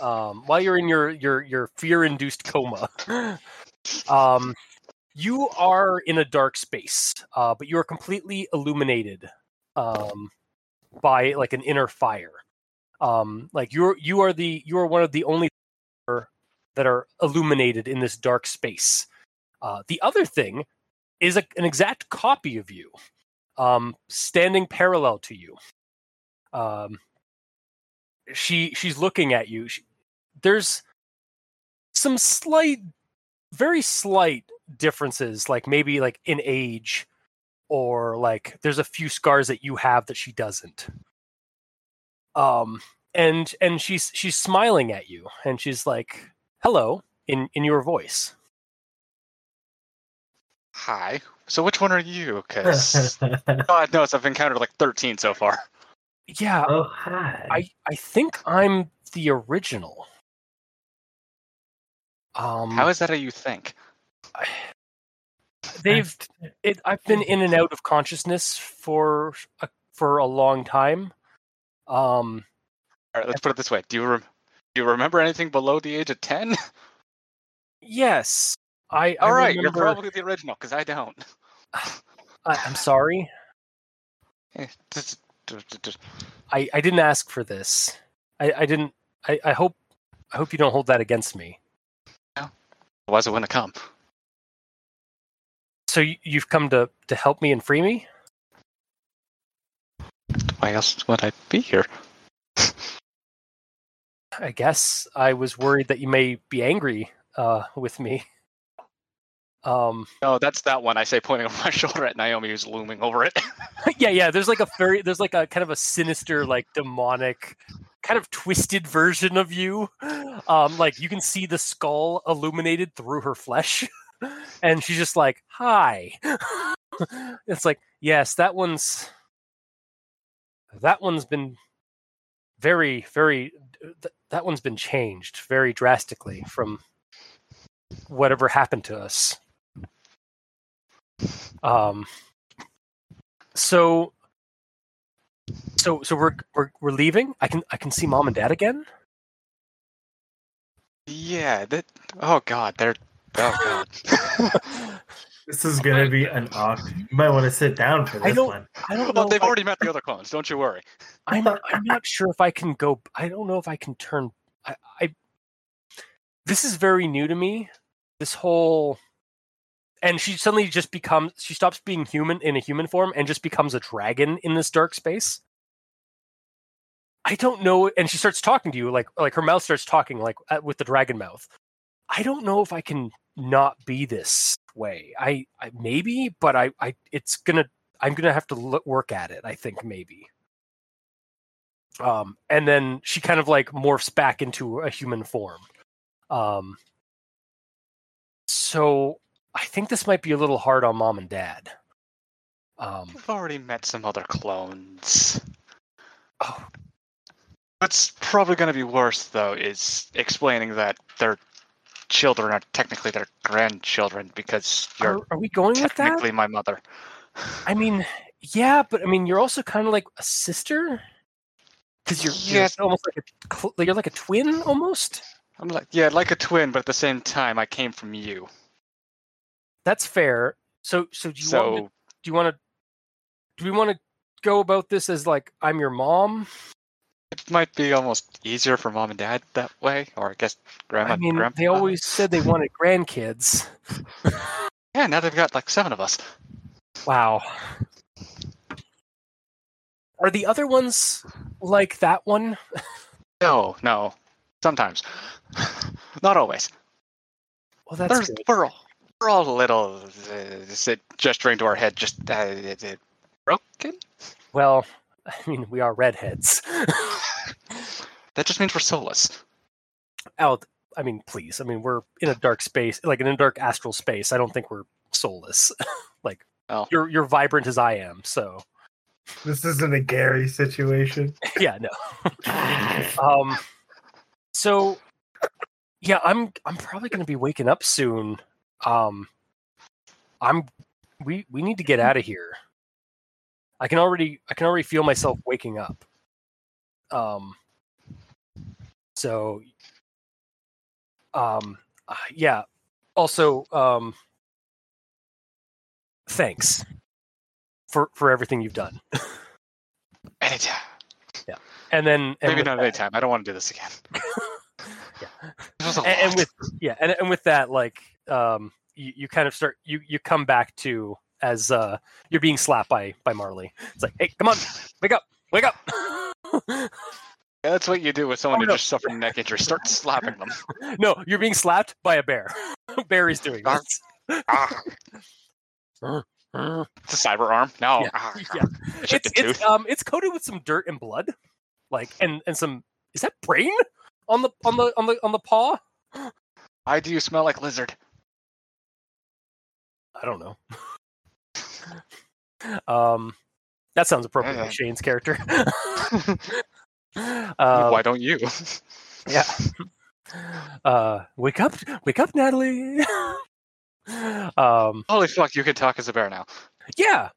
[SPEAKER 2] um, while you're in your your your fear induced coma um, you are in a dark space uh, but you are completely illuminated um, by like an inner fire um, like you're you are the you are one of the only that are illuminated in this dark space uh, the other thing is a, an exact copy of you um, standing parallel to you. Um, she she's looking at you. She, there's some slight, very slight differences, like maybe like in age, or like there's a few scars that you have that she doesn't. Um, and and she's she's smiling at you, and she's like, "Hello," in in your voice.
[SPEAKER 3] Hi. So which one are you? Because God knows I've encountered like 13 so far.
[SPEAKER 2] Yeah,
[SPEAKER 4] oh hi.
[SPEAKER 2] I I think I'm the original. Um,
[SPEAKER 3] How is that? A you think?
[SPEAKER 2] they've it, I've been in and out of consciousness for a, for a long time. Um,
[SPEAKER 3] All right, let's put it this way. Do you rem- do you remember anything below the age of ten?
[SPEAKER 2] yes, I.
[SPEAKER 3] All
[SPEAKER 2] I
[SPEAKER 3] right, you're
[SPEAKER 2] remember,
[SPEAKER 3] probably the original because I don't.
[SPEAKER 2] I, I'm sorry.
[SPEAKER 3] Eh, just- just- just-
[SPEAKER 2] I, I didn't ask for this. I, I didn't. I, I hope. I hope you don't hold that against me.
[SPEAKER 3] Otherwise, it wouldn't have come.
[SPEAKER 2] So you, you've come to to help me and free me.
[SPEAKER 3] Why else would I be here?
[SPEAKER 2] I guess I was worried that you may be angry uh, with me. Um,
[SPEAKER 3] No, Oh, that's that one. I say pointing over my shoulder at Naomi, who's looming over it.
[SPEAKER 2] yeah, yeah. There's like a very, there's like a kind of a sinister, like demonic, kind of twisted version of you. Um, like you can see the skull illuminated through her flesh, and she's just like, "Hi." it's like, yes, that one's, that one's been very, very, th- that one's been changed very drastically from whatever happened to us. Um so so so we're we're we're leaving i can i can see mom and dad again
[SPEAKER 3] yeah. That. Oh God. They're. Oh God.
[SPEAKER 7] This is gonna be an awkward. You might want to sit down for
[SPEAKER 2] I
[SPEAKER 7] this
[SPEAKER 2] don't-
[SPEAKER 7] one.
[SPEAKER 2] i don't know
[SPEAKER 3] well, they've
[SPEAKER 2] if I,
[SPEAKER 3] already met the other clones. Don't you worry.
[SPEAKER 2] I'm, I'm not sure if i can go i don't know if i can turn I, I this is very new to me this whole and she suddenly just becomes she stops being human in a human form and just becomes a dragon in this dark space i don't know and she starts talking to you like like her mouth starts talking like uh, with the dragon mouth i don't know if i can not be this way i, I maybe but i i it's gonna i'm gonna have to look, work at it i think maybe um and then she kind of like morphs back into a human form um so i think this might be a little hard on mom and dad um
[SPEAKER 3] They've already met some other clones.
[SPEAKER 2] oh,
[SPEAKER 3] What's probably going to be worse, though, is explaining that their children are technically their grandchildren because you're
[SPEAKER 2] are, are we going with Oh, that
[SPEAKER 3] technically my mother.
[SPEAKER 2] i mean yeah but i mean you're also kind of like a sister because you're,
[SPEAKER 3] Yes.
[SPEAKER 2] you're almost like a cl- you're like a twin almost
[SPEAKER 3] I'm like, yeah, like a twin, but at the same time, I came from you.
[SPEAKER 2] that's fair so so do you want me to
[SPEAKER 3] so
[SPEAKER 2] do you want to do we want to go about this as like i'm your mom
[SPEAKER 3] it might be almost easier for mom and dad that way, or I guess grandma.
[SPEAKER 2] I mean,
[SPEAKER 3] grandpa.
[SPEAKER 2] they always said they wanted grandkids.
[SPEAKER 3] Yeah, now they've got like seven of us.
[SPEAKER 2] Wow. Are the other ones like that one?
[SPEAKER 3] No, no. Sometimes. Not always.
[SPEAKER 2] Well, that's
[SPEAKER 3] There's-
[SPEAKER 2] good.
[SPEAKER 3] we're, all, we're all little, uh, just- gesturing to our head, just uh, it- it- broken?
[SPEAKER 2] Well, I mean, we are redheads.
[SPEAKER 3] That just means we're soulless.
[SPEAKER 2] Out. I mean, please. I mean, we're in a dark space, like in a dark astral space. I don't think we're soulless. like
[SPEAKER 3] Oh.
[SPEAKER 2] you're you're vibrant as I am. So
[SPEAKER 7] This isn't a Gary situation.
[SPEAKER 2] yeah, no. um so yeah i'm i'm probably going to be waking up soon um i'm we we need to get out of here i can already i can already feel myself waking up um so um uh, yeah also um thanks for for everything you've done
[SPEAKER 3] Anytime.
[SPEAKER 2] and then and
[SPEAKER 3] Maybe
[SPEAKER 2] with
[SPEAKER 3] not
[SPEAKER 2] that-
[SPEAKER 3] anytime. I don't want to do this again.
[SPEAKER 2] Yeah.
[SPEAKER 3] This was a
[SPEAKER 2] and, and
[SPEAKER 3] lot.
[SPEAKER 2] with yeah and, and with that like um you, you kind of start you you come back to as uh you're being slapped by by marley it's like hey come on wake up wake up
[SPEAKER 3] Yeah, that's what you do with someone
[SPEAKER 2] Oh,
[SPEAKER 3] who
[SPEAKER 2] no.
[SPEAKER 3] just suffered a neck injury. Start slapping them.
[SPEAKER 2] no you're being slapped by a bear bear is doing
[SPEAKER 3] Arr.
[SPEAKER 2] this.
[SPEAKER 3] Ah,
[SPEAKER 2] yeah.
[SPEAKER 3] it's a cyber arm. No.
[SPEAKER 2] Yeah,
[SPEAKER 3] ah, it's,
[SPEAKER 2] it's, it's um it's coated with some dirt and blood like and and some is that brain on the on the on the on the paw
[SPEAKER 3] I do smell like lizard.
[SPEAKER 2] i don't know um that sounds appropriate to
[SPEAKER 3] Uh.
[SPEAKER 2] shane's character um,
[SPEAKER 3] Why don't you?
[SPEAKER 2] Yeah. Uh, wake up, wake up, Natalie. um,
[SPEAKER 3] Holy fuck, you can talk as a bear now.
[SPEAKER 2] yeah.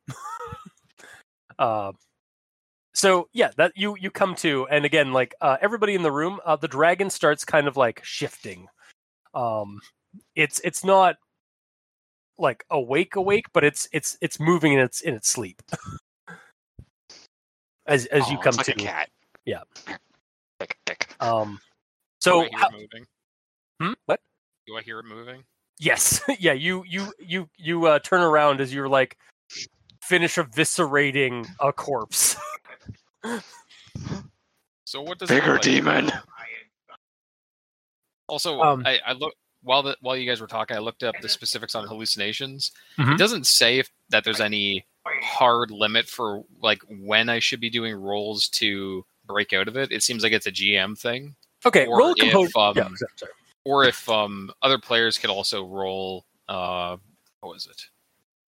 [SPEAKER 2] uh, so yeah, that you you come to, and again, like uh, everybody in the room, uh, the dragon starts kind of like shifting. Um, it's it's not like awake awake, but it's it's it's moving in its in its sleep. as as you
[SPEAKER 3] Aw,
[SPEAKER 2] come
[SPEAKER 3] Oh, it's like
[SPEAKER 2] to,
[SPEAKER 3] a cat.
[SPEAKER 2] Yeah.
[SPEAKER 3] Like a kick.
[SPEAKER 2] um, so
[SPEAKER 5] Do I hear
[SPEAKER 2] how-
[SPEAKER 5] it moving?
[SPEAKER 2] hmm? what?
[SPEAKER 5] Do I hear it moving?
[SPEAKER 2] Yes. Yeah, you you you you uh, turn around as you're like finish eviscerating a corpse.
[SPEAKER 5] So what does it
[SPEAKER 3] Bigger
[SPEAKER 5] look like?
[SPEAKER 3] demon.
[SPEAKER 5] Also,
[SPEAKER 2] Um,
[SPEAKER 5] I, I look while the while you guys were talking, I looked up the specifics on hallucinations.
[SPEAKER 2] Mhm.
[SPEAKER 5] It doesn't say if that there's any hard limit for like when I should be doing rolls to break out of it. It seems like it's a GM thing,
[SPEAKER 2] Okay,
[SPEAKER 5] Or
[SPEAKER 2] roll
[SPEAKER 5] if,
[SPEAKER 2] composure.
[SPEAKER 5] um,
[SPEAKER 2] yeah, sorry, sorry.
[SPEAKER 5] or if um, other players could also roll. Uh, what was it?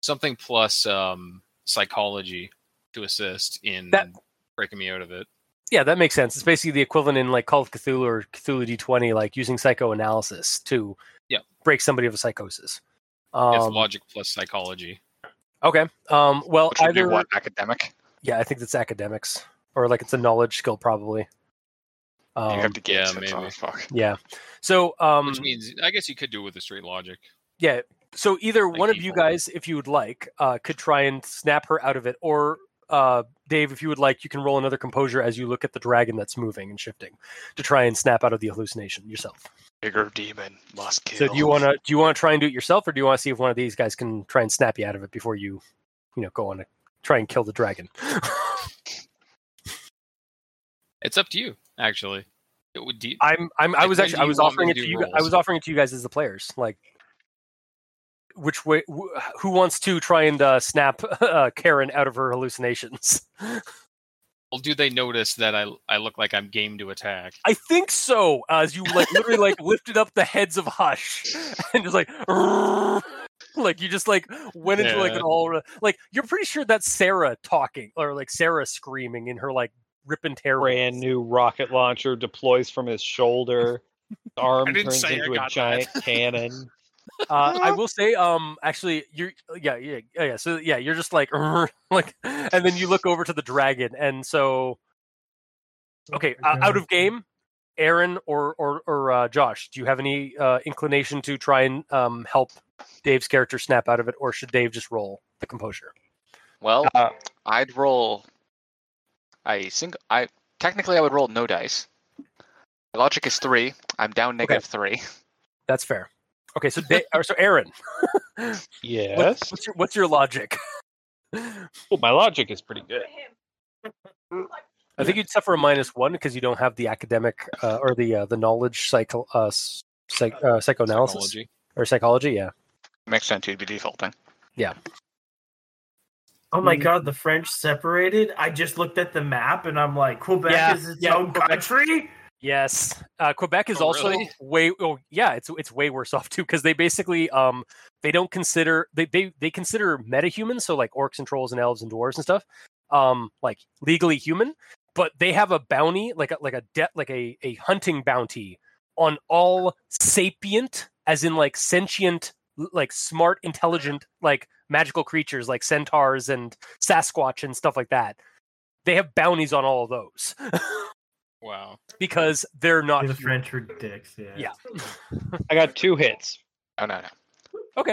[SPEAKER 5] Something plus um, psychology to assist in
[SPEAKER 2] That-
[SPEAKER 5] breaking me out of it.
[SPEAKER 2] Yeah, that makes sense. It's basically the equivalent in like Call of Cthulhu or Cthulhu D20, like using psychoanalysis to
[SPEAKER 5] Yeah.
[SPEAKER 2] break somebody of a psychosis.
[SPEAKER 5] It's
[SPEAKER 2] Um,
[SPEAKER 5] logic plus psychology.
[SPEAKER 2] okay. Um, well,
[SPEAKER 3] Which would be
[SPEAKER 2] either
[SPEAKER 3] what academic?
[SPEAKER 2] yeah, I think that's academics or like it's a knowledge skill probably. Um,
[SPEAKER 3] you have to
[SPEAKER 5] yeah,
[SPEAKER 3] get yeah,
[SPEAKER 5] maybe.
[SPEAKER 3] maybe. fuck.
[SPEAKER 2] yeah. So um,
[SPEAKER 5] Which means, I guess you could do it with the straight logic.
[SPEAKER 2] Yeah. So either
[SPEAKER 5] Like
[SPEAKER 2] one of you
[SPEAKER 5] people.
[SPEAKER 2] guys, if you would like, uh, could try and snap her out of it, or uh, Dave, if you would like, you can roll another composure as you look at the dragon that's moving and shifting to try and snap out of the hallucination yourself.
[SPEAKER 3] Bigger demon must kill.
[SPEAKER 2] So do you want to do you want to try and do it yourself, or do you want to see if one of these guys can try and snap you out of it before you, you know, go on to try and kill the dragon?
[SPEAKER 5] It's up to you, actually. It would de-
[SPEAKER 2] I'm I'm I
[SPEAKER 5] Like,
[SPEAKER 2] was
[SPEAKER 5] when
[SPEAKER 2] actually
[SPEAKER 5] do
[SPEAKER 2] I
[SPEAKER 5] you
[SPEAKER 2] was
[SPEAKER 5] want me
[SPEAKER 2] offering
[SPEAKER 5] to
[SPEAKER 2] it to
[SPEAKER 5] do
[SPEAKER 2] you I
[SPEAKER 5] rolls?
[SPEAKER 2] was offering it to you guys as the players, like which way wh- who wants to try and uh, snap uh, Karen out of her hallucinations?
[SPEAKER 5] well, do they notice that I I look like I'm game to attack?
[SPEAKER 2] I think so. As you like literally like lifted up the heads of Hush and just like like you just like went into like
[SPEAKER 5] Yeah.
[SPEAKER 2] an all like you're pretty sure that's Sarah talking or like Sarah screaming in her like rip and tear.
[SPEAKER 8] Brand new rocket launcher deploys from his shoulder. Arm
[SPEAKER 5] didn't
[SPEAKER 8] turns
[SPEAKER 5] say I
[SPEAKER 8] into
[SPEAKER 5] got
[SPEAKER 8] a
[SPEAKER 5] that.
[SPEAKER 8] giant cannon.
[SPEAKER 2] Uh, I will say, um, actually, you're yeah, yeah, oh, yeah. yeah, So yeah, you're just like like, and then you look over to the dragon, and so okay, uh, out of game, Aaron or or or uh, Josh, do you have any uh, inclination to try and um, help Dave's character snap out of it, or should Dave just roll the composure?
[SPEAKER 3] Well,
[SPEAKER 7] Uh,
[SPEAKER 3] I'd roll. I single. I technically I would roll no dice. My logic is three. I'm down negative three.
[SPEAKER 2] That's fair. Okay, so da- or, so Aaron,
[SPEAKER 8] Yes.
[SPEAKER 2] what's, what's your what's your logic?
[SPEAKER 8] Well, my logic is pretty good.
[SPEAKER 2] I think you'd suffer a minus one because you don't have the academic uh, or the uh, the knowledge psycho uh, s- psych, uh, psychoanalysis.
[SPEAKER 5] Psychology.
[SPEAKER 2] or psychology. Yeah.
[SPEAKER 3] Makes sense. You'd be defaulting.
[SPEAKER 4] Oh my god, the French separated. I just looked at the map and I'm like, Quebec
[SPEAKER 2] Yeah,
[SPEAKER 4] is its
[SPEAKER 2] yeah,
[SPEAKER 4] own
[SPEAKER 2] Quebec.
[SPEAKER 4] country.
[SPEAKER 2] Yes. Uh, Quebec is
[SPEAKER 5] Oh,
[SPEAKER 2] also
[SPEAKER 5] really?
[SPEAKER 2] way. Oh, yeah. It's it's way worse off too because they basically um they don't consider they they they consider metahumans so like orcs and trolls and elves and dwarves and stuff um like legally human, but they have a bounty like a, like a debt like a a hunting bounty on all sapient as in like sentient l- like smart intelligent like magical creatures like centaurs and sasquatch and stuff like that they have bounties on all of those
[SPEAKER 5] Wow.
[SPEAKER 2] because they're not
[SPEAKER 7] The
[SPEAKER 2] human.
[SPEAKER 7] French were dicks. Yeah.
[SPEAKER 2] Yeah.
[SPEAKER 8] I got two hits.
[SPEAKER 3] Oh no no.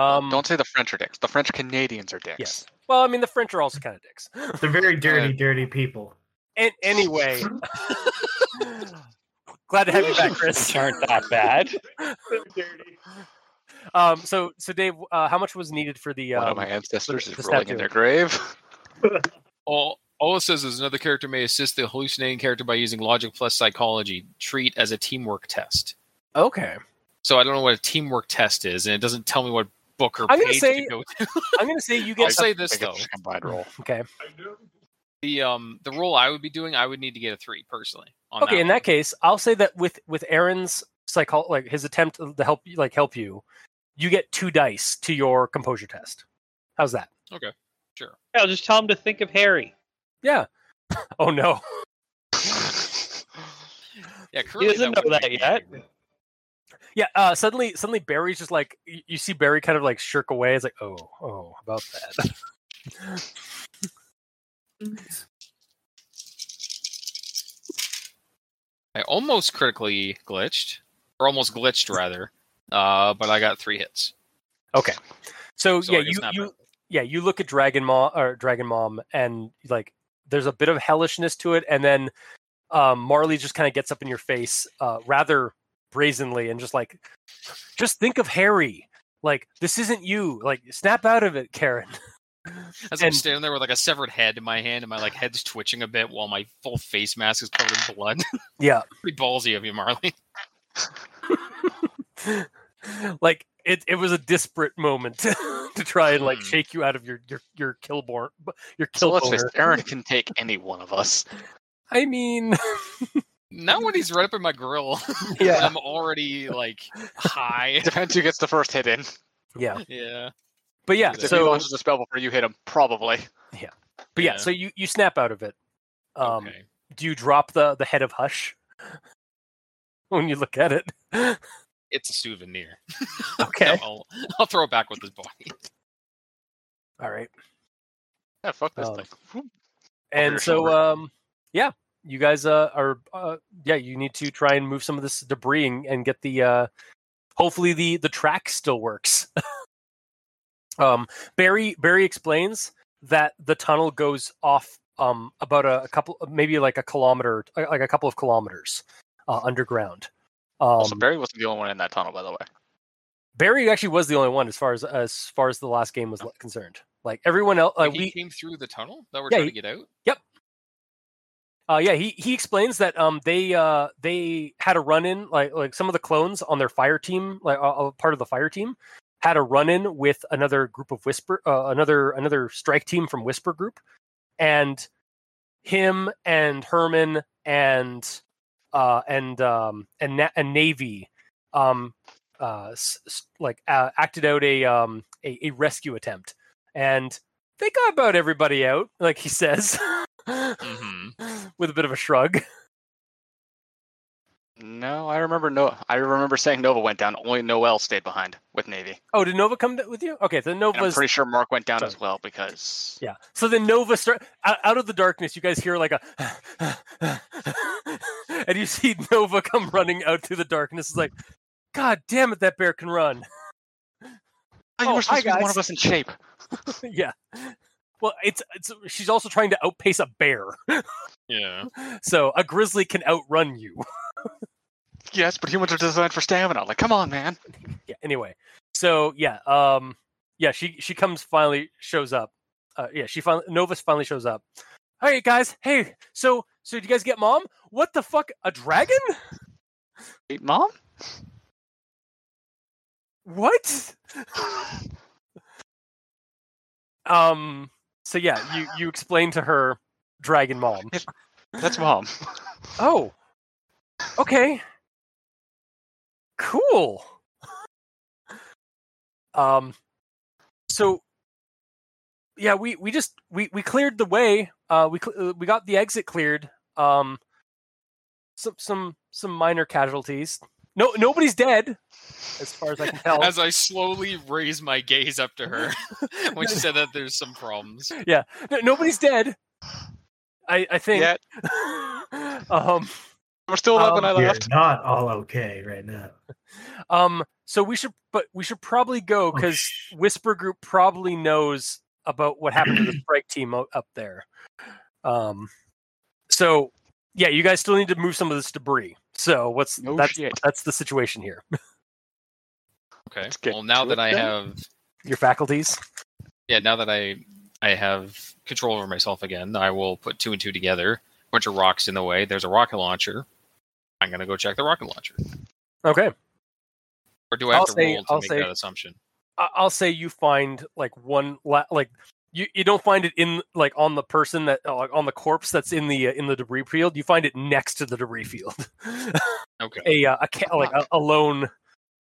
[SPEAKER 2] Um,
[SPEAKER 3] Don't say the French are dicks. The French Canadians are dicks.
[SPEAKER 2] Yes. Well, I mean, the French are also kind of dicks.
[SPEAKER 7] They're very dirty, dirty people.
[SPEAKER 2] And anyway, glad to have you back, Chris.
[SPEAKER 8] Which aren't that bad.
[SPEAKER 2] Um, so, so Dave, uh, how much was needed for the?
[SPEAKER 3] One
[SPEAKER 2] Um,
[SPEAKER 3] of my ancestors
[SPEAKER 2] the
[SPEAKER 3] is
[SPEAKER 2] step
[SPEAKER 3] rolling
[SPEAKER 2] two.
[SPEAKER 3] in their grave.
[SPEAKER 5] All all it says is another character may assist the hallucinating character by using logic plus psychology. Treat as a teamwork test.
[SPEAKER 2] okay,
[SPEAKER 5] So I don't know what a teamwork test is, and it doesn't tell me what book or
[SPEAKER 2] I'm gonna
[SPEAKER 5] page
[SPEAKER 2] say-
[SPEAKER 5] to go to.
[SPEAKER 2] I'm gonna say you
[SPEAKER 5] I'll
[SPEAKER 2] get.
[SPEAKER 5] say this
[SPEAKER 3] Like a
[SPEAKER 5] though:
[SPEAKER 3] combined roll.
[SPEAKER 2] okay,
[SPEAKER 5] the um the role I would be doing, I would need to get a three personally. On
[SPEAKER 2] okay.
[SPEAKER 5] that
[SPEAKER 2] In
[SPEAKER 5] one.
[SPEAKER 2] that case, I'll say that with with Aaron's psycho, like his attempt to help, you- like help you, you get two dice to your composure test. How's that?
[SPEAKER 8] Yeah, I'll just tell him to think of Harry.
[SPEAKER 2] Yeah. Oh no.
[SPEAKER 5] yeah,
[SPEAKER 8] He
[SPEAKER 5] currently
[SPEAKER 8] doesn't
[SPEAKER 5] that
[SPEAKER 8] know
[SPEAKER 5] would
[SPEAKER 8] that
[SPEAKER 5] be-
[SPEAKER 8] yet.
[SPEAKER 2] Yeah. Uh, suddenly, suddenly Barry's just like you, you see Barry kind of like shirk away. It's like, oh, oh, about that.
[SPEAKER 5] I almost critically glitched, or almost glitched rather, uh, but I got three hits.
[SPEAKER 2] Okay. So,
[SPEAKER 5] So
[SPEAKER 2] Oh, yeah,
[SPEAKER 5] I guess
[SPEAKER 2] you
[SPEAKER 5] not
[SPEAKER 2] you yeah you look at Dragon Mom or Dragon Mom and like there's a bit of hellishness to it, and then um, Marley just kind of gets up in your face uh, rather brazenly and just like, just think of Harry. Like this isn't you. Like snap out of it, Karen.
[SPEAKER 5] As I'm
[SPEAKER 2] And-
[SPEAKER 5] standing there with like a severed head in my hand, and my like head's twitching a bit while my full face mask is covered in blood.
[SPEAKER 2] Yeah.
[SPEAKER 5] Pretty ballsy of you, Marley.
[SPEAKER 2] like it, it was a disparate moment to try and like
[SPEAKER 5] Hmm.
[SPEAKER 2] shake you out of your your your killborn your
[SPEAKER 3] So
[SPEAKER 2] kill
[SPEAKER 3] let's face it, Aaron can take any one of us.
[SPEAKER 2] I mean,
[SPEAKER 5] Not when he's right up in my grill.
[SPEAKER 2] Yeah.
[SPEAKER 5] I'm already like high.
[SPEAKER 3] Depends who gets the first hit in.
[SPEAKER 2] yeah,
[SPEAKER 5] Yeah.
[SPEAKER 2] but yeah,
[SPEAKER 5] 'Cause
[SPEAKER 3] If he
[SPEAKER 2] so
[SPEAKER 3] launches a spell before you hit him, probably.
[SPEAKER 2] but yeah,
[SPEAKER 5] yeah.
[SPEAKER 2] so you you snap out of it. Um,
[SPEAKER 5] okay.
[SPEAKER 2] do you drop the the head of Hush when you look at it?
[SPEAKER 5] It's a souvenir.
[SPEAKER 2] Okay,
[SPEAKER 5] I'll, I'll throw it back with his body.
[SPEAKER 2] all right,
[SPEAKER 3] Yeah, fuck this
[SPEAKER 2] Um,
[SPEAKER 3] thing. Whoop. your
[SPEAKER 2] and so
[SPEAKER 3] shoulder.
[SPEAKER 2] um, yeah, you guys uh, are uh, yeah, you need to try and move some of this debris and, and get the uh, hopefully the the track still works. um, Barry Barry explains that the tunnel goes off um about a, a couple maybe like a kilometer uh, like a couple of kilometers uh, underground. Um,
[SPEAKER 3] also, Barry wasn't the only one in that tunnel, by the way.
[SPEAKER 2] Barry actually was the only one as far as as far as the last game was concerned. Like everyone else, like
[SPEAKER 5] he
[SPEAKER 2] we,
[SPEAKER 5] came through the tunnel that we're
[SPEAKER 2] Yeah,
[SPEAKER 5] trying
[SPEAKER 2] he-
[SPEAKER 5] to get out.
[SPEAKER 2] uh, yeah, he he explains that um they uh they had a run in like like some of the clones on their fire team like uh, uh, part of the fire team had a run in with another group of whisper uh, another another strike team from Whisper Group, and him and Herman and uh and um and Na- and Navy um uh s- s- like uh, acted out a um a, a rescue attempt and they got about everybody out like he says. Mm-hmm.
[SPEAKER 5] hmm
[SPEAKER 2] with a bit of a shrug.
[SPEAKER 3] No, I remember no. I remember saying Nova went down. Only Noel stayed behind with Navy.
[SPEAKER 2] Oh, did Nova come d- with you? Okay, the
[SPEAKER 3] And I'm
[SPEAKER 2] Nova's
[SPEAKER 3] pretty sure Mark went down
[SPEAKER 2] Sorry.
[SPEAKER 3] as well because
[SPEAKER 2] yeah. So the Nova start out, out of the darkness. You guys hear like a, and you see Nova come running out through the darkness. It's like, God damn it, that bear can run.
[SPEAKER 3] Oh, you
[SPEAKER 2] Oh,
[SPEAKER 3] were supposed
[SPEAKER 2] hi,
[SPEAKER 3] to be the one
[SPEAKER 2] guys.
[SPEAKER 3] of us in shape.
[SPEAKER 2] yeah. Well, it's it's she's also trying to outpace a bear.
[SPEAKER 5] Yeah.
[SPEAKER 2] So a grizzly can outrun you.
[SPEAKER 3] Yes, but humans are designed for stamina. Like, come on, man.
[SPEAKER 2] yeah anyway so yeah um yeah she she comes finally shows up uh yeah she finally novus finally shows up all right guys hey so so did you guys get mom what the fuck a dragon
[SPEAKER 3] Wait, Mom?
[SPEAKER 2] what um so yeah you you explain to her dragon mom
[SPEAKER 3] That's Mom.
[SPEAKER 2] oh okay cool um so yeah we we just we we cleared the way uh we cl- uh, we got the exit cleared um some some some minor casualties no nobody's dead as far as i can tell
[SPEAKER 5] As I slowly raise my gaze up to her when she said that there's some problems.
[SPEAKER 2] No- nobody's dead i i think
[SPEAKER 3] Yeah,
[SPEAKER 2] um
[SPEAKER 3] we're still alive when I
[SPEAKER 2] Um,
[SPEAKER 7] You're
[SPEAKER 3] left.
[SPEAKER 7] not all okay right now.
[SPEAKER 2] Um, so we should, but we should probably go
[SPEAKER 7] Oh,
[SPEAKER 2] because
[SPEAKER 7] sh-
[SPEAKER 2] Whisper Group probably knows about what happened to the strike team o- up there. Um, so yeah, you guys still need to move some of this debris. So what's
[SPEAKER 3] No
[SPEAKER 2] that's
[SPEAKER 3] shit.
[SPEAKER 2] that's the situation here.
[SPEAKER 5] Okay.
[SPEAKER 3] Let's get
[SPEAKER 5] Well, now
[SPEAKER 3] to
[SPEAKER 5] that
[SPEAKER 3] it
[SPEAKER 5] I
[SPEAKER 3] then.
[SPEAKER 5] have
[SPEAKER 2] Your faculties.
[SPEAKER 5] yeah, now that I I have control over myself again, I will put two and two together. bunch of rocks in the way. There's a rocket launcher. I'm gonna go check the rocket launcher.
[SPEAKER 2] Okay,
[SPEAKER 5] Or do I have
[SPEAKER 2] I'll
[SPEAKER 5] to
[SPEAKER 2] say-
[SPEAKER 5] roll to
[SPEAKER 2] I'll
[SPEAKER 5] make
[SPEAKER 2] say-
[SPEAKER 5] that assumption?
[SPEAKER 2] I- I'll say you find like one la- like. You, you don't find it in like on the person that uh, on the corpse that's in the uh, in the debris field. You find it next to the debris field.
[SPEAKER 5] Okay.
[SPEAKER 2] a uh, a ca- like a, a lone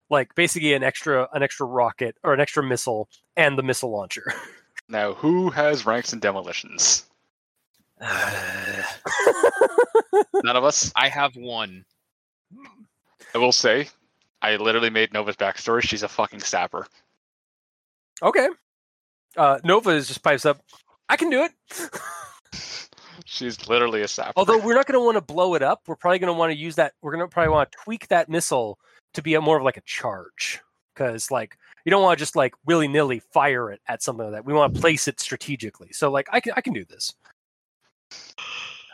[SPEAKER 2] like basically an extra an extra rocket or an extra missile and the missile launcher
[SPEAKER 3] Now, who has ranks in demolitions? None of us.
[SPEAKER 5] I have one.
[SPEAKER 3] I will say, I literally made Nova's backstory. She's a fucking sapper.
[SPEAKER 2] Okay. Uh, Nova is just pipes up. I can do it.
[SPEAKER 3] She's literally a sapper.
[SPEAKER 2] Although we're not going to want to blow it up. We're probably going to want to use that. We're going to probably want to tweak that missile to be a more of like a charge because like you don't want to just like willy nilly fire it at something like that. We want to place it strategically. So like I can I can do this.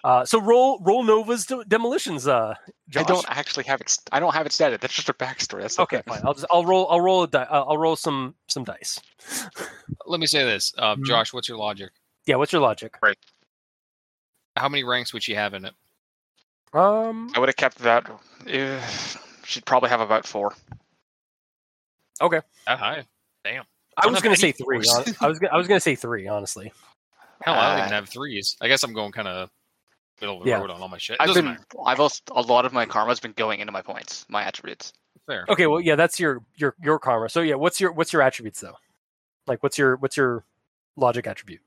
[SPEAKER 2] Uh, so roll roll Nova's de- demolitions. Uh,
[SPEAKER 3] I
[SPEAKER 2] Josh.
[SPEAKER 3] don't actually have it. St- I don't have it stated. That's just her backstory. That's
[SPEAKER 2] Okay, fine. I'll just I'll roll I'll roll a di- uh, I'll roll some some dice.
[SPEAKER 5] Let me say this, uh,
[SPEAKER 2] Hmm.
[SPEAKER 5] Josh. What's your logic?
[SPEAKER 2] Yeah, what's your logic?
[SPEAKER 5] How many ranks would she have in it?
[SPEAKER 2] Um,
[SPEAKER 3] I would have kept that. eh, she'd probably have about four.
[SPEAKER 5] That high?
[SPEAKER 2] I
[SPEAKER 5] Don't
[SPEAKER 2] was
[SPEAKER 5] have
[SPEAKER 2] going
[SPEAKER 5] any
[SPEAKER 2] to say three.
[SPEAKER 5] force.
[SPEAKER 2] hon- I was gonna, I was going to say three. Honestly,
[SPEAKER 5] Hell, I don't
[SPEAKER 3] Uh,
[SPEAKER 5] even have threes. I guess I'm going kind of middle of the
[SPEAKER 2] Yeah.
[SPEAKER 5] road on all my shit.
[SPEAKER 3] I've
[SPEAKER 5] Doesn't
[SPEAKER 3] been.
[SPEAKER 5] matter.
[SPEAKER 3] I've also, a lot of my karma's been going into my points, my attributes.
[SPEAKER 5] Fair.
[SPEAKER 2] okay. Well, yeah, that's your your your karma. So yeah, what's your what's your attributes though? Like, what's your what's your logic attribute?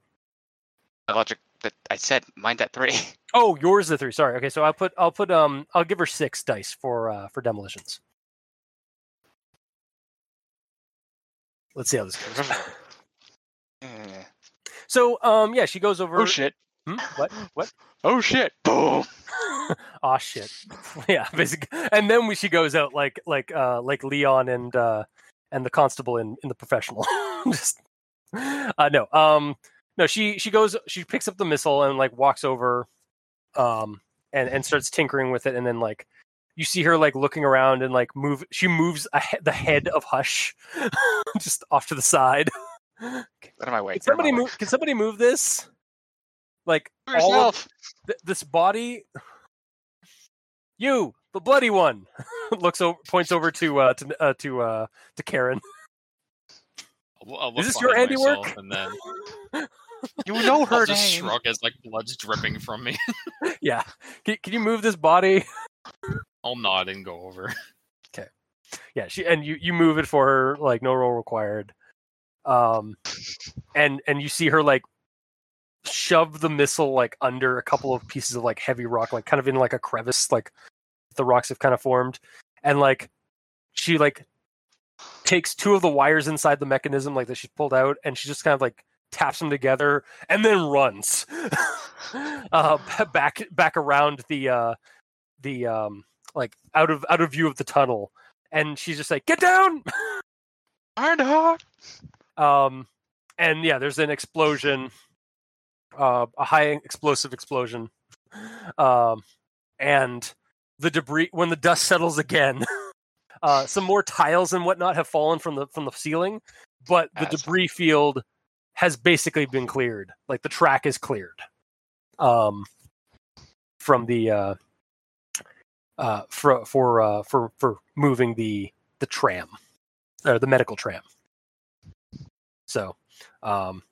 [SPEAKER 3] My logic that I said, mind that three.
[SPEAKER 2] Oh, yours the three. Sorry. Okay, so I'll put I'll put um I'll give her six dice for uh for demolitions. Let's see how this goes.
[SPEAKER 3] Eh.
[SPEAKER 2] So um yeah, she goes over.
[SPEAKER 3] oh shit!
[SPEAKER 2] Hmm? What what?
[SPEAKER 3] Oh shit! Boom!
[SPEAKER 2] oh shit yeah basically and then when she goes out like like uh like leon and uh and the constable in in the professional just uh no um no she she goes she picks up the missile and like walks over um and and starts tinkering with it and then like you see her like looking around and like move she moves a he- the head of hush just off to the side
[SPEAKER 3] Out of my way.
[SPEAKER 2] can
[SPEAKER 3] Out of my
[SPEAKER 2] somebody
[SPEAKER 3] way.
[SPEAKER 2] move can somebody move this like
[SPEAKER 3] Move
[SPEAKER 2] all of,
[SPEAKER 3] yourself.
[SPEAKER 2] th- this body you the bloody one looks over points over to uh to uh, to uh to karen
[SPEAKER 5] I'll, I'll look
[SPEAKER 2] Is this your
[SPEAKER 5] behind
[SPEAKER 2] handiwork?
[SPEAKER 5] myself And then
[SPEAKER 3] You know her
[SPEAKER 5] I'll just
[SPEAKER 3] name.
[SPEAKER 5] shrug as like blood's dripping from me.
[SPEAKER 2] yeah can, can you move this body
[SPEAKER 5] I'll nod and go over.
[SPEAKER 2] yeah she and you you move it for her like no roll required um and and you see her like shove the missile like under a couple of pieces of like heavy rock like kind of in like a crevice like the rocks have kind of formed and like she like takes two of the wires inside the mechanism like that she's pulled out and she just kind of like taps them together and then runs uh b- back back around the uh the um like out of out of view of the tunnel and she's just like get down
[SPEAKER 3] Ironheart.
[SPEAKER 2] um and yeah there's an explosion uh a high explosive explosion um and the debris when the dust settles again uh some more tiles and whatnot have fallen from the from the ceiling but the
[SPEAKER 3] That's-
[SPEAKER 2] debris field has basically been cleared like the track is cleared um from the uh uh for for uh for for moving the the tram or the medical tram so, um,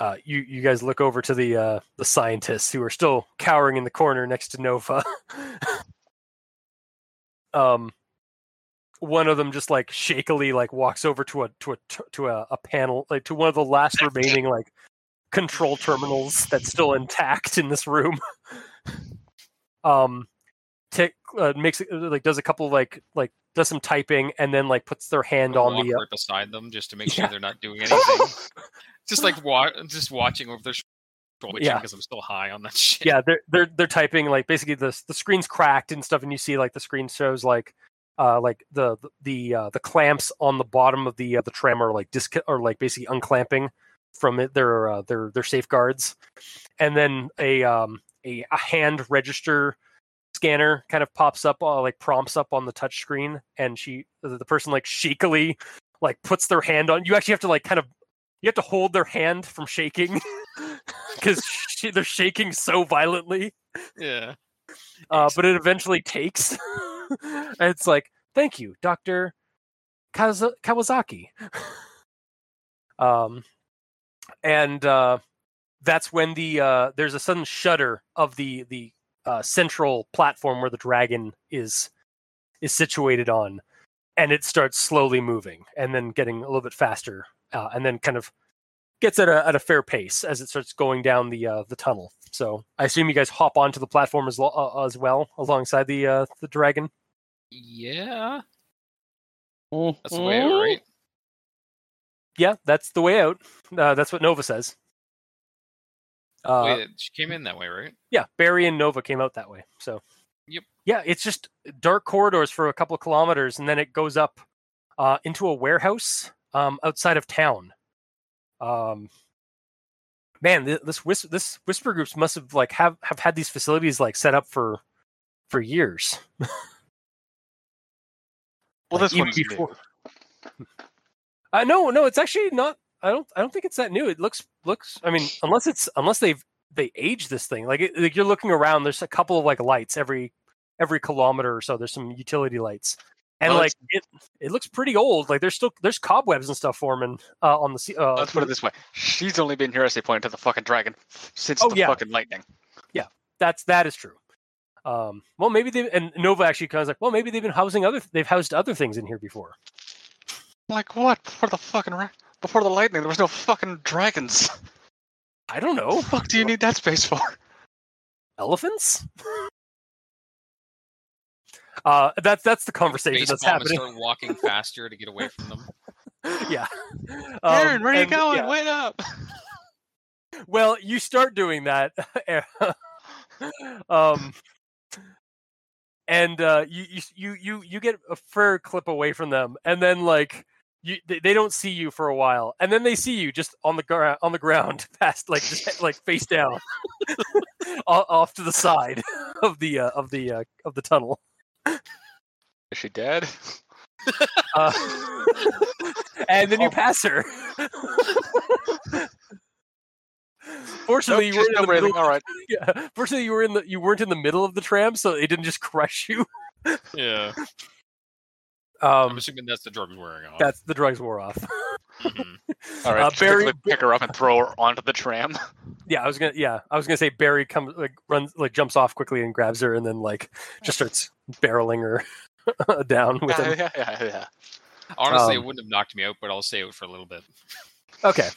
[SPEAKER 2] uh, you you guys look over to the uh, the scientists who are still cowering in the corner next to Nova. um, one of them just like shakily like walks over to a to a to a, a panel like to one of the last remaining like control terminals that's still intact in this room. um, tick uh, makes it like does a couple like like does some typing and then like puts their hand
[SPEAKER 5] I'll
[SPEAKER 2] on
[SPEAKER 5] walk
[SPEAKER 2] the uh,
[SPEAKER 5] right beside them just to make sure
[SPEAKER 2] Yeah.
[SPEAKER 5] they're not doing anything. just like wa- just watching over their shoulder
[SPEAKER 2] Yeah.
[SPEAKER 5] because I'm still high on that shit.
[SPEAKER 2] yeah they're they're they're typing like basically the the screen's cracked and stuff and you see like the screen shows like uh like the the uh, the clamps on the bottom of the uh, the tram are like disc or like basically unclamping from it their uh, their their safeguards and then a um a, a hand register scanner kind of pops up uh, like prompts up on the touch screen and she the the person like shakily like puts their hand on you actually have to like kind of you have to hold their hand from shaking because they're shaking so violently.
[SPEAKER 5] Yeah.
[SPEAKER 2] Uh, but it eventually takes. and it's like, thank you, Doctor Kaza- Kawasaki. um, and uh, that's when the uh, there's a sudden shudder of the the uh, central platform where the dragon is is situated on, and it starts slowly moving and then getting a little bit faster, uh, and then kind of gets at a at a fair pace as it starts going down the uh, the tunnel. So I assume you guys hop onto the platform as lo- uh, as well alongside the uh, the dragon.
[SPEAKER 5] Yeah. That's the
[SPEAKER 8] Mm-hmm.
[SPEAKER 5] way, out, right?
[SPEAKER 2] Yeah, that's the way out. Uh, that's what Nova says. Uh,
[SPEAKER 5] Wait, she came in that way, right?
[SPEAKER 2] Yeah, Barry and Nova came out that way. So,
[SPEAKER 5] Yep.
[SPEAKER 2] Yeah, it's just dark corridors for a couple of kilometers, and then it goes up uh, into a warehouse um, outside of town. Um, man, th- this whis- this whisper groups must have like have have had these facilities like set up for for years.
[SPEAKER 3] Well,
[SPEAKER 2] Like,
[SPEAKER 3] this
[SPEAKER 2] even
[SPEAKER 3] one's
[SPEAKER 2] before- Uh, no, no, it's actually not. I don't. I don't think it's that new. It looks looks. I mean, unless it's unless they've they age this thing. Like, it, like you're looking around. There's a couple of like lights every every kilometer or so. There's some utility lights, and
[SPEAKER 3] Well,
[SPEAKER 2] like
[SPEAKER 3] let's-
[SPEAKER 2] it it looks pretty old. Like there's still there's cobwebs and stuff forming uh, on the sea. Uh,
[SPEAKER 3] Let's put it this way: she's only been here, as they pointed to the fucking dragon, since
[SPEAKER 2] Oh,
[SPEAKER 3] the
[SPEAKER 2] yeah.
[SPEAKER 3] fucking lightning.
[SPEAKER 2] that's that is true. Um, well, maybe they and Nova actually kind of like, well, maybe they've been housing other they've housed other things in here before.
[SPEAKER 3] Like what? Before the fucking ra- before the lightning, there was no fucking dragons.
[SPEAKER 2] I don't know,
[SPEAKER 3] What the fuck do you need that space for?
[SPEAKER 2] elephants. uh, that's that's the conversation that's
[SPEAKER 5] Baseball and
[SPEAKER 2] happening.
[SPEAKER 5] start walking faster to get away from them.
[SPEAKER 2] yeah.
[SPEAKER 3] Aaron,
[SPEAKER 2] Um,
[SPEAKER 3] where are you
[SPEAKER 2] and,
[SPEAKER 3] going?
[SPEAKER 2] yeah,
[SPEAKER 3] Wait up!
[SPEAKER 2] Well, you start doing that. um and uh you you- you you you get a fair clip away from them and then like you they, they don't see you for a while and then they see you just on the ground on the ground past like just like face down o- off to the side of the uh, of the uh, of the tunnel
[SPEAKER 3] Is she dead?
[SPEAKER 2] uh, and then you
[SPEAKER 3] Oh.
[SPEAKER 2] pass her fortunately
[SPEAKER 3] Nope,
[SPEAKER 2] you were
[SPEAKER 3] she's
[SPEAKER 2] in
[SPEAKER 3] still
[SPEAKER 2] the middle
[SPEAKER 3] breathing. All right.
[SPEAKER 2] yeah. Fortunately, you were in the you weren't in the middle of the tram, so it didn't just crush you.
[SPEAKER 5] Yeah. I'm
[SPEAKER 2] Um,
[SPEAKER 5] assuming that's the drugs wearing off.
[SPEAKER 2] that's the drugs wore off.
[SPEAKER 5] Mhm.
[SPEAKER 3] All right.
[SPEAKER 2] Uh, Barry-
[SPEAKER 3] Barry, pick her up and throw her onto the tram.
[SPEAKER 2] Yeah, I was gonna. Yeah, I was gonna say Barry comes like runs like jumps off quickly and grabs her, and then like just starts barreling her down with
[SPEAKER 3] yeah,
[SPEAKER 2] him.
[SPEAKER 3] yeah, yeah, yeah.
[SPEAKER 5] Honestly,
[SPEAKER 2] um,
[SPEAKER 5] it wouldn't have knocked me out, but I'll stay out for a little bit.
[SPEAKER 2] Okay.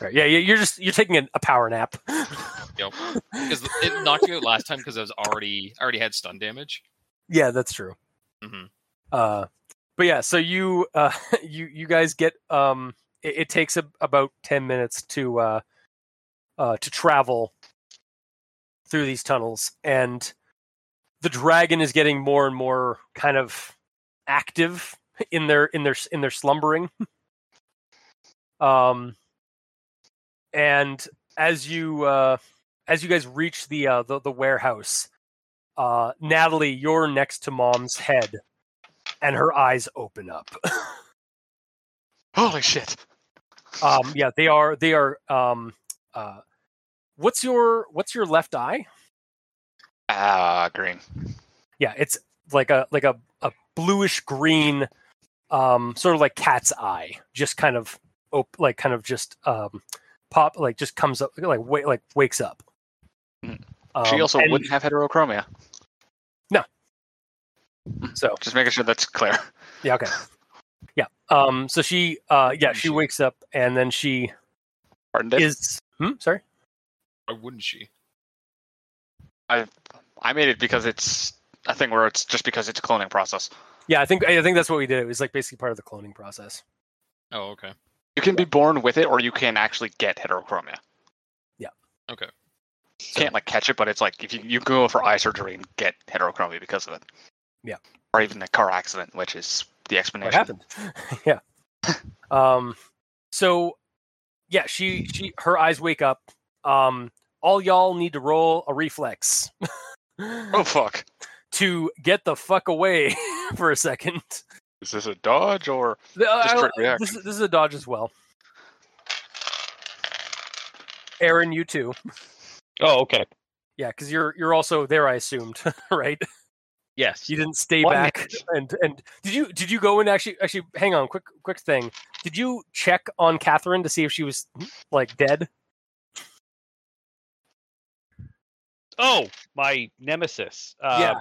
[SPEAKER 2] Right, yeah, you- you're just you're taking a, a power nap.
[SPEAKER 5] Yep. Because it knocked me out last time because I was already I already had stun damage.
[SPEAKER 2] Yeah, that's true.
[SPEAKER 5] Mhm.
[SPEAKER 2] Uh, but yeah, so you uh, you you guys get um, it, it takes a, about ten minutes to uh, uh, to travel through these tunnels, and the dragon is getting more and more kind of active in their in their in their slumbering. um, and as you uh, as you guys reach the uh, the, the warehouse, uh, Natalie, you're next to mom's head, and her eyes open up.
[SPEAKER 3] Holy shit!
[SPEAKER 2] Um, yeah, they are. They are. Um, uh, what's your What's your left eye?
[SPEAKER 3] Ah, green.
[SPEAKER 2] Yeah, it's like a like a, a bluish green, um, sort of like cat's eye, just kind of op- like kind of just um, pop like just comes up like wait like wakes up.
[SPEAKER 3] Mm.
[SPEAKER 2] Um,
[SPEAKER 3] she also
[SPEAKER 2] and-
[SPEAKER 3] wouldn't have heterochromia.
[SPEAKER 2] so
[SPEAKER 3] Just making sure that's clear.
[SPEAKER 2] Yeah, okay. Yeah. Um so she uh yeah, she wakes up and then she
[SPEAKER 3] Pardon it.
[SPEAKER 2] is hmm, sorry.
[SPEAKER 5] Why wouldn't she?
[SPEAKER 3] I made it because it's a thing where it's just because it's a cloning process.
[SPEAKER 2] Yeah, I think I think that's what we did. It was like basically part of the cloning process.
[SPEAKER 5] Oh, okay.
[SPEAKER 3] You can be born with it, or you can actually get heterochromia.
[SPEAKER 2] Yeah.
[SPEAKER 5] Okay.
[SPEAKER 3] You can't like catch it, but it's like if you you can go for eye surgery and get heterochromia because of it.
[SPEAKER 2] Yeah.
[SPEAKER 3] Or even a car accident, which is the explanation.
[SPEAKER 2] What happened? yeah. Um so yeah, she she her eyes wake up. Um all y'all need to roll a reflex
[SPEAKER 3] Oh fuck!
[SPEAKER 2] to get the fuck away for a second.
[SPEAKER 3] Is this a dodge or
[SPEAKER 2] Uh,
[SPEAKER 3] Just
[SPEAKER 2] I-
[SPEAKER 3] quick reaction.
[SPEAKER 2] this, is- this is a dodge as well. Aaron, you too.
[SPEAKER 8] Oh, okay.
[SPEAKER 2] Yeah, because you're you're also there. I assumed, right?
[SPEAKER 8] Yes.
[SPEAKER 2] You didn't stay
[SPEAKER 8] One
[SPEAKER 2] back. And and did you did you go and actually actually hang on quick quick thing? Did you check on Catherine to see if she was hmm, like dead?
[SPEAKER 8] Oh, my nemesis. Uh,
[SPEAKER 2] Yeah.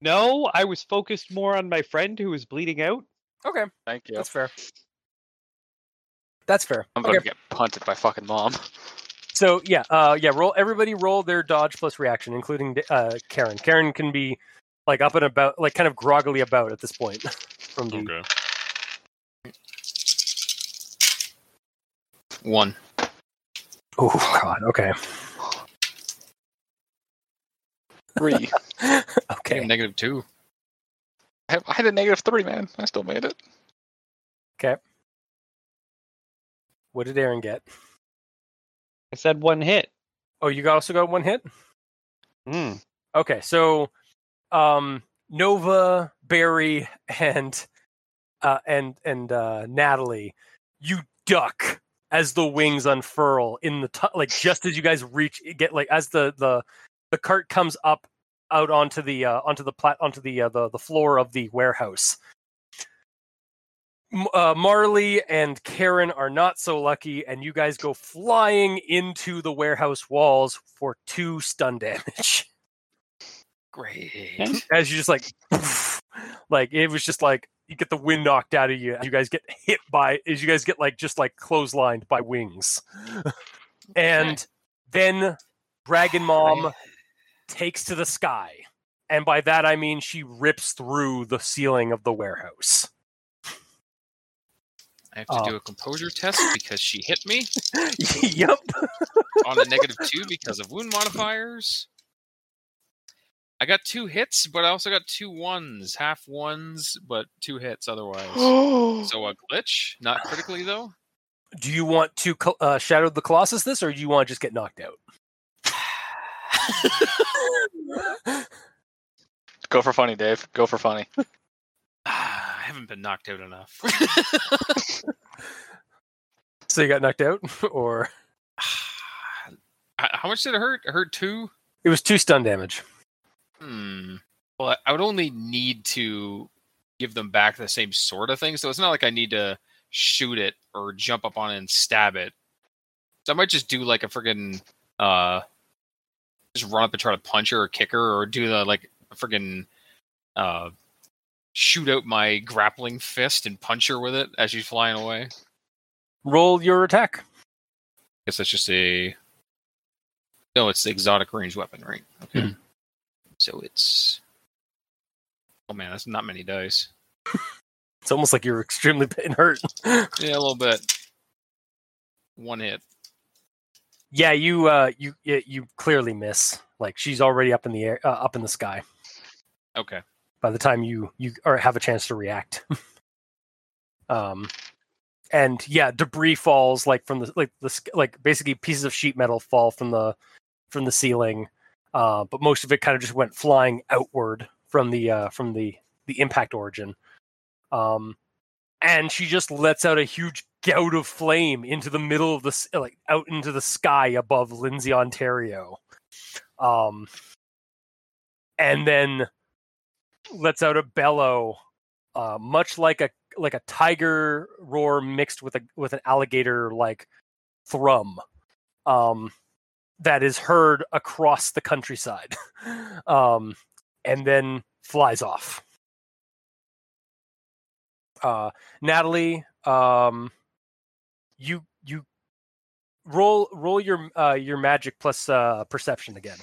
[SPEAKER 8] No, I was focused more on my friend who was bleeding out.
[SPEAKER 2] Okay,
[SPEAKER 3] thank you?
[SPEAKER 2] that's fair. That's fair.
[SPEAKER 3] I'm
[SPEAKER 2] Okay,
[SPEAKER 3] gonna get punted by fucking mom.
[SPEAKER 2] so yeah, uh, yeah. Roll everybody. Roll their dodge plus reaction, including uh, Karen. Karen can be like up and about, like kind of groggily about at this point. From the
[SPEAKER 5] Okay. One.
[SPEAKER 2] oh god, okay,
[SPEAKER 3] Three.
[SPEAKER 2] okay,
[SPEAKER 5] Negative two.
[SPEAKER 3] I I had a negative three, man. I still made it.
[SPEAKER 2] what did Aaron get?
[SPEAKER 8] I said one hit.
[SPEAKER 2] Oh, you also got one hit.
[SPEAKER 8] Mm.
[SPEAKER 2] Okay, so um Nova, Barry, and uh and and uh Natalie, you duck as the wings unfurl in the tu like just as you guys reach get like as the the the cart comes up out onto the uh onto the plat onto the uh, the the floor of the warehouse. M- Uh, Marley and Karen are not so lucky, and you guys go flying into the warehouse walls for two stun damage
[SPEAKER 5] Great.
[SPEAKER 2] as you just like like it was just like you get the wind knocked out of you you guys get hit by as you guys get like just like clotheslined by wings and then dragon mom takes to the sky and by that i mean she rips through the ceiling of the warehouse
[SPEAKER 5] I have to
[SPEAKER 2] Oh.
[SPEAKER 5] do a composure test because she hit me
[SPEAKER 2] yep
[SPEAKER 5] on a negative two because of wound modifiers. I got two hits, but I also got two ones, half ones, but two hits otherwise. so a glitch, not critically though.
[SPEAKER 2] do you want to col- uh, shadow the colossus this or do you want to just get knocked out
[SPEAKER 3] Go for funny, Dave. Go for funny.
[SPEAKER 5] Ah, I haven't been knocked out enough.
[SPEAKER 2] so you got knocked out or
[SPEAKER 5] Ah, How much did it hurt? It hurt two.
[SPEAKER 2] it was two stun damage
[SPEAKER 5] Hmm. Well, I- I would only need to give them back the same sort of thing, so it's not like I need to shoot it or jump up on it and stab it. So I might just do like a friggin' uh, just run up and try to punch her or kick her, or do the like a friggin' uh, shoot out my grappling fist and punch her with it as she's flying away.
[SPEAKER 2] roll your attack.
[SPEAKER 5] guess that's just a. No, it's the exotic range weapon, right? Okay. So it's. Oh man, that's not many dice.
[SPEAKER 2] It's almost like you're extremely been hurt.
[SPEAKER 5] Yeah, a little bit. One hit.
[SPEAKER 2] yeah, you uh you yeah, you clearly miss. Like she's already up in the air uh, up in the sky
[SPEAKER 5] Okay.
[SPEAKER 2] by the time you you or have a chance to react. um and yeah, debris falls like from the like the sk- like basically pieces of sheet metal fall from the from the ceiling. Uh but most of it kind of just went flying outward from the uh from the the impact origin. Um and she just lets out a huge gout of flame into the middle of the s- like out into the sky above Lindsay, Ontario. Um, and then lets out a bellow, uh, much like a like a tiger roar mixed with a with an alligator like thrum, um, that is heard across the countryside, um, and then flies off. Uh, Natalie, um, you you roll roll your uh, your magic plus uh, perception again.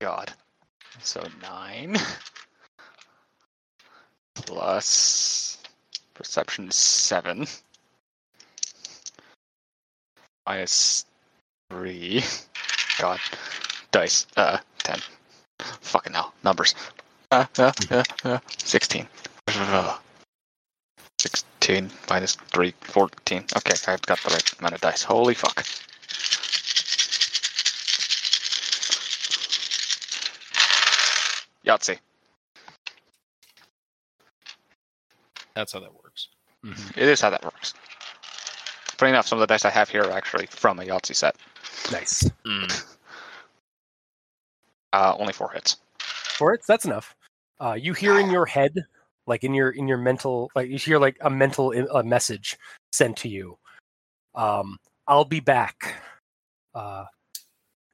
[SPEAKER 3] God. So nine plus perception seven minus three. God, dice. Uh, ten. Fucking hell, numbers. Uh, uh, uh, uh, Sixteen. Ugh. Sixteen minus three, fourteen. Okay, I've got the right amount of dice. Holy fuck. Yahtzee.
[SPEAKER 5] That's how that works.
[SPEAKER 3] It is how that works. Funny enough, some of the dice I have here are actually from a Yahtzee set.
[SPEAKER 2] Nice.
[SPEAKER 5] Hmm.
[SPEAKER 3] Uh, only four hits.
[SPEAKER 2] for it. so That's enough. Uh, you hear in your head, like in your in your mental, like you hear like a mental i- a message sent to you. Um, I'll be back. Uh,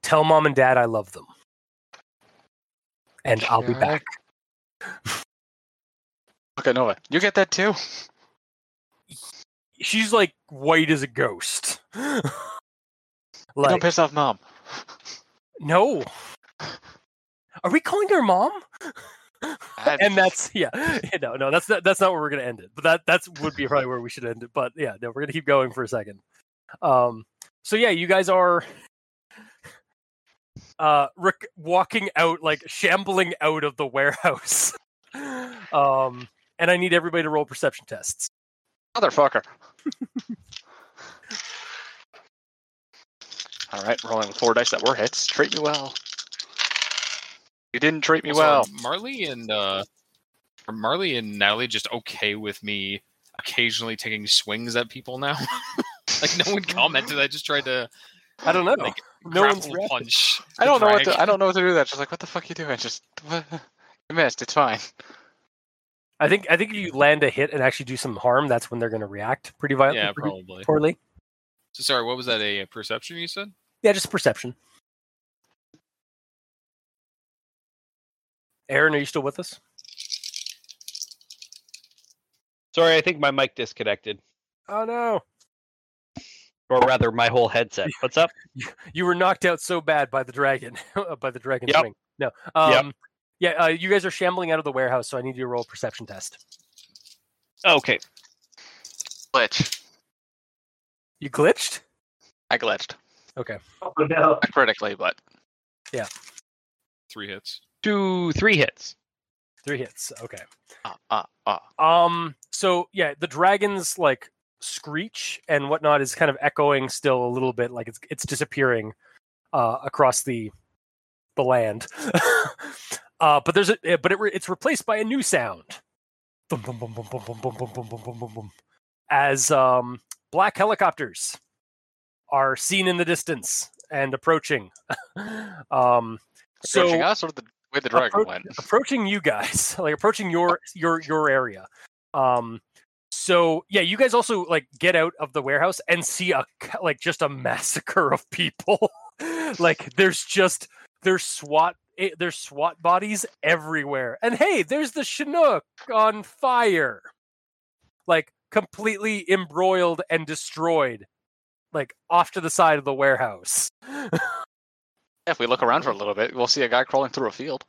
[SPEAKER 2] tell mom and dad I love them, and I'll be back.
[SPEAKER 3] Okay, Nova, you get that too.
[SPEAKER 2] she's like white as a ghost.
[SPEAKER 3] Don't
[SPEAKER 2] like
[SPEAKER 3] piss off mom.
[SPEAKER 2] no. Are we calling her mom?
[SPEAKER 3] I-
[SPEAKER 2] and that's yeah, Yeah, no, no, that's not, that's not where we're gonna end it. But that that's would be probably where we should end it. But yeah, no, we're gonna keep going for a second. Um, so yeah, you guys are uh Rick walking out like shambling out of the warehouse. um, and I need everybody to roll perception tests.
[SPEAKER 3] motherfucker. All right, rolling with four dice that were hits. Treat me well. You didn't treat me
[SPEAKER 5] Also,
[SPEAKER 3] well.
[SPEAKER 5] are Marley and uh, are Marley and Natalie just okay with me occasionally taking swings at people now? like no one commented. I just tried to
[SPEAKER 2] I don't know.
[SPEAKER 5] Like,
[SPEAKER 2] no one's
[SPEAKER 5] grapple
[SPEAKER 2] reacted.
[SPEAKER 5] punch.
[SPEAKER 3] I don't know what
[SPEAKER 5] drag.
[SPEAKER 3] to, I don't know what to do. That just like what the fuck you doing? Just what? you missed. It's fine.
[SPEAKER 2] I think I think if you land a hit and actually do some harm, that's when they're gonna react pretty violently.
[SPEAKER 5] Yeah,
[SPEAKER 2] pretty
[SPEAKER 5] probably.
[SPEAKER 2] poorly.
[SPEAKER 5] So sorry, what was that? A perception you said?
[SPEAKER 2] Yeah, just perception. Aaron, are you still with us?
[SPEAKER 6] Sorry, I think my mic disconnected,
[SPEAKER 2] Oh no.
[SPEAKER 6] or rather, my whole headset. What's up?
[SPEAKER 2] You were knocked out so bad by the dragon, uh, by the dragon
[SPEAKER 6] Yep.
[SPEAKER 2] swing. No.
[SPEAKER 6] Yep.
[SPEAKER 2] Um yeah, uh, you guys are shambling out of the warehouse, so I need you to roll a perception test.
[SPEAKER 6] Okay,
[SPEAKER 3] Glitch.
[SPEAKER 2] You glitched?
[SPEAKER 3] I glitched.
[SPEAKER 4] Oh, no.
[SPEAKER 3] Not critically, but
[SPEAKER 5] Three hits.
[SPEAKER 6] two, three hits.
[SPEAKER 2] Three hits. Okay.
[SPEAKER 3] uh, uh, uh.
[SPEAKER 2] Um so yeah, the dragon's like screech and whatnot is kind of echoing still a little bit like it's it's disappearing uh across the the land. uh but there's a eh, but it re- it's replaced by a new sound. Dum, dum, dum, dum, dum, dum, dum, dum, dum, dum, dum, dum, dum. As um black helicopters are seen in the distance and approaching. um so
[SPEAKER 3] Approaching us or the way the dragon
[SPEAKER 2] Appro-
[SPEAKER 3] went.
[SPEAKER 2] approaching you guys like approaching your your your area um so yeah you guys also like get out of the warehouse and see a ca- like just a massacre of people like there's just there's swat eh, there's swat bodies everywhere and hey there's the chinook on fire like completely embroiled and destroyed like off to the side of the warehouse
[SPEAKER 3] If we look around for a little bit, we'll see a guy crawling through a field.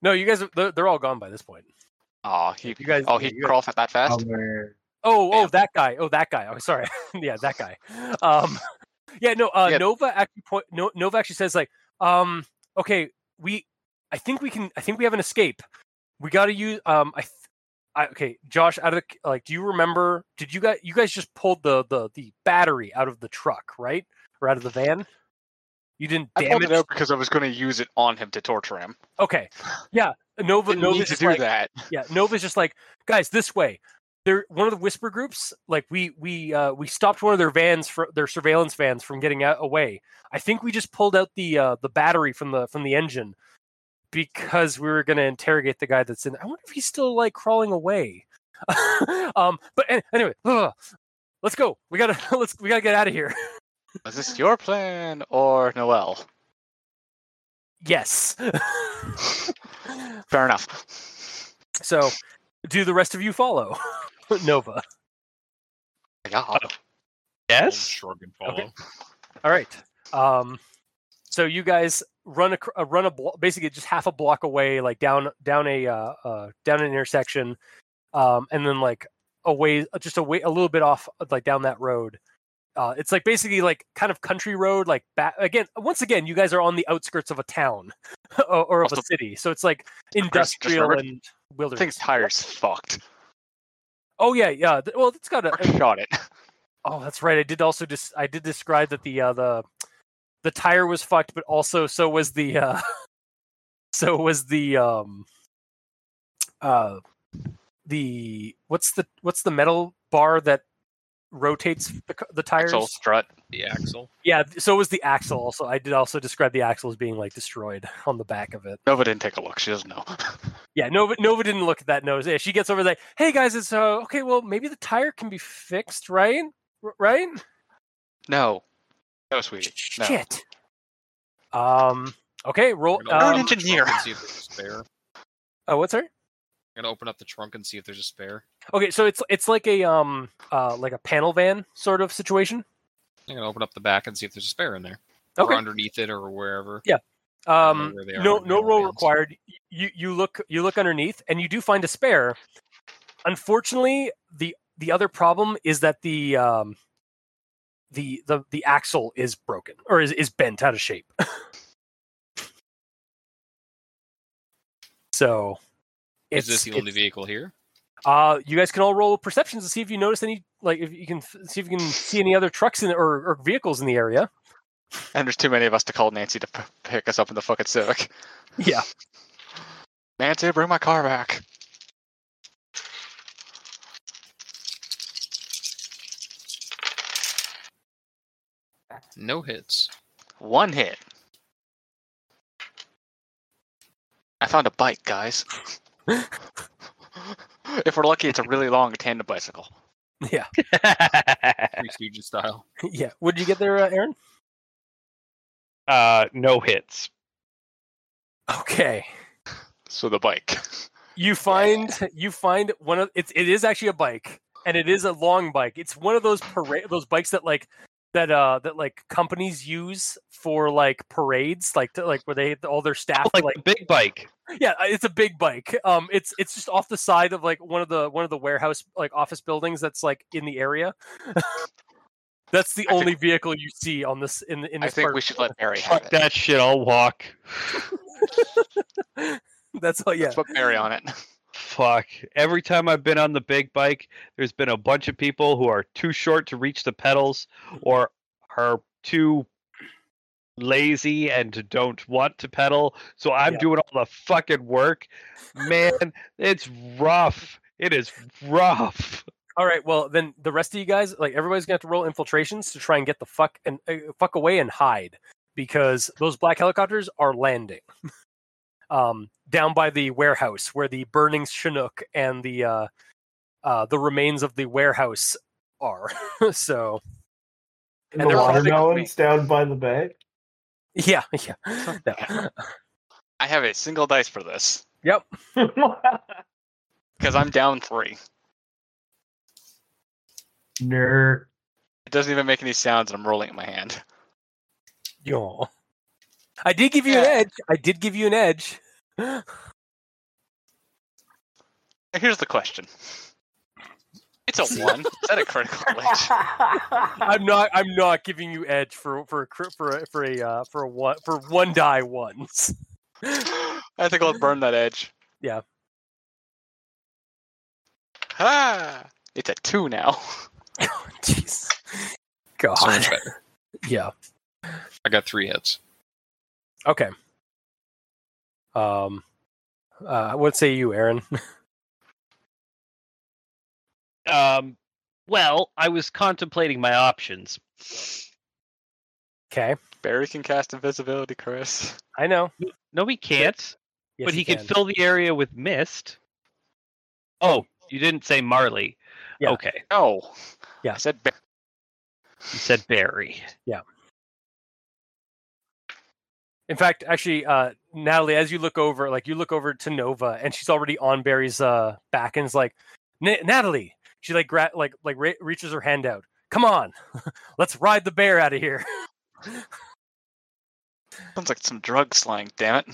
[SPEAKER 2] no you guys they're, they're all gone by this point
[SPEAKER 3] Oh, he
[SPEAKER 2] you guys
[SPEAKER 3] oh
[SPEAKER 2] yeah,
[SPEAKER 3] he
[SPEAKER 2] you
[SPEAKER 3] can crawl that fast.
[SPEAKER 7] Our-
[SPEAKER 2] Oh, oh,
[SPEAKER 3] Damn.
[SPEAKER 2] that guy. Oh, that guy. Oh, sorry. yeah, that guy. Um, yeah, no. Uh,
[SPEAKER 3] Yeah.
[SPEAKER 2] Nova actually point. No, Nova actually says like, um, okay, we. I think we can. I think we have an escape. We got to use. Um, I, th- I. Okay, Josh. Out of the, like, do you remember? Did you guys? You guys just pulled the the the battery out of the truck, right? Or out of the van? You didn't
[SPEAKER 3] I pulled
[SPEAKER 2] damage.
[SPEAKER 3] it out because I was going to use it on him to torture him.
[SPEAKER 2] Okay. Yeah. Nova.
[SPEAKER 3] Didn't
[SPEAKER 2] Nova's
[SPEAKER 3] need to
[SPEAKER 2] just
[SPEAKER 3] do
[SPEAKER 2] like,
[SPEAKER 3] that.
[SPEAKER 2] yeah nova's just like guys this way they're one of the whisper groups like we we uh we stopped one of their vans for their surveillance vans from getting out away i think we just pulled out the uh the battery from the from the engine because we were going to interrogate the guy that's in i wonder if he's still like crawling away um but an- anyway ugh. let's go we gotta let's we gotta get out of here
[SPEAKER 3] Is this your plan or Noel?
[SPEAKER 2] yes
[SPEAKER 3] Fair enough.
[SPEAKER 2] so do the rest of you follow nova
[SPEAKER 3] Yeah.
[SPEAKER 5] I'll
[SPEAKER 6] Yes.
[SPEAKER 5] Shrug and follow.
[SPEAKER 2] All right. Um, so you guys run a, a run a blo- basically just half a block away, like down down a uh, uh, down an intersection, um, and then like a ways uh, just a way a little bit off like down that road. Uh, it's like basically like kind of country road, like back again. Once again, you guys are on the outskirts of a town or, or of a
[SPEAKER 3] Also-
[SPEAKER 2] city, so it's like
[SPEAKER 3] Chris, just
[SPEAKER 2] industrial
[SPEAKER 3] remember-
[SPEAKER 2] and
[SPEAKER 3] I
[SPEAKER 2] wilderness.
[SPEAKER 3] think tire's fucked.
[SPEAKER 2] Oh yeah, yeah. Th- Well, it's got a,
[SPEAKER 3] Mark shot it.
[SPEAKER 2] Oh, that's right. I did also just I did describe that the uh, the the tire was fucked, but also so was the uh, so was the um uh the what's the what's the metal bar that rotates the, c- the tires?
[SPEAKER 3] Axel strut.
[SPEAKER 5] The axle.
[SPEAKER 2] Yeah, th- so was the axle. Also, I did also describe the axle as being like destroyed on the back of it.
[SPEAKER 3] Nova didn't take a look. She doesn't know.
[SPEAKER 2] Yeah, Nova Nova didn't look at that nose. Yeah, she gets over there. Hey guys, it's uh okay. Well, maybe the tire can be fixed, right? R- right?
[SPEAKER 3] no. No, sweetie. No.
[SPEAKER 2] Shit. Um. Okay. Roll.
[SPEAKER 5] We're gonna
[SPEAKER 2] Um,
[SPEAKER 3] You're an
[SPEAKER 5] look at the truck
[SPEAKER 3] engineer.
[SPEAKER 5] and see if it's spare.
[SPEAKER 2] oh, what's her?
[SPEAKER 5] I'm gonna open up the trunk and see if there's a spare.
[SPEAKER 2] Okay, so it's it's like a um uh like a panel van sort of situation.
[SPEAKER 5] I'm gonna open up the back and see if there's a spare in there,
[SPEAKER 2] Okay.
[SPEAKER 5] or underneath it, or wherever.
[SPEAKER 2] Yeah.
[SPEAKER 5] I don't know
[SPEAKER 2] Um,
[SPEAKER 5] where they are
[SPEAKER 2] no
[SPEAKER 5] in
[SPEAKER 2] no
[SPEAKER 5] panel
[SPEAKER 2] roll
[SPEAKER 5] vans.
[SPEAKER 2] required. You you look you look underneath and you do find a spare. Unfortunately, the the other problem is that the um the the the axle is broken or is, is bent out of shape. so
[SPEAKER 5] Is this
[SPEAKER 2] it's-
[SPEAKER 5] the only
[SPEAKER 2] it's-
[SPEAKER 5] vehicle here?
[SPEAKER 2] Uh, you guys can all roll perceptions to see if you notice any, like if you can f- see if you can see any other trucks in or, or vehicles in the area.
[SPEAKER 3] And there's too many of us to call Nancy to p- pick us up in the fucking Civic.
[SPEAKER 2] Yeah.
[SPEAKER 3] Nancy, bring my car back.
[SPEAKER 5] No hits.
[SPEAKER 3] One hit. I found a bike, guys. if we're lucky, it's a really long tandem bicycle.
[SPEAKER 2] Yeah.
[SPEAKER 5] Three Stooges style.
[SPEAKER 2] Yeah. What did you get there, uh, Aaron?
[SPEAKER 8] Uh, no hits.
[SPEAKER 2] Okay.
[SPEAKER 3] So the bike.
[SPEAKER 2] You find you find one of it's it is actually a bike and it is a long bike. It's one of those parade those bikes that like that uh that like companies use for like parades like to, like where they all their staff
[SPEAKER 8] Like,
[SPEAKER 2] like
[SPEAKER 8] the big bike.
[SPEAKER 2] yeah uh, it's a big bike um it's it's just off the side of like one of the one of the warehouse like office buildings that's like in the area that's the
[SPEAKER 3] I think-
[SPEAKER 2] only vehicle you see on this in the in
[SPEAKER 3] I
[SPEAKER 2] this
[SPEAKER 3] think
[SPEAKER 2] part.
[SPEAKER 3] we should let Mary have
[SPEAKER 8] Fuck
[SPEAKER 3] it.
[SPEAKER 8] that shit. I'll walk.
[SPEAKER 2] that's all yeah
[SPEAKER 3] Let's put Mary on it.
[SPEAKER 8] Fuck. Every time I've been on the big bike, there's been a bunch of people who are too short to reach the pedals or are too lazy and don't want to pedal. So I'm
[SPEAKER 2] Yeah.
[SPEAKER 8] doing all the fucking work. Man, it's rough. It is rough.
[SPEAKER 2] all right well then the rest of you guys like everybody's gonna have to roll infiltrations to try and get the fuck and uh, fuck away and hide because those black helicopters are landing um down by the warehouse where the burning chinook and the uh uh the remains of the warehouse are so
[SPEAKER 7] And
[SPEAKER 2] And
[SPEAKER 7] the
[SPEAKER 2] they're all
[SPEAKER 7] watermelons down by the bay.
[SPEAKER 2] Yeah, yeah. No.
[SPEAKER 3] I have a single dice for this because I'm down three.
[SPEAKER 7] Nerd.
[SPEAKER 3] It doesn't even make any sounds, and I'm rolling it in my hand.
[SPEAKER 2] Yo. I did give you an
[SPEAKER 3] Yeah.
[SPEAKER 2] edge. I did give you an edge.
[SPEAKER 3] Here's the question. It's a one. Is that a critical glitch?
[SPEAKER 2] I'm not. I'm not giving you edge for for a cri- for a, for a uh, for a one for one die ones.
[SPEAKER 3] I think I'll burn that edge.
[SPEAKER 2] Yeah.
[SPEAKER 3] Ah, it's a two now.
[SPEAKER 2] Jeez.
[SPEAKER 5] So
[SPEAKER 2] God.
[SPEAKER 5] much better.
[SPEAKER 2] Yeah.
[SPEAKER 5] I got three hits.
[SPEAKER 2] Okay. Um. Uh. What say you, Aaron?
[SPEAKER 8] Um, well, I was contemplating my options.
[SPEAKER 2] Okay.
[SPEAKER 3] Barry can cast invisibility, Chris.
[SPEAKER 2] I know.
[SPEAKER 8] No, he can't.
[SPEAKER 2] Yes,
[SPEAKER 8] but he can.
[SPEAKER 2] can.
[SPEAKER 8] fill the area with mist. Oh, you didn't say Marley.
[SPEAKER 2] Yeah.
[SPEAKER 8] Okay,
[SPEAKER 3] No.
[SPEAKER 2] Yeah.
[SPEAKER 3] I said Barry.
[SPEAKER 8] you said Barry.
[SPEAKER 2] In fact, actually, uh, Natalie, as you look over, like you look over to Nova, and she's already on Barry's uh, back, and is like, "Na- "Natalie," she like gra- like like re- reaches her hand out. Come on, let's ride the bear out of here.
[SPEAKER 3] Sounds like some drug slang, damn it.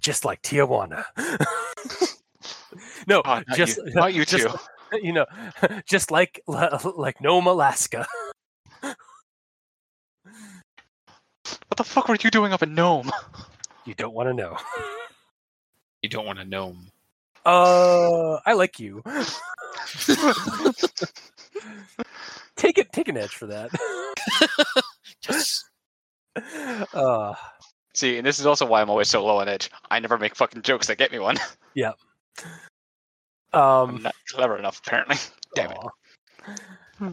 [SPEAKER 2] Just like Tijuana. no,
[SPEAKER 3] Oh, not
[SPEAKER 2] just
[SPEAKER 3] you, not you
[SPEAKER 2] just-
[SPEAKER 3] two.
[SPEAKER 2] you know, just like like Nome, Alaska.
[SPEAKER 3] What the fuck were you doing up in Nome?
[SPEAKER 2] You don't want to know.
[SPEAKER 5] You don't want a gnome.
[SPEAKER 2] Uh, I like you. take it, take an edge for that.
[SPEAKER 5] Yes.
[SPEAKER 2] Uh,
[SPEAKER 3] See, and this is also why I'm always so low on edge. I never make fucking jokes that get me one. I'm
[SPEAKER 2] um,
[SPEAKER 3] not clever enough, apparently. Damn it.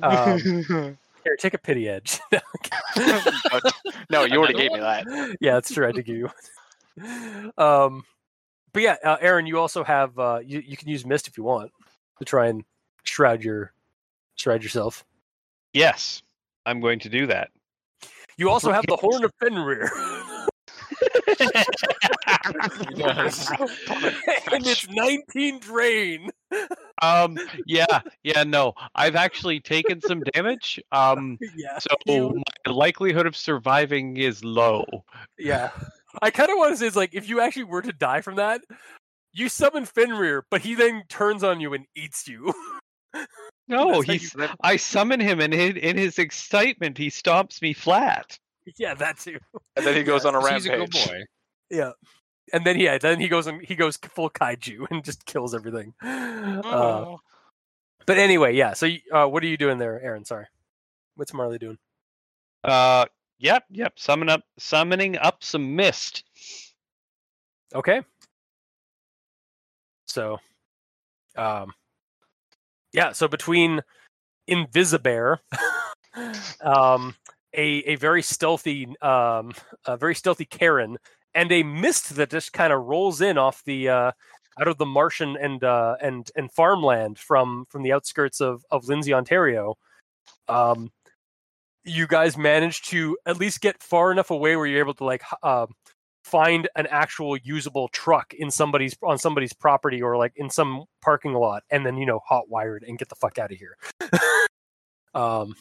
[SPEAKER 2] aw. Um, here, take a pity edge.
[SPEAKER 3] But- no, you already
[SPEAKER 5] Another
[SPEAKER 3] gave me that.
[SPEAKER 2] yeah, that's true. I did give you. one. Um, but yeah, uh, Aaron, you also have uh, you you can use mist if you want to try and shroud your shroud yourself.
[SPEAKER 8] Yes, I'm going to do that.
[SPEAKER 2] You also have the horn of Fenrir.
[SPEAKER 5] does.
[SPEAKER 2] and it's 19 drain.
[SPEAKER 8] Um, yeah, yeah, no. I've actually taken some damage. Um,
[SPEAKER 2] Yeah.
[SPEAKER 8] so
[SPEAKER 2] You-
[SPEAKER 8] my likelihood of surviving is low.
[SPEAKER 2] Yeah. I kind of want to say, it's like, if you actually were to die from that, you summon Fenrir, but he then turns on you and eats you.
[SPEAKER 8] No,
[SPEAKER 2] That's how
[SPEAKER 8] he's. I summon him, and in, in his excitement, he stomps me flat.
[SPEAKER 2] yeah, that too.
[SPEAKER 3] And then he goes on a
[SPEAKER 5] So he's a good
[SPEAKER 3] rampage.
[SPEAKER 5] boy.
[SPEAKER 2] Yeah. And then, yeah, then he goes and he goes full kaiju and just kills everything. Uh,
[SPEAKER 3] Oh.
[SPEAKER 2] but anyway, yeah. So, y- uh, what are you doing there, Aaron? Sorry. What's Marley doing?
[SPEAKER 8] Uh, yep, yep. Summon up, summoning up some mist.
[SPEAKER 2] Okay. So, um, yeah. So between Invisibear, um, a a very stealthy, um, a very stealthy Karen, and a mist that just kind of rolls in off the uh, out of the Martian and uh, and and farmland from from the outskirts of of Lindsay, Ontario. Um, you guys manage to at least get far enough away where you're able to like h- uh, find an actual usable truck in somebody's on somebody's property or like in some parking lot and then you know hot wired and get the fuck out of here um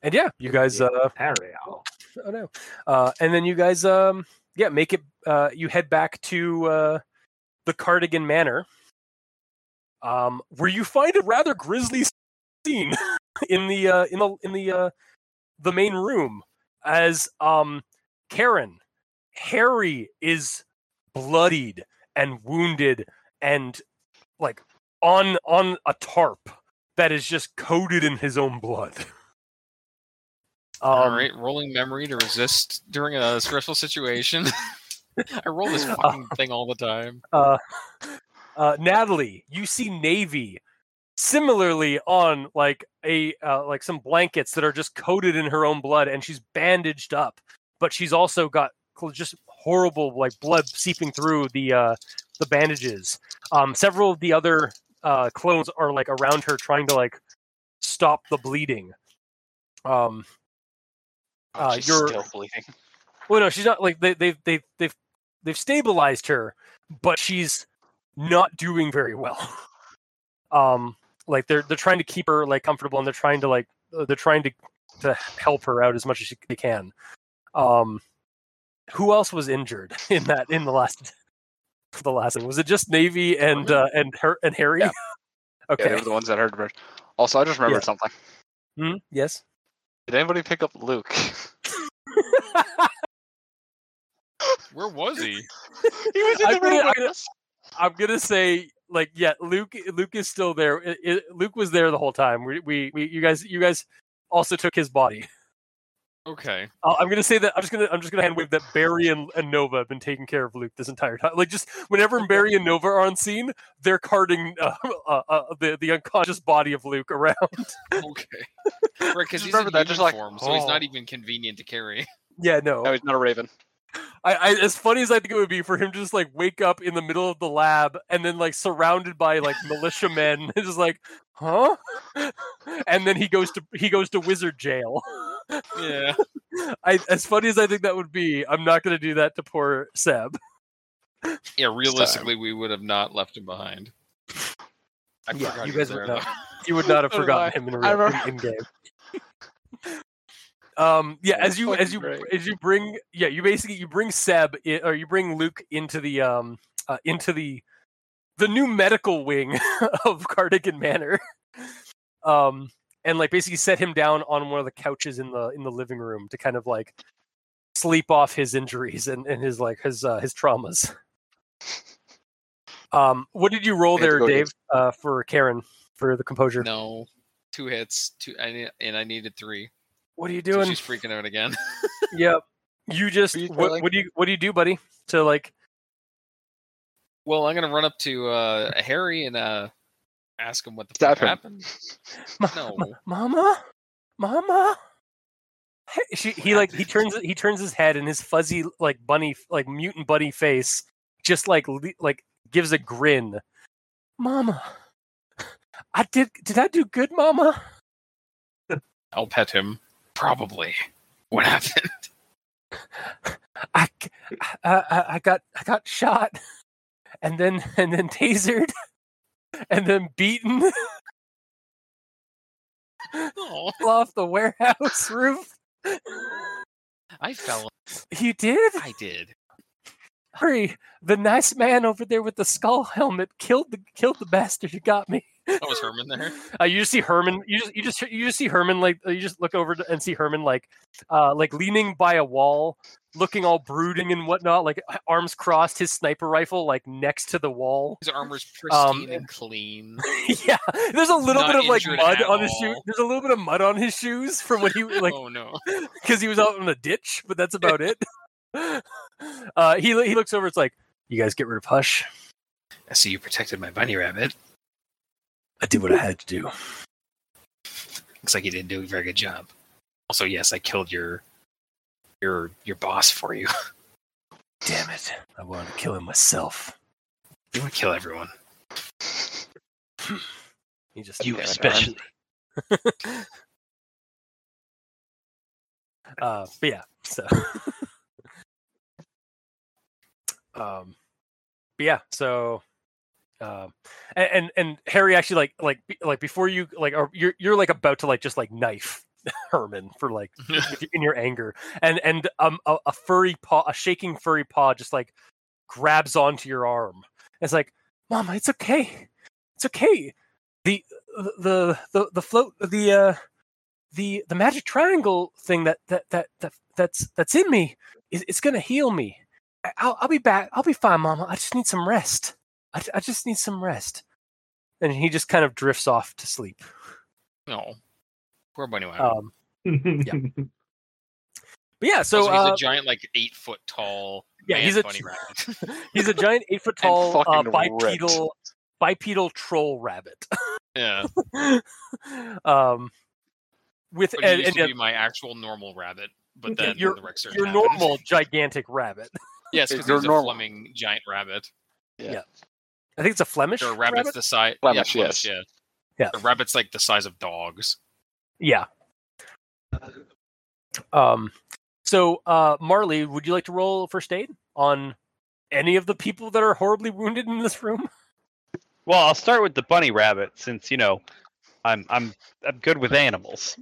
[SPEAKER 2] and yeah you guys uh oh no uh and then you guys um yeah make it uh you head back to uh the cardigan manor um where you find a rather grisly scene in the uh in the in the uh the main room as um karen Harry is bloodied and wounded and like on on a tarp that is just coated in his own blood.
[SPEAKER 5] All
[SPEAKER 2] Um,
[SPEAKER 5] right, rolling memory to resist during a stressful situation. I roll this
[SPEAKER 2] Uh,
[SPEAKER 5] fucking thing all the time.
[SPEAKER 2] uh, uh, Natalie, you see Navy similarly on like a uh, like some blankets that are just coated in her own blood, and she's bandaged up, but she's also got cl- just horrible like blood seeping through the uh, the bandages. Um, several of the other uh, clones are like around her, trying to like stop the bleeding. Um,
[SPEAKER 3] Oh,
[SPEAKER 2] Uh,
[SPEAKER 3] she's
[SPEAKER 2] you're-
[SPEAKER 3] still bleeding.
[SPEAKER 2] well, no, she's not like they, they've they've they've they've stabilized her, but she's not doing very well. Um, like they're they're trying to keep her like comfortable, and they're trying to like uh, they're trying to to help her out as much as she- they can. Um, who else was injured in that in the last for the last? Was it just Navy and uh, and her and Harry?
[SPEAKER 3] Yeah. Yeah,
[SPEAKER 2] okay.
[SPEAKER 3] they were the ones that heard. about it. Also, I just remembered something.
[SPEAKER 2] Hmm? Yes.
[SPEAKER 3] Did anybody pick up Luke?
[SPEAKER 5] Where was he?
[SPEAKER 3] he was in
[SPEAKER 2] I
[SPEAKER 3] the
[SPEAKER 2] really-
[SPEAKER 3] room
[SPEAKER 2] I
[SPEAKER 3] with us.
[SPEAKER 2] I'm gonna say like yeah, Luke Luke is still there. I I Luke was there the whole time. We, we we you guys you guys also took his body.
[SPEAKER 5] Okay.
[SPEAKER 2] Uh, I'm gonna say that I'm just gonna I'm just gonna hand wave that Barry and, and Nova have been taking care of Luke this entire time. Like just whenever Barry and Nova are on scene, they're carting uh, uh, uh, the the unconscious body of Luke around.
[SPEAKER 5] Okay. Right, because
[SPEAKER 3] Just
[SPEAKER 5] he's in
[SPEAKER 3] remember that, just like,
[SPEAKER 5] uniform, so he's not
[SPEAKER 3] oh.
[SPEAKER 5] even convenient to carry.
[SPEAKER 2] Yeah, no.
[SPEAKER 3] No, he's not a raven.
[SPEAKER 2] I, I as funny as I think it would be for him to just like wake up in the middle of the lab and then like surrounded by like militiamen and just like, huh? And then he goes to he goes to wizard jail.
[SPEAKER 5] Yeah.
[SPEAKER 2] I, as funny as I think that would be, I'm not gonna do that to poor Seb.
[SPEAKER 5] Yeah. Realistically, we would have not left him behind. I
[SPEAKER 2] Yeah,
[SPEAKER 5] forgot
[SPEAKER 2] you
[SPEAKER 5] he was
[SPEAKER 2] guys would
[SPEAKER 5] there,
[SPEAKER 2] not. You would not have
[SPEAKER 3] So did
[SPEAKER 2] forgotten him in
[SPEAKER 3] I
[SPEAKER 2] real
[SPEAKER 3] remember-
[SPEAKER 2] in, in game. Um, yeah,
[SPEAKER 3] That's
[SPEAKER 2] as you as
[SPEAKER 3] fucking
[SPEAKER 2] you
[SPEAKER 3] great.
[SPEAKER 2] as you bring yeah, you basically you bring Seb i- or you bring Luke into the um uh, into the the new medical wing of Cardigan Manor. Um and like basically set him down on one of the couches in the in the living room to kind of like sleep off his injuries and, and his like his uh, his traumas. Um what did you roll
[SPEAKER 3] I had to
[SPEAKER 2] there,
[SPEAKER 3] go
[SPEAKER 2] Dave,
[SPEAKER 3] against-
[SPEAKER 2] uh for Karen for the composure?
[SPEAKER 5] though. No. Two hits. Two. I need, and I needed three.
[SPEAKER 2] What are you
[SPEAKER 5] So
[SPEAKER 2] doing?
[SPEAKER 5] she's freaking out again.
[SPEAKER 2] Yep. You just
[SPEAKER 3] you
[SPEAKER 2] what,
[SPEAKER 3] telling?
[SPEAKER 2] what do you what do you do, buddy? To like
[SPEAKER 5] Well, I'm gonna run up to uh, Harry and uh, ask him what the
[SPEAKER 3] Stab
[SPEAKER 5] fuck
[SPEAKER 3] him.
[SPEAKER 5] happened. No.
[SPEAKER 2] mama, mama. Hey, She, he like he turns he turns his head and his fuzzy like bunny like mutant bunny face just like le- like gives a grin. Mama, I did did I do good, Mama?
[SPEAKER 5] I'll pet him. Probably. What happened?
[SPEAKER 2] I uh, I I got I got shot, and then and then tasered, and then beaten
[SPEAKER 5] Oh,
[SPEAKER 2] fell off the warehouse roof.
[SPEAKER 5] I fell.
[SPEAKER 2] You did?
[SPEAKER 5] I did.
[SPEAKER 2] Hurry! The nice man over there with the skull helmet killed the killed the bastard who got me.
[SPEAKER 5] That was Oh, Herman there.
[SPEAKER 2] Uh, you just see Herman. You just you just you just see Herman like uh, you just look over to- and see Herman like, uh, like leaning by a wall, looking all brooding and whatnot, like arms crossed, his sniper rifle like next to the wall.
[SPEAKER 5] His armor's
[SPEAKER 2] Um,
[SPEAKER 5] pristine and clean.
[SPEAKER 2] yeah, there's a little
[SPEAKER 5] Not
[SPEAKER 2] bit of like
[SPEAKER 5] injured
[SPEAKER 2] mud
[SPEAKER 5] at
[SPEAKER 2] on his shoe.
[SPEAKER 5] all.
[SPEAKER 2] There's a little bit of mud on his shoes from when he like
[SPEAKER 5] oh no.
[SPEAKER 2] because he was out in a ditch, but that's about it. uh, he he looks over. It's like you guys get rid of Hush.
[SPEAKER 5] I see you protected my bunny rabbit.
[SPEAKER 2] I did what I had to do.
[SPEAKER 5] Looks like you didn't do a very good job. Also, yes, I killed your your your boss for you.
[SPEAKER 2] Damn it! I wanted to kill him myself.
[SPEAKER 5] You want to kill everyone.
[SPEAKER 2] He just
[SPEAKER 6] You
[SPEAKER 2] Yeah.
[SPEAKER 6] especially.
[SPEAKER 2] uh but yeah so um but yeah so um and, and and harry actually like like be- like before you like are you're, you're like about to like just like knife herman for like with- in your anger and and um a, a furry paw a shaking furry paw just like grabs onto your arm it's like mama it's okay it's okay the the the the float the uh the the magic triangle thing that that that, that that's that's in me is it's gonna heal me I- I'll, I'll be back i'll be fine mama i just need some rest I, j- I just need some rest and he just kind of drifts off to sleep
[SPEAKER 5] No. Poor bunny rabbit.
[SPEAKER 2] um but yeah so
[SPEAKER 5] Also,
[SPEAKER 2] uh,
[SPEAKER 5] he's a giant, like eight foot tall.
[SPEAKER 2] yeah
[SPEAKER 5] man
[SPEAKER 2] he's a
[SPEAKER 5] bunny rabbit.
[SPEAKER 2] he's a giant eight foot tall uh,
[SPEAKER 3] fucking ripped.
[SPEAKER 2] bipedal bipedal troll rabbit
[SPEAKER 5] yeah,
[SPEAKER 2] um with
[SPEAKER 5] but he
[SPEAKER 2] and,
[SPEAKER 5] used
[SPEAKER 2] and
[SPEAKER 5] to
[SPEAKER 2] yeah,
[SPEAKER 5] be my actual normal rabbit. But then
[SPEAKER 2] You're-
[SPEAKER 5] the Rex
[SPEAKER 2] your
[SPEAKER 5] happened.
[SPEAKER 2] normal gigantic rabbit
[SPEAKER 5] yes, because
[SPEAKER 3] You're
[SPEAKER 5] he's
[SPEAKER 3] normal.
[SPEAKER 5] a Fleming giant rabbit.
[SPEAKER 2] i think it's a flemish
[SPEAKER 5] There are rabbits
[SPEAKER 2] rabbit?
[SPEAKER 5] the size.
[SPEAKER 3] Flemish,
[SPEAKER 5] yeah,
[SPEAKER 3] yes.
[SPEAKER 5] Flemish, yeah.
[SPEAKER 2] Yeah.
[SPEAKER 5] The rabbits like the size of dogs.
[SPEAKER 2] Yeah. Um. So, uh, Marley, would you like to roll first aid on any of the people that are horribly wounded in this room?
[SPEAKER 8] Well, I'll start with the bunny rabbit since you know I'm I'm I'm good with animals.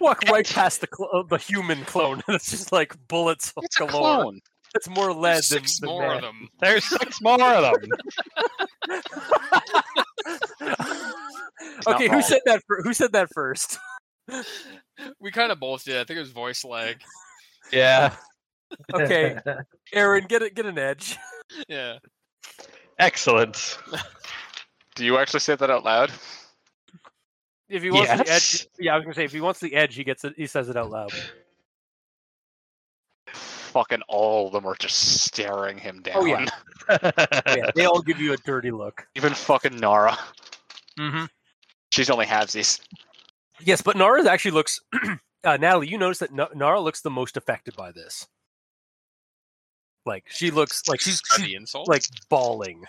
[SPEAKER 2] Walk right past the cl- uh, the human clone. It's just like bullets
[SPEAKER 3] It's a
[SPEAKER 2] galore.
[SPEAKER 3] clone.
[SPEAKER 2] It's more lead than,
[SPEAKER 5] Six
[SPEAKER 2] than
[SPEAKER 5] more
[SPEAKER 2] man.
[SPEAKER 5] of them.
[SPEAKER 8] There's six more of them.
[SPEAKER 2] okay,
[SPEAKER 3] not
[SPEAKER 2] who
[SPEAKER 3] wrong.
[SPEAKER 2] said that? Fir- who said that first?
[SPEAKER 5] We kind of both did. I think it was voice lag.
[SPEAKER 8] Yeah.
[SPEAKER 2] Okay, Aaron, get it, get an edge.
[SPEAKER 5] Yeah.
[SPEAKER 8] Excellent.
[SPEAKER 3] Do you actually say that out loud?
[SPEAKER 2] If he wants the edge,
[SPEAKER 8] Yes.
[SPEAKER 2] yeah, I was gonna say if he wants the edge, he gets it. He says it out loud.
[SPEAKER 3] Fucking all of them are just staring him down.
[SPEAKER 2] Oh, yeah. Yeah, they all give you a dirty look.
[SPEAKER 3] Even fucking Nara.
[SPEAKER 2] Mm-hmm.
[SPEAKER 3] She's only halvesies.
[SPEAKER 2] Yes, but Nara actually looks. uh, Natalie, you notice that Na- Nara looks the most affected by this. Like she looks like she's,
[SPEAKER 5] Uh,
[SPEAKER 2] she's
[SPEAKER 5] the insult.
[SPEAKER 2] like bawling,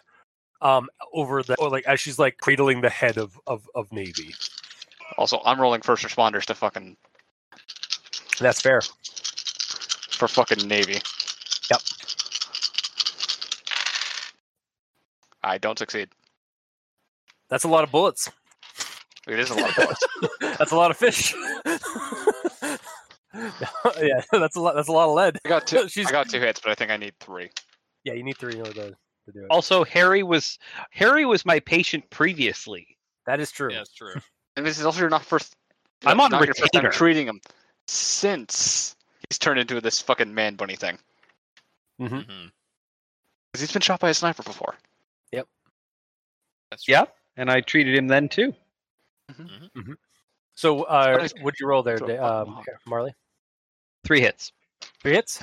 [SPEAKER 2] um, over the or like as she's like cradling the head of of of Navy.
[SPEAKER 3] Also, I'm rolling first responders to fucking
[SPEAKER 2] That's fair.
[SPEAKER 3] for fucking Navy.
[SPEAKER 2] Yep.
[SPEAKER 3] I don't succeed.
[SPEAKER 2] That's a lot of bullets.
[SPEAKER 3] It is a lot of bullets.
[SPEAKER 2] That's a lot of fish. yeah, that's a lot. That's a lot of lead.
[SPEAKER 3] I got two.
[SPEAKER 2] She's-
[SPEAKER 3] I got two hits, but I think I need three.
[SPEAKER 2] Yeah, you need three in order to, to do it.
[SPEAKER 8] also, Harry was Harry was my patient previously.
[SPEAKER 2] That is true.
[SPEAKER 5] yeah, it's true.
[SPEAKER 3] And this is also your not first.
[SPEAKER 8] I'm on
[SPEAKER 3] not your first time
[SPEAKER 8] retainer.
[SPEAKER 3] treating him since he's turned into this fucking man bunny thing.
[SPEAKER 2] Mm-hmm.
[SPEAKER 5] hmm
[SPEAKER 3] Because he's been shot by a sniper before. Oh,
[SPEAKER 5] That's true.
[SPEAKER 8] Yeah, and I treated him then too.
[SPEAKER 2] So, uh,
[SPEAKER 3] Nice.
[SPEAKER 2] would you roll there,
[SPEAKER 3] That's a
[SPEAKER 2] Da-
[SPEAKER 3] fucking
[SPEAKER 2] um,
[SPEAKER 3] lot.
[SPEAKER 2] Marley?
[SPEAKER 8] Three hits.
[SPEAKER 2] Three hits.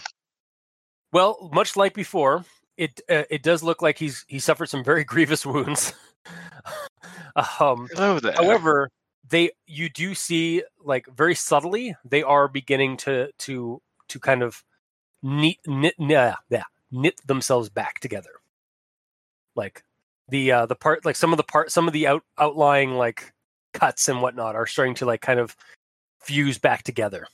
[SPEAKER 2] Well, much like before, it uh, it does look like he's he suffered some very grievous wounds. um,
[SPEAKER 3] Hello there.
[SPEAKER 2] however, they you do see like very subtly they are beginning to to to kind of knit knit yeah, yeah, knit themselves back together. Like the uh the part like some of the part some of the out outlying like cuts and whatnot are starting to like kind of fuse back together.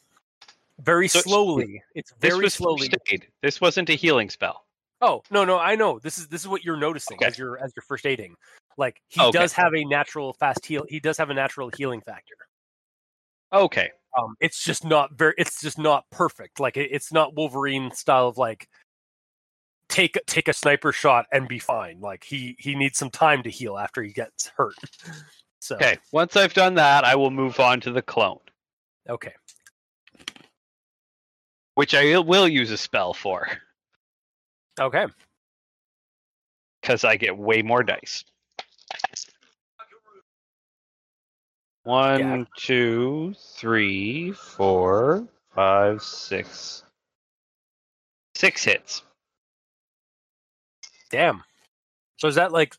[SPEAKER 2] very
[SPEAKER 8] So it's-
[SPEAKER 2] slowly. It's
[SPEAKER 8] this
[SPEAKER 2] very
[SPEAKER 8] was
[SPEAKER 2] slowly.
[SPEAKER 8] first aid. This wasn't a healing spell.
[SPEAKER 2] Oh no, no, I know. This is this is what you're noticing
[SPEAKER 8] Okay. Oh,
[SPEAKER 2] as you're as you're first aiding. Like he
[SPEAKER 8] Okay.
[SPEAKER 2] does have a natural fast heal. He does have a natural healing factor.
[SPEAKER 8] Okay.
[SPEAKER 2] Um, it's just not very. It's just not perfect. Like it, it's not Wolverine style of like take take a sniper shot and be fine. Like he he needs some time to heal after he gets hurt. So
[SPEAKER 8] Okay. Once I've done that, I will move on to the clone,
[SPEAKER 2] okay.
[SPEAKER 8] which I will use a spell for
[SPEAKER 2] Okay.
[SPEAKER 8] because I get way more dice.
[SPEAKER 2] Yeah.
[SPEAKER 8] One, two, three, four, five, six, six hits.
[SPEAKER 2] Damn. So is that like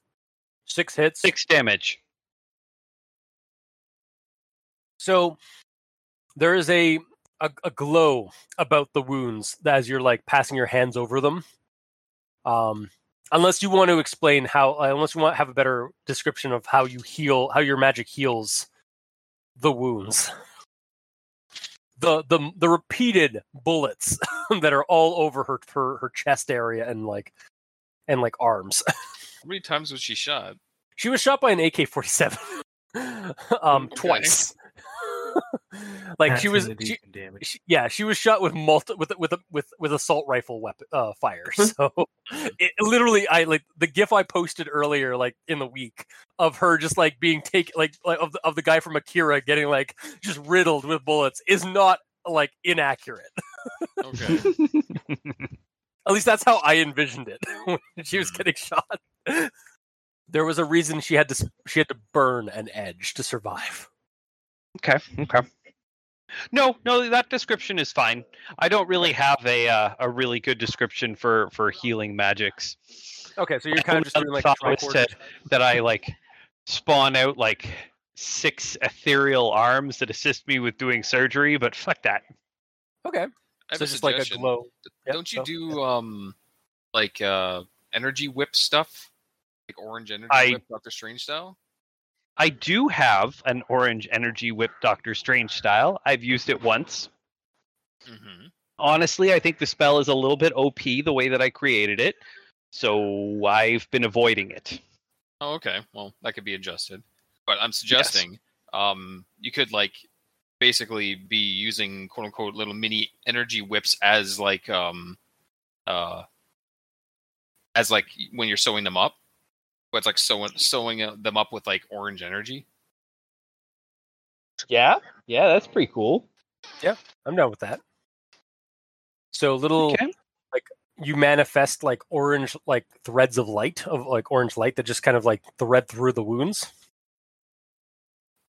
[SPEAKER 2] six hits?
[SPEAKER 8] Six damage.
[SPEAKER 2] So there is a, a a glow about the wounds as you're like passing your hands over them. Um, unless you want to explain how, uh, unless you want to have a better description of how you heal, how your magic heals the wounds. The, the the repeated bullets that are all over her, her her chest area and like and like arms.
[SPEAKER 5] How many times was she shot?
[SPEAKER 2] She was shot by an AK forty seven, um,
[SPEAKER 5] Okay.
[SPEAKER 2] twice. like
[SPEAKER 7] That's
[SPEAKER 2] she was,
[SPEAKER 7] gonna do
[SPEAKER 2] she,
[SPEAKER 7] some damage.
[SPEAKER 2] she, yeah, she was shot with multi with with with with assault rifle weapon uh, fire. So it, literally, I like the GIF I posted earlier, like in the week of her just like being taken, like, like of the, of the guy from Akira getting like just riddled with bullets is not like inaccurate.
[SPEAKER 5] Okay.
[SPEAKER 2] At least that's how I envisioned it when she was getting shot. There was a reason she had to s- she had to burn an edge to survive.
[SPEAKER 8] Okay. Okay. No, no, that description is fine. I don't really have a uh, a really good description for for healing magics.
[SPEAKER 2] Okay, so
[SPEAKER 8] My
[SPEAKER 2] you're kind
[SPEAKER 8] only
[SPEAKER 2] of just doing
[SPEAKER 8] other
[SPEAKER 2] like
[SPEAKER 8] thought
[SPEAKER 2] a
[SPEAKER 8] was
[SPEAKER 2] tricord.
[SPEAKER 8] to- that I like spawn out like six ethereal arms that assist me with doing surgery, but fuck that.
[SPEAKER 2] Okay,
[SPEAKER 5] I have
[SPEAKER 2] so
[SPEAKER 5] a
[SPEAKER 2] just like a
[SPEAKER 5] suggestion.
[SPEAKER 2] glow. Yep,
[SPEAKER 5] Don't
[SPEAKER 2] so-
[SPEAKER 5] you do um like uh energy whip stuff? Like orange energy
[SPEAKER 8] I-
[SPEAKER 5] whip, Doctor Strange style?
[SPEAKER 8] I do have an orange energy whip Doctor Strange style. I've used it once.
[SPEAKER 5] Mm-hmm.
[SPEAKER 8] Honestly, I think the spell is a little bit OP the way that I created it. So I've been avoiding it.
[SPEAKER 5] Oh, okay. Well, that could be adjusted. But I'm suggesting um you could like basically be using quote unquote little mini energy whips as like um uh as like when you're sewing them up. But it's like sewing sewing uh, them up with like orange energy.
[SPEAKER 8] Yeah? Yeah, that's pretty cool.
[SPEAKER 2] I'm done with that. So little
[SPEAKER 8] Okay.
[SPEAKER 2] you manifest like orange like threads of light of like orange light that just kind of like thread through the wounds.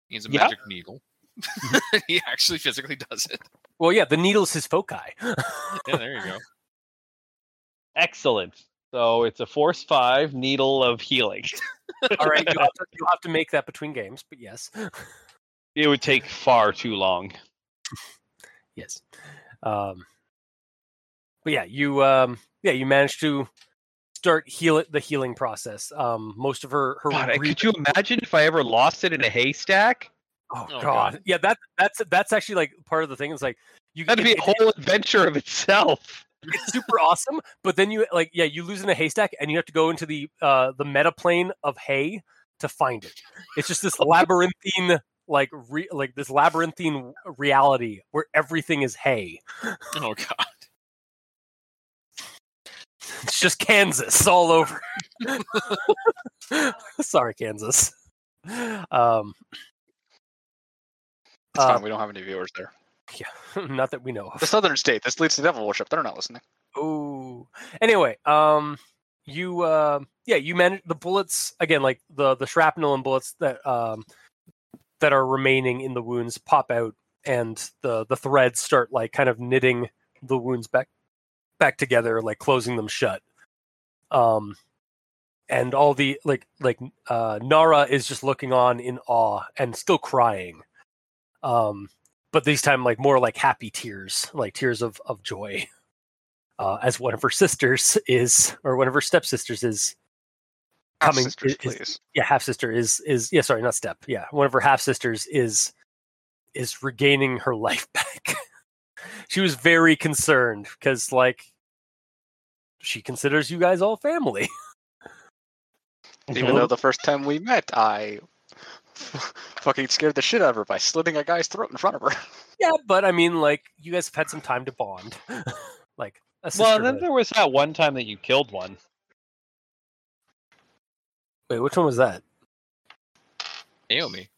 [SPEAKER 5] He's a
[SPEAKER 8] Yeah.
[SPEAKER 5] magic needle. he actually physically does it.
[SPEAKER 2] Well, yeah, the needle's his foci.
[SPEAKER 5] Yeah, there you go.
[SPEAKER 8] Excellent. So it's a force five needle of healing.
[SPEAKER 2] All right, you have, to, you have to make that between games, but yes,
[SPEAKER 8] It would take far too long.
[SPEAKER 2] yes. Um, but yeah, you um, yeah you managed to start heal it the healing process. Um, most of her her
[SPEAKER 8] God, I-
[SPEAKER 2] re-
[SPEAKER 8] could you imagine if I ever lost it in a haystack?
[SPEAKER 2] Oh,
[SPEAKER 5] Oh,
[SPEAKER 2] god.
[SPEAKER 5] God.
[SPEAKER 2] Yeah, that that's that's actually like part of the thing is like you
[SPEAKER 8] That'd
[SPEAKER 2] it-
[SPEAKER 8] be
[SPEAKER 2] it-
[SPEAKER 8] a whole adventure of itself.
[SPEAKER 2] it's super awesome, but then you like yeah, you lose in a haystack and you have to go into the uh the meta plane of hay to find it. It's just this labyrinthine like re- like this labyrinthine reality where everything is hay.
[SPEAKER 5] Oh god.
[SPEAKER 2] It's just Kansas all over. Sorry, Kansas. Um
[SPEAKER 3] It's
[SPEAKER 2] Uh,
[SPEAKER 3] fine. We don't have any viewers there.
[SPEAKER 2] yeah, not that we know of.
[SPEAKER 3] The southern state. This leads to devil worship. They're not listening.
[SPEAKER 2] Ooh. Anyway, um, you uh, yeah, you manage the bullets again, like the the shrapnel and bullets that um that are remaining in the wounds pop out, and the the threads start like kind of knitting the wounds back back together, like closing them shut. Um, and all the like like uh, Nara is just looking on in awe and still crying. Um, but this time like more like happy tears, like tears of of joy uh, as one of her sisters is, or one of her stepsisters is
[SPEAKER 3] Half
[SPEAKER 2] coming.
[SPEAKER 3] sisters,
[SPEAKER 2] is- is-
[SPEAKER 3] please.
[SPEAKER 2] yeah, half sister is is yeah. Sorry, not step. Yeah, one of her half sisters is is regaining her life back. she was very concerned because like she considers you guys all family.
[SPEAKER 3] Even though the first time we met, I f- fucking scared the shit out of her by slitting a guy's throat in front of her.
[SPEAKER 2] yeah, but I mean, like you guys have had some time to bond, like a
[SPEAKER 8] Well, then
[SPEAKER 2] sisterhood.
[SPEAKER 8] there was that one time that you killed one.
[SPEAKER 2] Wait, which one was that?
[SPEAKER 5] Naomi.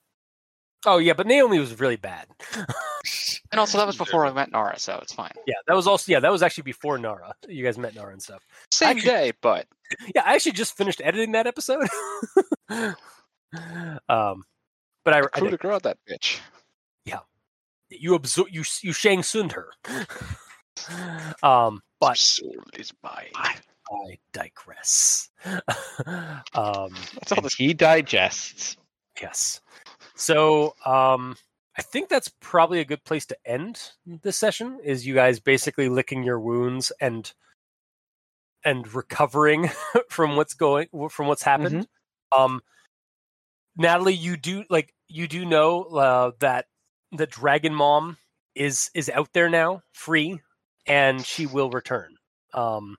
[SPEAKER 2] Oh yeah, but Naomi was really bad.
[SPEAKER 3] And also, that was before I met Nara, so it's fine.
[SPEAKER 2] Yeah, that was also yeah, that was actually before Nara. You guys met Nara and stuff.
[SPEAKER 3] Same
[SPEAKER 2] Actually-
[SPEAKER 3] day, but
[SPEAKER 2] Yeah, I actually just finished editing that episode. um, but I, I
[SPEAKER 3] coup de
[SPEAKER 2] did-
[SPEAKER 3] grace that bitch.
[SPEAKER 2] you absor- you you Shang Tsung her. um, but
[SPEAKER 3] soul is mine.
[SPEAKER 2] I digress. um,
[SPEAKER 3] That's all
[SPEAKER 8] And
[SPEAKER 3] this.
[SPEAKER 8] he digests.
[SPEAKER 2] yes. So um, I think that's probably a good place to end this session. Is you guys basically licking your wounds and and recovering from what's going from what's happened. Um, Natalie, you do like you do know uh, that the Dragon Mom is is out there now, free, and she will return. Um,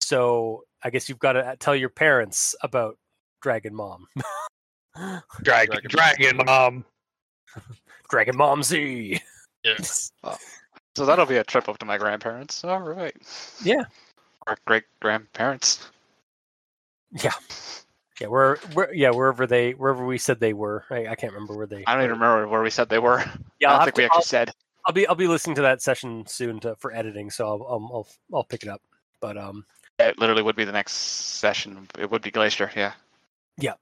[SPEAKER 2] so I guess you've got to tell your parents about Dragon Mom,
[SPEAKER 8] Dragon, dragon, um, mom.
[SPEAKER 2] Dragon Mom Z.
[SPEAKER 5] Yes.
[SPEAKER 3] So that'll be a trip up to my grandparents. All right.
[SPEAKER 2] Yeah.
[SPEAKER 3] Our great grandparents.
[SPEAKER 2] Yeah, where, where, yeah, wherever they, wherever we said they were, I, I can't remember where they.
[SPEAKER 3] I don't even remember where we said they were.
[SPEAKER 2] Yeah,
[SPEAKER 3] I
[SPEAKER 2] I'll, have
[SPEAKER 3] don't think
[SPEAKER 2] to,
[SPEAKER 3] we actually
[SPEAKER 2] I'll,
[SPEAKER 3] said.
[SPEAKER 2] I'll be, I'll be listening to that session soon to, for editing, so I'll, I'll, I'll, I'll pick it up. But um,
[SPEAKER 3] It literally would be the next session. It would be Glacier. Yeah.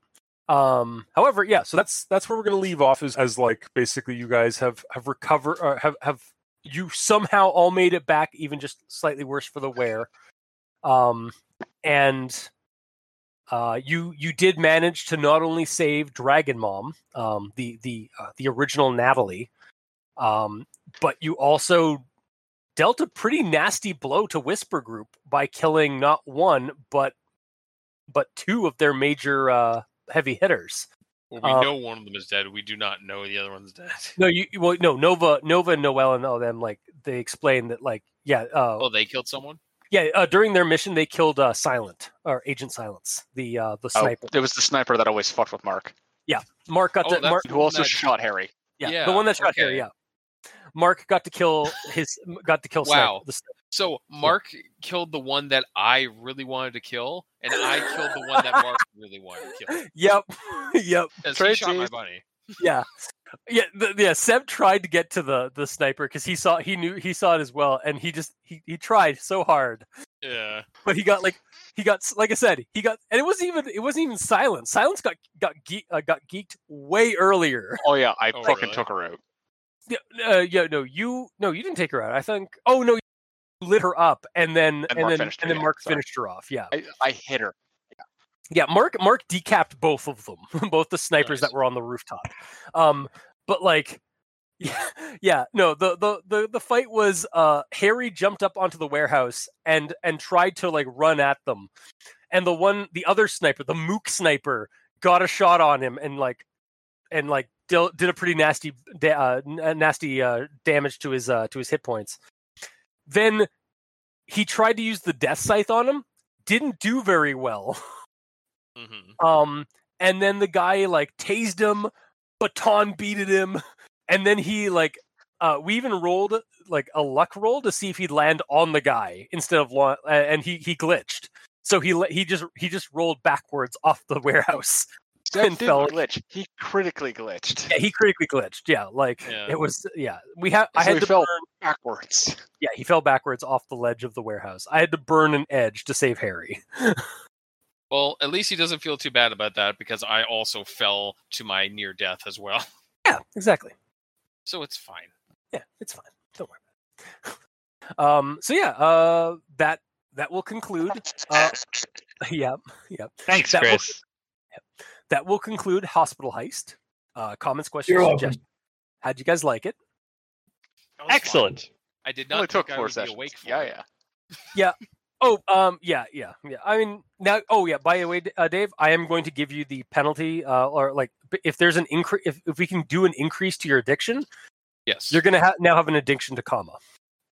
[SPEAKER 2] um however yeah so that's that's where we're gonna leave off is as like basically you guys have have recovered or have have you somehow all made it back even just slightly worse for the wear um and uh you you did manage to not only save dragon mom um the the uh, the original natalie um but you also dealt a pretty nasty blow to whisper group by killing not one but but two of their major uh heavy hitters.
[SPEAKER 9] Well, we
[SPEAKER 2] Uh,
[SPEAKER 9] know one of them is dead. We do not know the other one's dead.
[SPEAKER 2] No, you you- well, no Nova, Nova and Noel and all them like they explained that like yeah, uh,
[SPEAKER 5] Oh, they killed someone.
[SPEAKER 2] yeah. Uh, during their mission, they killed uh, Silent or Agent Silence, the uh, the
[SPEAKER 3] Oh,
[SPEAKER 2] sniper.
[SPEAKER 3] it was the sniper that always fucked with Mark,
[SPEAKER 2] Mark got
[SPEAKER 5] Oh,
[SPEAKER 2] to
[SPEAKER 5] that's-
[SPEAKER 2] Mark,
[SPEAKER 3] who also
[SPEAKER 5] Not-
[SPEAKER 3] shot Harry.
[SPEAKER 2] yeah,
[SPEAKER 5] yeah,
[SPEAKER 2] the one that shot here,
[SPEAKER 5] okay.
[SPEAKER 2] yeah. Mark got to kill his got to kill.
[SPEAKER 5] Wow.
[SPEAKER 2] Sniper, the sniper.
[SPEAKER 5] So Mark killed the one that I really wanted to kill, and I killed the one that Mark really wanted to kill.
[SPEAKER 2] Yep, yep,
[SPEAKER 5] 'Cause he shot my
[SPEAKER 3] Traitors.
[SPEAKER 5] bunny.
[SPEAKER 2] yeah. Yeah, the, yeah. Seb tried to get to the the sniper because he saw he knew he saw it as well, and he just he, he tried so hard,
[SPEAKER 9] Yeah.
[SPEAKER 2] but he got like he got like I said he got and it wasn't even it wasn't even silence. Silence got got ge- uh, got geeked way earlier.
[SPEAKER 3] Oh yeah, I
[SPEAKER 9] Oh,
[SPEAKER 3] fucking
[SPEAKER 9] really?
[SPEAKER 3] took her out.
[SPEAKER 2] Yeah, uh, yeah, no, you no, you didn't take her out. I think. Oh no, you lit her up and then and,
[SPEAKER 3] Mark
[SPEAKER 2] then
[SPEAKER 3] finished her,
[SPEAKER 2] and then
[SPEAKER 3] yeah,
[SPEAKER 2] Mark
[SPEAKER 3] sorry.
[SPEAKER 2] finished her off. Yeah,
[SPEAKER 3] I, I hit her.
[SPEAKER 2] yeah. Mark Mark decapped both of them, both the snipers
[SPEAKER 5] Nice.
[SPEAKER 2] that were on the rooftop. Um, but like. Yeah, yeah, no. The, the the the fight was uh Harry jumped up onto the warehouse and and tried to like run at them. And the one the other sniper, the mook sniper got a shot on him and like and like dil- did a pretty nasty da- uh, n- nasty uh damage to his uh to his hit points. Then he tried to use the death scythe on him, didn't do very well.
[SPEAKER 9] Mm-hmm.
[SPEAKER 2] Um, and then the guy like tased him, baton beated him, and then he like uh, we even rolled like a luck roll to see if he'd land on the guy instead of la- uh, and he he glitched. So he le- he just he just rolled backwards off the warehouse.
[SPEAKER 3] That
[SPEAKER 2] And
[SPEAKER 3] didn't
[SPEAKER 2] fell.
[SPEAKER 3] glitch. He critically glitched.
[SPEAKER 2] Yeah, he critically glitched. Yeah, like
[SPEAKER 9] Yeah.
[SPEAKER 2] it was yeah. We had I
[SPEAKER 3] So
[SPEAKER 2] had
[SPEAKER 3] he
[SPEAKER 2] to
[SPEAKER 3] fell-
[SPEAKER 2] burn
[SPEAKER 3] Backwards.
[SPEAKER 2] yeah, he fell backwards off the ledge of the warehouse. I had to burn an edge to save Harry.
[SPEAKER 5] Well, at least he doesn't feel too bad about that because I also fell to my near death as well.
[SPEAKER 2] Yeah, exactly.
[SPEAKER 5] So it's fine.
[SPEAKER 2] yeah, it's fine. Don't worry about it. um, so yeah, uh, that that will conclude. Uh, yeah, yeah.
[SPEAKER 8] Thanks,
[SPEAKER 2] That will-
[SPEAKER 8] Chris.
[SPEAKER 2] That will conclude hospital heist. Uh, comments, questions,
[SPEAKER 4] You're welcome.
[SPEAKER 2] suggestions. How'd you guys like it?
[SPEAKER 9] That was fine.
[SPEAKER 8] Excellent.
[SPEAKER 5] I did
[SPEAKER 3] only
[SPEAKER 5] not
[SPEAKER 3] took
[SPEAKER 5] think I
[SPEAKER 3] four
[SPEAKER 5] would be
[SPEAKER 3] sessions.
[SPEAKER 5] awake for
[SPEAKER 3] yeah,
[SPEAKER 5] it.
[SPEAKER 3] yeah.
[SPEAKER 2] Oh, um, yeah, yeah, yeah. I mean, now, oh yeah. By the way, D- uh, Dave, I am going to give you the penalty, uh, or like, b- if there's an increase, if, if we can do an increase to your addiction,
[SPEAKER 5] Yes.
[SPEAKER 2] you're gonna ha- now have an addiction to comma.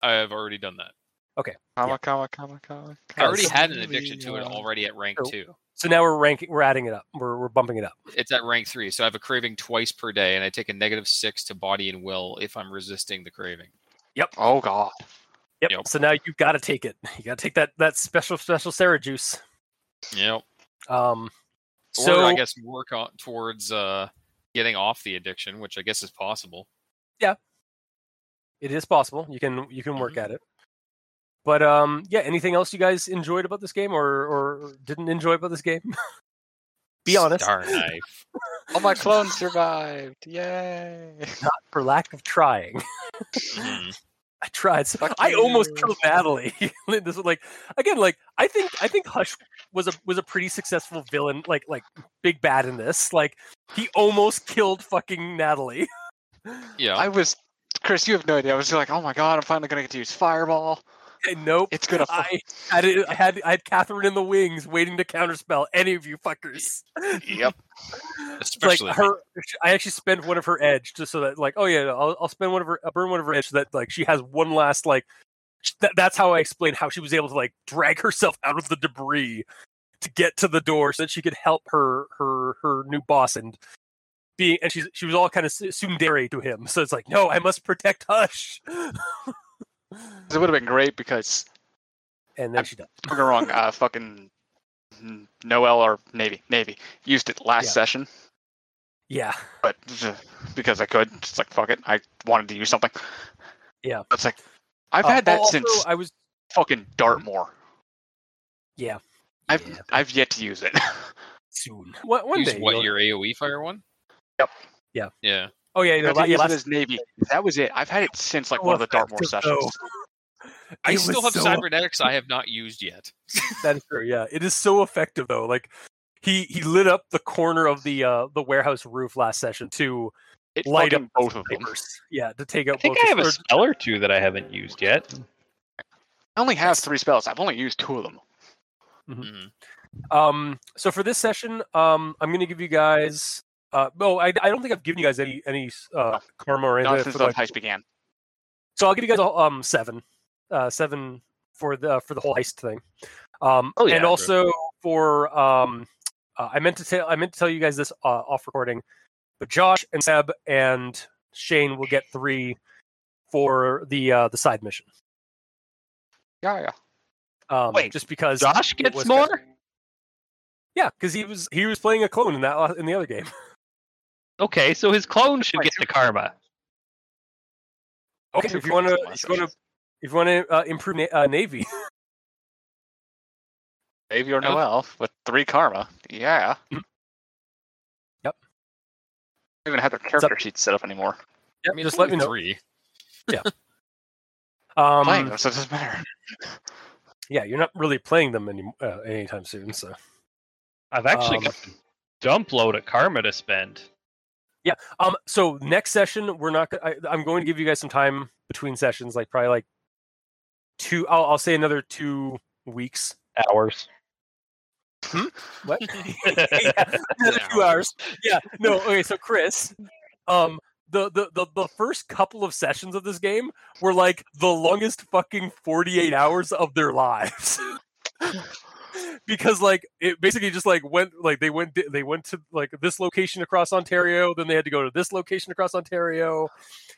[SPEAKER 9] I have already done that.
[SPEAKER 3] Comma, comma, comma, comma.
[SPEAKER 5] I already had an addiction to it already at rank
[SPEAKER 2] Oh.
[SPEAKER 5] two.
[SPEAKER 2] So now we're ranking, we're adding it up, we're we're bumping it up.
[SPEAKER 5] It's at rank three, so I have a craving twice per day, and I take a negative six to body and will if I'm resisting the craving.
[SPEAKER 3] Oh god.
[SPEAKER 2] Yep.
[SPEAKER 5] Yep.
[SPEAKER 2] So now you got to take it. You got to take that that special special Sarah juice.
[SPEAKER 5] Yep.
[SPEAKER 2] Um.
[SPEAKER 5] Or
[SPEAKER 2] So
[SPEAKER 5] I guess work on, towards uh, getting off the addiction, which I guess is possible.
[SPEAKER 2] it is possible. You can you can work at it. But um, yeah. Anything else you guys enjoyed about this game, or or didn't enjoy about this game? Be honest.
[SPEAKER 5] Star knife.
[SPEAKER 3] All Oh, my clones survived. Yay.
[SPEAKER 2] For lack of trying,
[SPEAKER 5] Mhm.
[SPEAKER 2] I tried. So
[SPEAKER 3] Fuck
[SPEAKER 2] I almost
[SPEAKER 3] you.
[SPEAKER 2] killed Natalie. this was like again, like I think I think Hush was a was a pretty successful villain, like like big bad in this. Like he almost killed fucking Natalie.
[SPEAKER 5] Yeah.
[SPEAKER 3] I was Chris, you have no idea. I was like, oh my god, I'm finally gonna get to use fireball.
[SPEAKER 2] And nope.
[SPEAKER 3] It's gonna fuck.
[SPEAKER 2] I had it, I had I had Catherine in the wings waiting to counterspell any of you fuckers.
[SPEAKER 3] Yep.
[SPEAKER 2] It's like
[SPEAKER 5] Especially.
[SPEAKER 2] her, I actually spend one of her edge just so that like oh yeah I'll, I'll spend one of her I'll burn one of her edge so that like she has one last like sh- that, that's how I explain how she was able to like drag herself out of the debris to get to the door so that she could help her her her new boss and being and she's she was all kind of tsundere to him so it's like no I must protect Hush
[SPEAKER 3] It would have been great because
[SPEAKER 2] and then she died.
[SPEAKER 3] don't get me wrong, uh fucking Noel or Navy. Navy used it last
[SPEAKER 2] Yeah.
[SPEAKER 3] session,
[SPEAKER 2] yeah
[SPEAKER 3] but uh, because I could, it's like fuck it. I wanted to use something.
[SPEAKER 2] Yeah.
[SPEAKER 3] It's like I've
[SPEAKER 2] Uh,
[SPEAKER 3] had that
[SPEAKER 2] also,
[SPEAKER 3] since
[SPEAKER 2] I was
[SPEAKER 3] fucking Dartmoor.
[SPEAKER 2] yeah
[SPEAKER 3] I've
[SPEAKER 2] Yeah.
[SPEAKER 3] I've yet to use it.
[SPEAKER 2] soon one, one
[SPEAKER 5] Use
[SPEAKER 2] day
[SPEAKER 5] what
[SPEAKER 2] you'll-
[SPEAKER 5] your AOE fire one?
[SPEAKER 3] Yep.
[SPEAKER 2] Yeah.
[SPEAKER 5] Yeah.
[SPEAKER 2] oh yeah, you know,
[SPEAKER 3] I
[SPEAKER 2] yeah
[SPEAKER 3] didn't use it
[SPEAKER 2] last-
[SPEAKER 3] as Navy. That was it. I've had it since like one of the Dartmoor
[SPEAKER 2] effective,
[SPEAKER 3] sessions.
[SPEAKER 2] though.
[SPEAKER 5] I
[SPEAKER 2] It
[SPEAKER 5] still
[SPEAKER 2] was
[SPEAKER 5] have
[SPEAKER 2] so
[SPEAKER 5] cybernetics I have not used yet.
[SPEAKER 2] that is true. Yeah, it is so effective though. Like he he lit up the corner of the uh the warehouse roof last session to
[SPEAKER 3] It
[SPEAKER 2] Light
[SPEAKER 3] Light
[SPEAKER 2] up
[SPEAKER 3] up both of them.
[SPEAKER 2] papers. Yeah, to take out.
[SPEAKER 8] I think
[SPEAKER 2] both
[SPEAKER 8] I have a
[SPEAKER 2] or-
[SPEAKER 8] spell or two that I haven't used yet.
[SPEAKER 3] I only have three spells. I've only used two of them.
[SPEAKER 2] Mm.
[SPEAKER 5] Mhm.
[SPEAKER 2] Um, so for this session, um, I'm going to give you guys. Uh, no, I, I don't think I've given you guys any any uh, karma or
[SPEAKER 3] Not
[SPEAKER 2] anything.
[SPEAKER 3] since
[SPEAKER 2] For
[SPEAKER 3] the
[SPEAKER 2] like,
[SPEAKER 3] heist began.
[SPEAKER 2] so I'll give you guys all, um seven, uh, seven for the uh, for the whole heist thing. Um,
[SPEAKER 8] Oh, yeah,
[SPEAKER 2] and
[SPEAKER 8] bro.
[SPEAKER 2] also for um, uh, I meant to tell I meant to tell you guys this uh, off recording, but Josh and Seb and Shane will get three for the uh, the side mission.
[SPEAKER 3] Yeah, yeah.
[SPEAKER 2] Um,
[SPEAKER 8] Wait,
[SPEAKER 2] just because
[SPEAKER 8] Josh
[SPEAKER 2] it
[SPEAKER 8] gets
[SPEAKER 2] was-
[SPEAKER 8] more.
[SPEAKER 2] yeah, because he was he was playing a clone in that la- in the other game.
[SPEAKER 8] Okay, so his clone should get the karma.
[SPEAKER 2] Okay,
[SPEAKER 3] Two
[SPEAKER 2] if you want to
[SPEAKER 3] clones in the
[SPEAKER 2] if
[SPEAKER 3] last
[SPEAKER 2] you want to
[SPEAKER 3] session.
[SPEAKER 2] if you want to uh, improve na- uh, navy,
[SPEAKER 3] Navy or
[SPEAKER 5] Nope.
[SPEAKER 3] Noel with three karma. Yeah.
[SPEAKER 2] Yep.
[SPEAKER 3] I don't even have their
[SPEAKER 2] up?
[SPEAKER 3] character sheets set up anymore.
[SPEAKER 5] I mean,
[SPEAKER 2] just
[SPEAKER 5] it's
[SPEAKER 2] let me
[SPEAKER 5] only
[SPEAKER 2] know.
[SPEAKER 5] Three.
[SPEAKER 2] Um,
[SPEAKER 3] Playing them, so it doesn't matter.
[SPEAKER 2] yeah, you're not really playing them any uh, anytime soon. So
[SPEAKER 8] I've actually
[SPEAKER 2] Um,
[SPEAKER 8] got a dump load of karma to spend.
[SPEAKER 2] Um. So next session, we're not. go- I, I'm going to give you guys some time between sessions, like probably like two. I'll, I'll say another two weeks.
[SPEAKER 8] Hours.
[SPEAKER 2] What? Yeah, another two hours. Yeah. No. Okay. So Chris, um, the, the the the first couple of sessions of this game were like the longest fucking 48 hours of their lives. because like it basically just like went like they went they went to like this location across Ontario, then they had to go to this location across Ontario,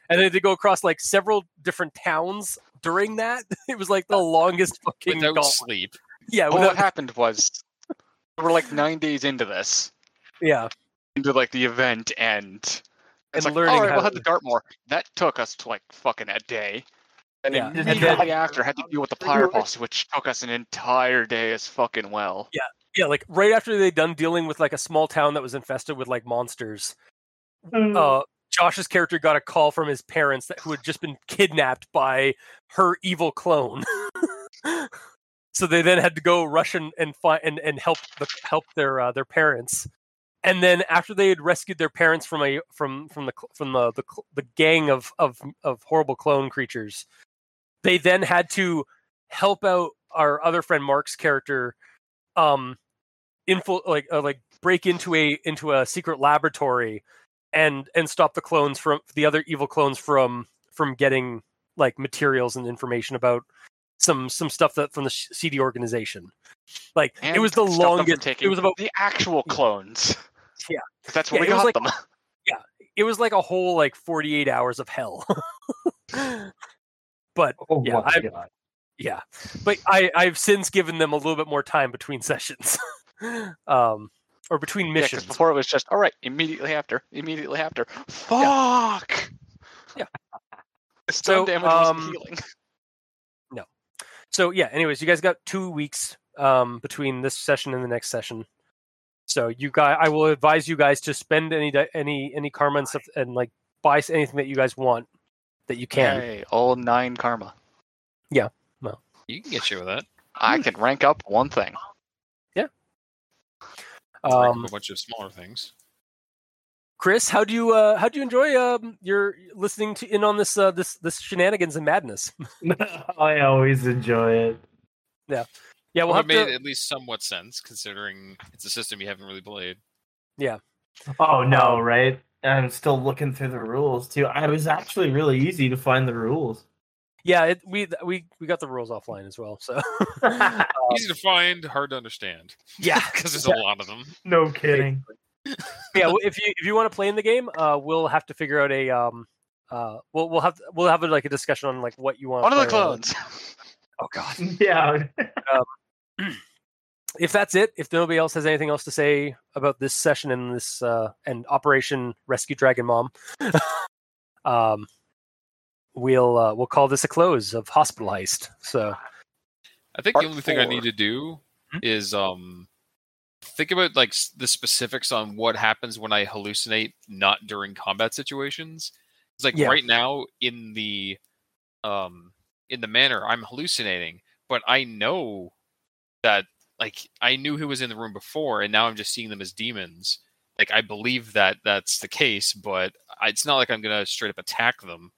[SPEAKER 2] and they had to go across like several different towns during that. It was like the longest fucking
[SPEAKER 5] Without
[SPEAKER 2] gauntlet.
[SPEAKER 5] sleep.
[SPEAKER 2] yeah,
[SPEAKER 3] Well,
[SPEAKER 2] without-
[SPEAKER 3] what happened was we were like nine days into this,
[SPEAKER 2] yeah.
[SPEAKER 3] into like the event, and it's
[SPEAKER 2] And
[SPEAKER 3] like,
[SPEAKER 2] learning
[SPEAKER 3] all right,
[SPEAKER 2] how
[SPEAKER 3] we'll head
[SPEAKER 2] to-
[SPEAKER 3] to Dartmoor. That took us to like fucking a day. And
[SPEAKER 2] Yeah.
[SPEAKER 3] then
[SPEAKER 2] And
[SPEAKER 4] then-
[SPEAKER 3] immediately after, had to deal with the pyre boss, which took us an entire day as fucking well.
[SPEAKER 2] Yeah, like right after they done dealing with like a small town that was infested with like monsters,
[SPEAKER 4] Mm-hmm.
[SPEAKER 2] uh, Josh's character got a call from his parents that who had just been kidnapped by her evil clone. so they then had to go rush and and find and, and help the, help their uh, their parents. And then after they had rescued their parents from a from from the cl- from the the, cl- the gang of of of horrible clone creatures, they then had to help out our other friend Mark's character um info like uh, like break into a into a secret laboratory and and stop the clones from the other evil clones from from getting like materials and information about some some stuff that from the sh- CD organization. Like it
[SPEAKER 3] And
[SPEAKER 2] was the
[SPEAKER 3] stuff that we're
[SPEAKER 2] longest.
[SPEAKER 3] taking
[SPEAKER 2] It was about
[SPEAKER 3] the actual clones.
[SPEAKER 2] Yeah.
[SPEAKER 3] 'Cause that's where
[SPEAKER 2] Yeah,
[SPEAKER 3] we
[SPEAKER 2] it was
[SPEAKER 3] got
[SPEAKER 2] like-
[SPEAKER 3] them.
[SPEAKER 2] it was like a whole like 48 hours of hell but
[SPEAKER 7] Oh
[SPEAKER 2] Yeah,
[SPEAKER 7] my
[SPEAKER 2] I-
[SPEAKER 7] god.
[SPEAKER 2] yeah but i i've since given them a little bit more time between sessions um or between
[SPEAKER 3] Yeah, 'cause
[SPEAKER 2] missions
[SPEAKER 3] before it was just all right. Immediately after. Immediately after. Fuck.
[SPEAKER 2] Yeah.
[SPEAKER 3] The
[SPEAKER 2] So,
[SPEAKER 3] stone damage
[SPEAKER 2] um,
[SPEAKER 3] wasn't healing.
[SPEAKER 2] so yeah anyways you guys got two weeks um between this session and the next session so you guys i will advise you guys to spend any di- any any karma and stuff and like buy s- anything that you guys want that you can
[SPEAKER 3] Hey, all nine karma.
[SPEAKER 5] You can get shit with that.
[SPEAKER 3] I can rank up one thing.
[SPEAKER 5] Rank up
[SPEAKER 2] um
[SPEAKER 5] a bunch of smaller things.
[SPEAKER 2] Chris, how do you uh, how do you enjoy um, your listening to in on this uh, this this shenanigans and madness?
[SPEAKER 7] I always enjoy it.
[SPEAKER 2] Yeah, we'll
[SPEAKER 5] Well,
[SPEAKER 2] have
[SPEAKER 5] it made
[SPEAKER 2] to.
[SPEAKER 5] at least somewhat sense considering it's a system you haven't really played.
[SPEAKER 4] Oh no,
[SPEAKER 2] Um,
[SPEAKER 4] right? I'm still looking through the rules too. I was actually really easy to find the rules.
[SPEAKER 2] Yeah, it, we we we got the rules offline as well. So
[SPEAKER 5] Easy to find, hard to understand
[SPEAKER 2] Uh, yeah,
[SPEAKER 5] because there's a lot of them.
[SPEAKER 7] No kidding.
[SPEAKER 2] yeah. well, If you if you want to play in the game, uh, we'll have to figure out a um uh we'll we'll have we'll have like a discussion on like what you want.
[SPEAKER 3] One of the
[SPEAKER 2] play around with.
[SPEAKER 3] clones.
[SPEAKER 2] Oh god.
[SPEAKER 7] Yeah.
[SPEAKER 2] If that's it, if nobody else has anything else to say about this session and this uh and Operation Rescue Dragon Mom, um, we'll uh, we'll call this a close of Hospital Heist. So.
[SPEAKER 5] I think
[SPEAKER 3] Part
[SPEAKER 5] the only thing I
[SPEAKER 3] four.
[SPEAKER 5] need to do
[SPEAKER 2] Mhm.
[SPEAKER 5] is um think about like s- the specifics on what happens when I hallucinate not during combat situations. It's like
[SPEAKER 2] Yeah.
[SPEAKER 5] right now in the um in the manor I'm hallucinating, but I know that like I knew who was in the room before and now I'm just seeing them as demons. Like I believe that that's the case, but I- it's not like I'm going to straight up attack them.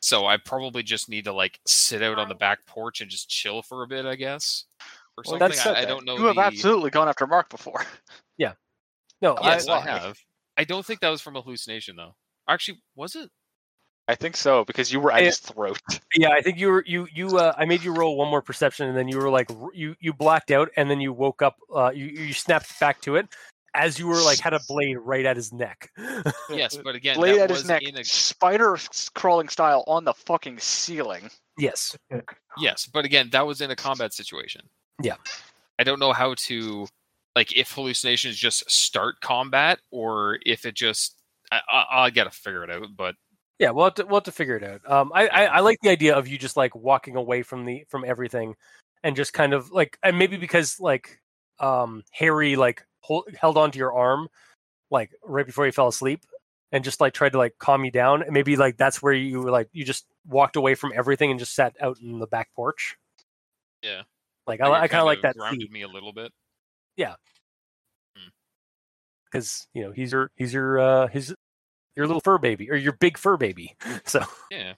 [SPEAKER 5] So I probably just need to like sit out on the back porch and just chill for a bit, I guess. Or
[SPEAKER 3] Well,
[SPEAKER 5] something.
[SPEAKER 3] that said
[SPEAKER 5] I, I
[SPEAKER 3] that,
[SPEAKER 5] don't know.
[SPEAKER 3] You have
[SPEAKER 5] the-
[SPEAKER 3] absolutely gone after Mark before.
[SPEAKER 2] No,
[SPEAKER 3] Oh,
[SPEAKER 2] I,
[SPEAKER 5] Yes,
[SPEAKER 3] why?
[SPEAKER 5] I have. I don't think that was from a hallucination though. Actually, was it?
[SPEAKER 3] I think so because you were at
[SPEAKER 2] Yeah.
[SPEAKER 3] his throat.
[SPEAKER 2] yeah, I think you were you you. Uh, I made you roll one more perception, and then you were like r- you you blacked out, and then you woke up. Uh, you you snapped back to it as you were like had a blade right at his neck.
[SPEAKER 5] Yes, but again,
[SPEAKER 3] Blade at
[SPEAKER 5] that was
[SPEAKER 3] his neck,
[SPEAKER 5] in a
[SPEAKER 3] spider s- crawling style on the fucking ceiling.
[SPEAKER 2] yes,
[SPEAKER 5] Yes, but again, that was in a combat situation.
[SPEAKER 2] Yeah.
[SPEAKER 5] I don't know how to like if hallucinations just start combat or if it just I, I, I gotta figure it out. But
[SPEAKER 2] yeah, we'll have to we'll have to figure it out. Um, I, I I like the idea of you just like walking away from the from everything, and just kind of like and maybe because like um Harry like hold, held onto your arm like right before you fell asleep and just like tried to like calm you down and maybe like that's where you were, like you just walked away from everything and just sat out in the back porch
[SPEAKER 5] Yeah.
[SPEAKER 2] like i, I kind of like that
[SPEAKER 5] grounded me a little bit.
[SPEAKER 2] because you know he's your he's your uh his your little fur baby or your big fur baby so
[SPEAKER 5] Yeah.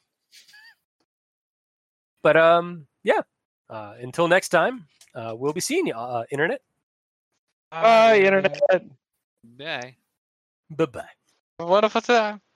[SPEAKER 2] but um yeah uh until next time uh we'll be seeing you uh internet
[SPEAKER 3] Ah, Uh,
[SPEAKER 8] Bye, Uh, internet.
[SPEAKER 5] Bye.
[SPEAKER 2] bye bye
[SPEAKER 3] What if it's that?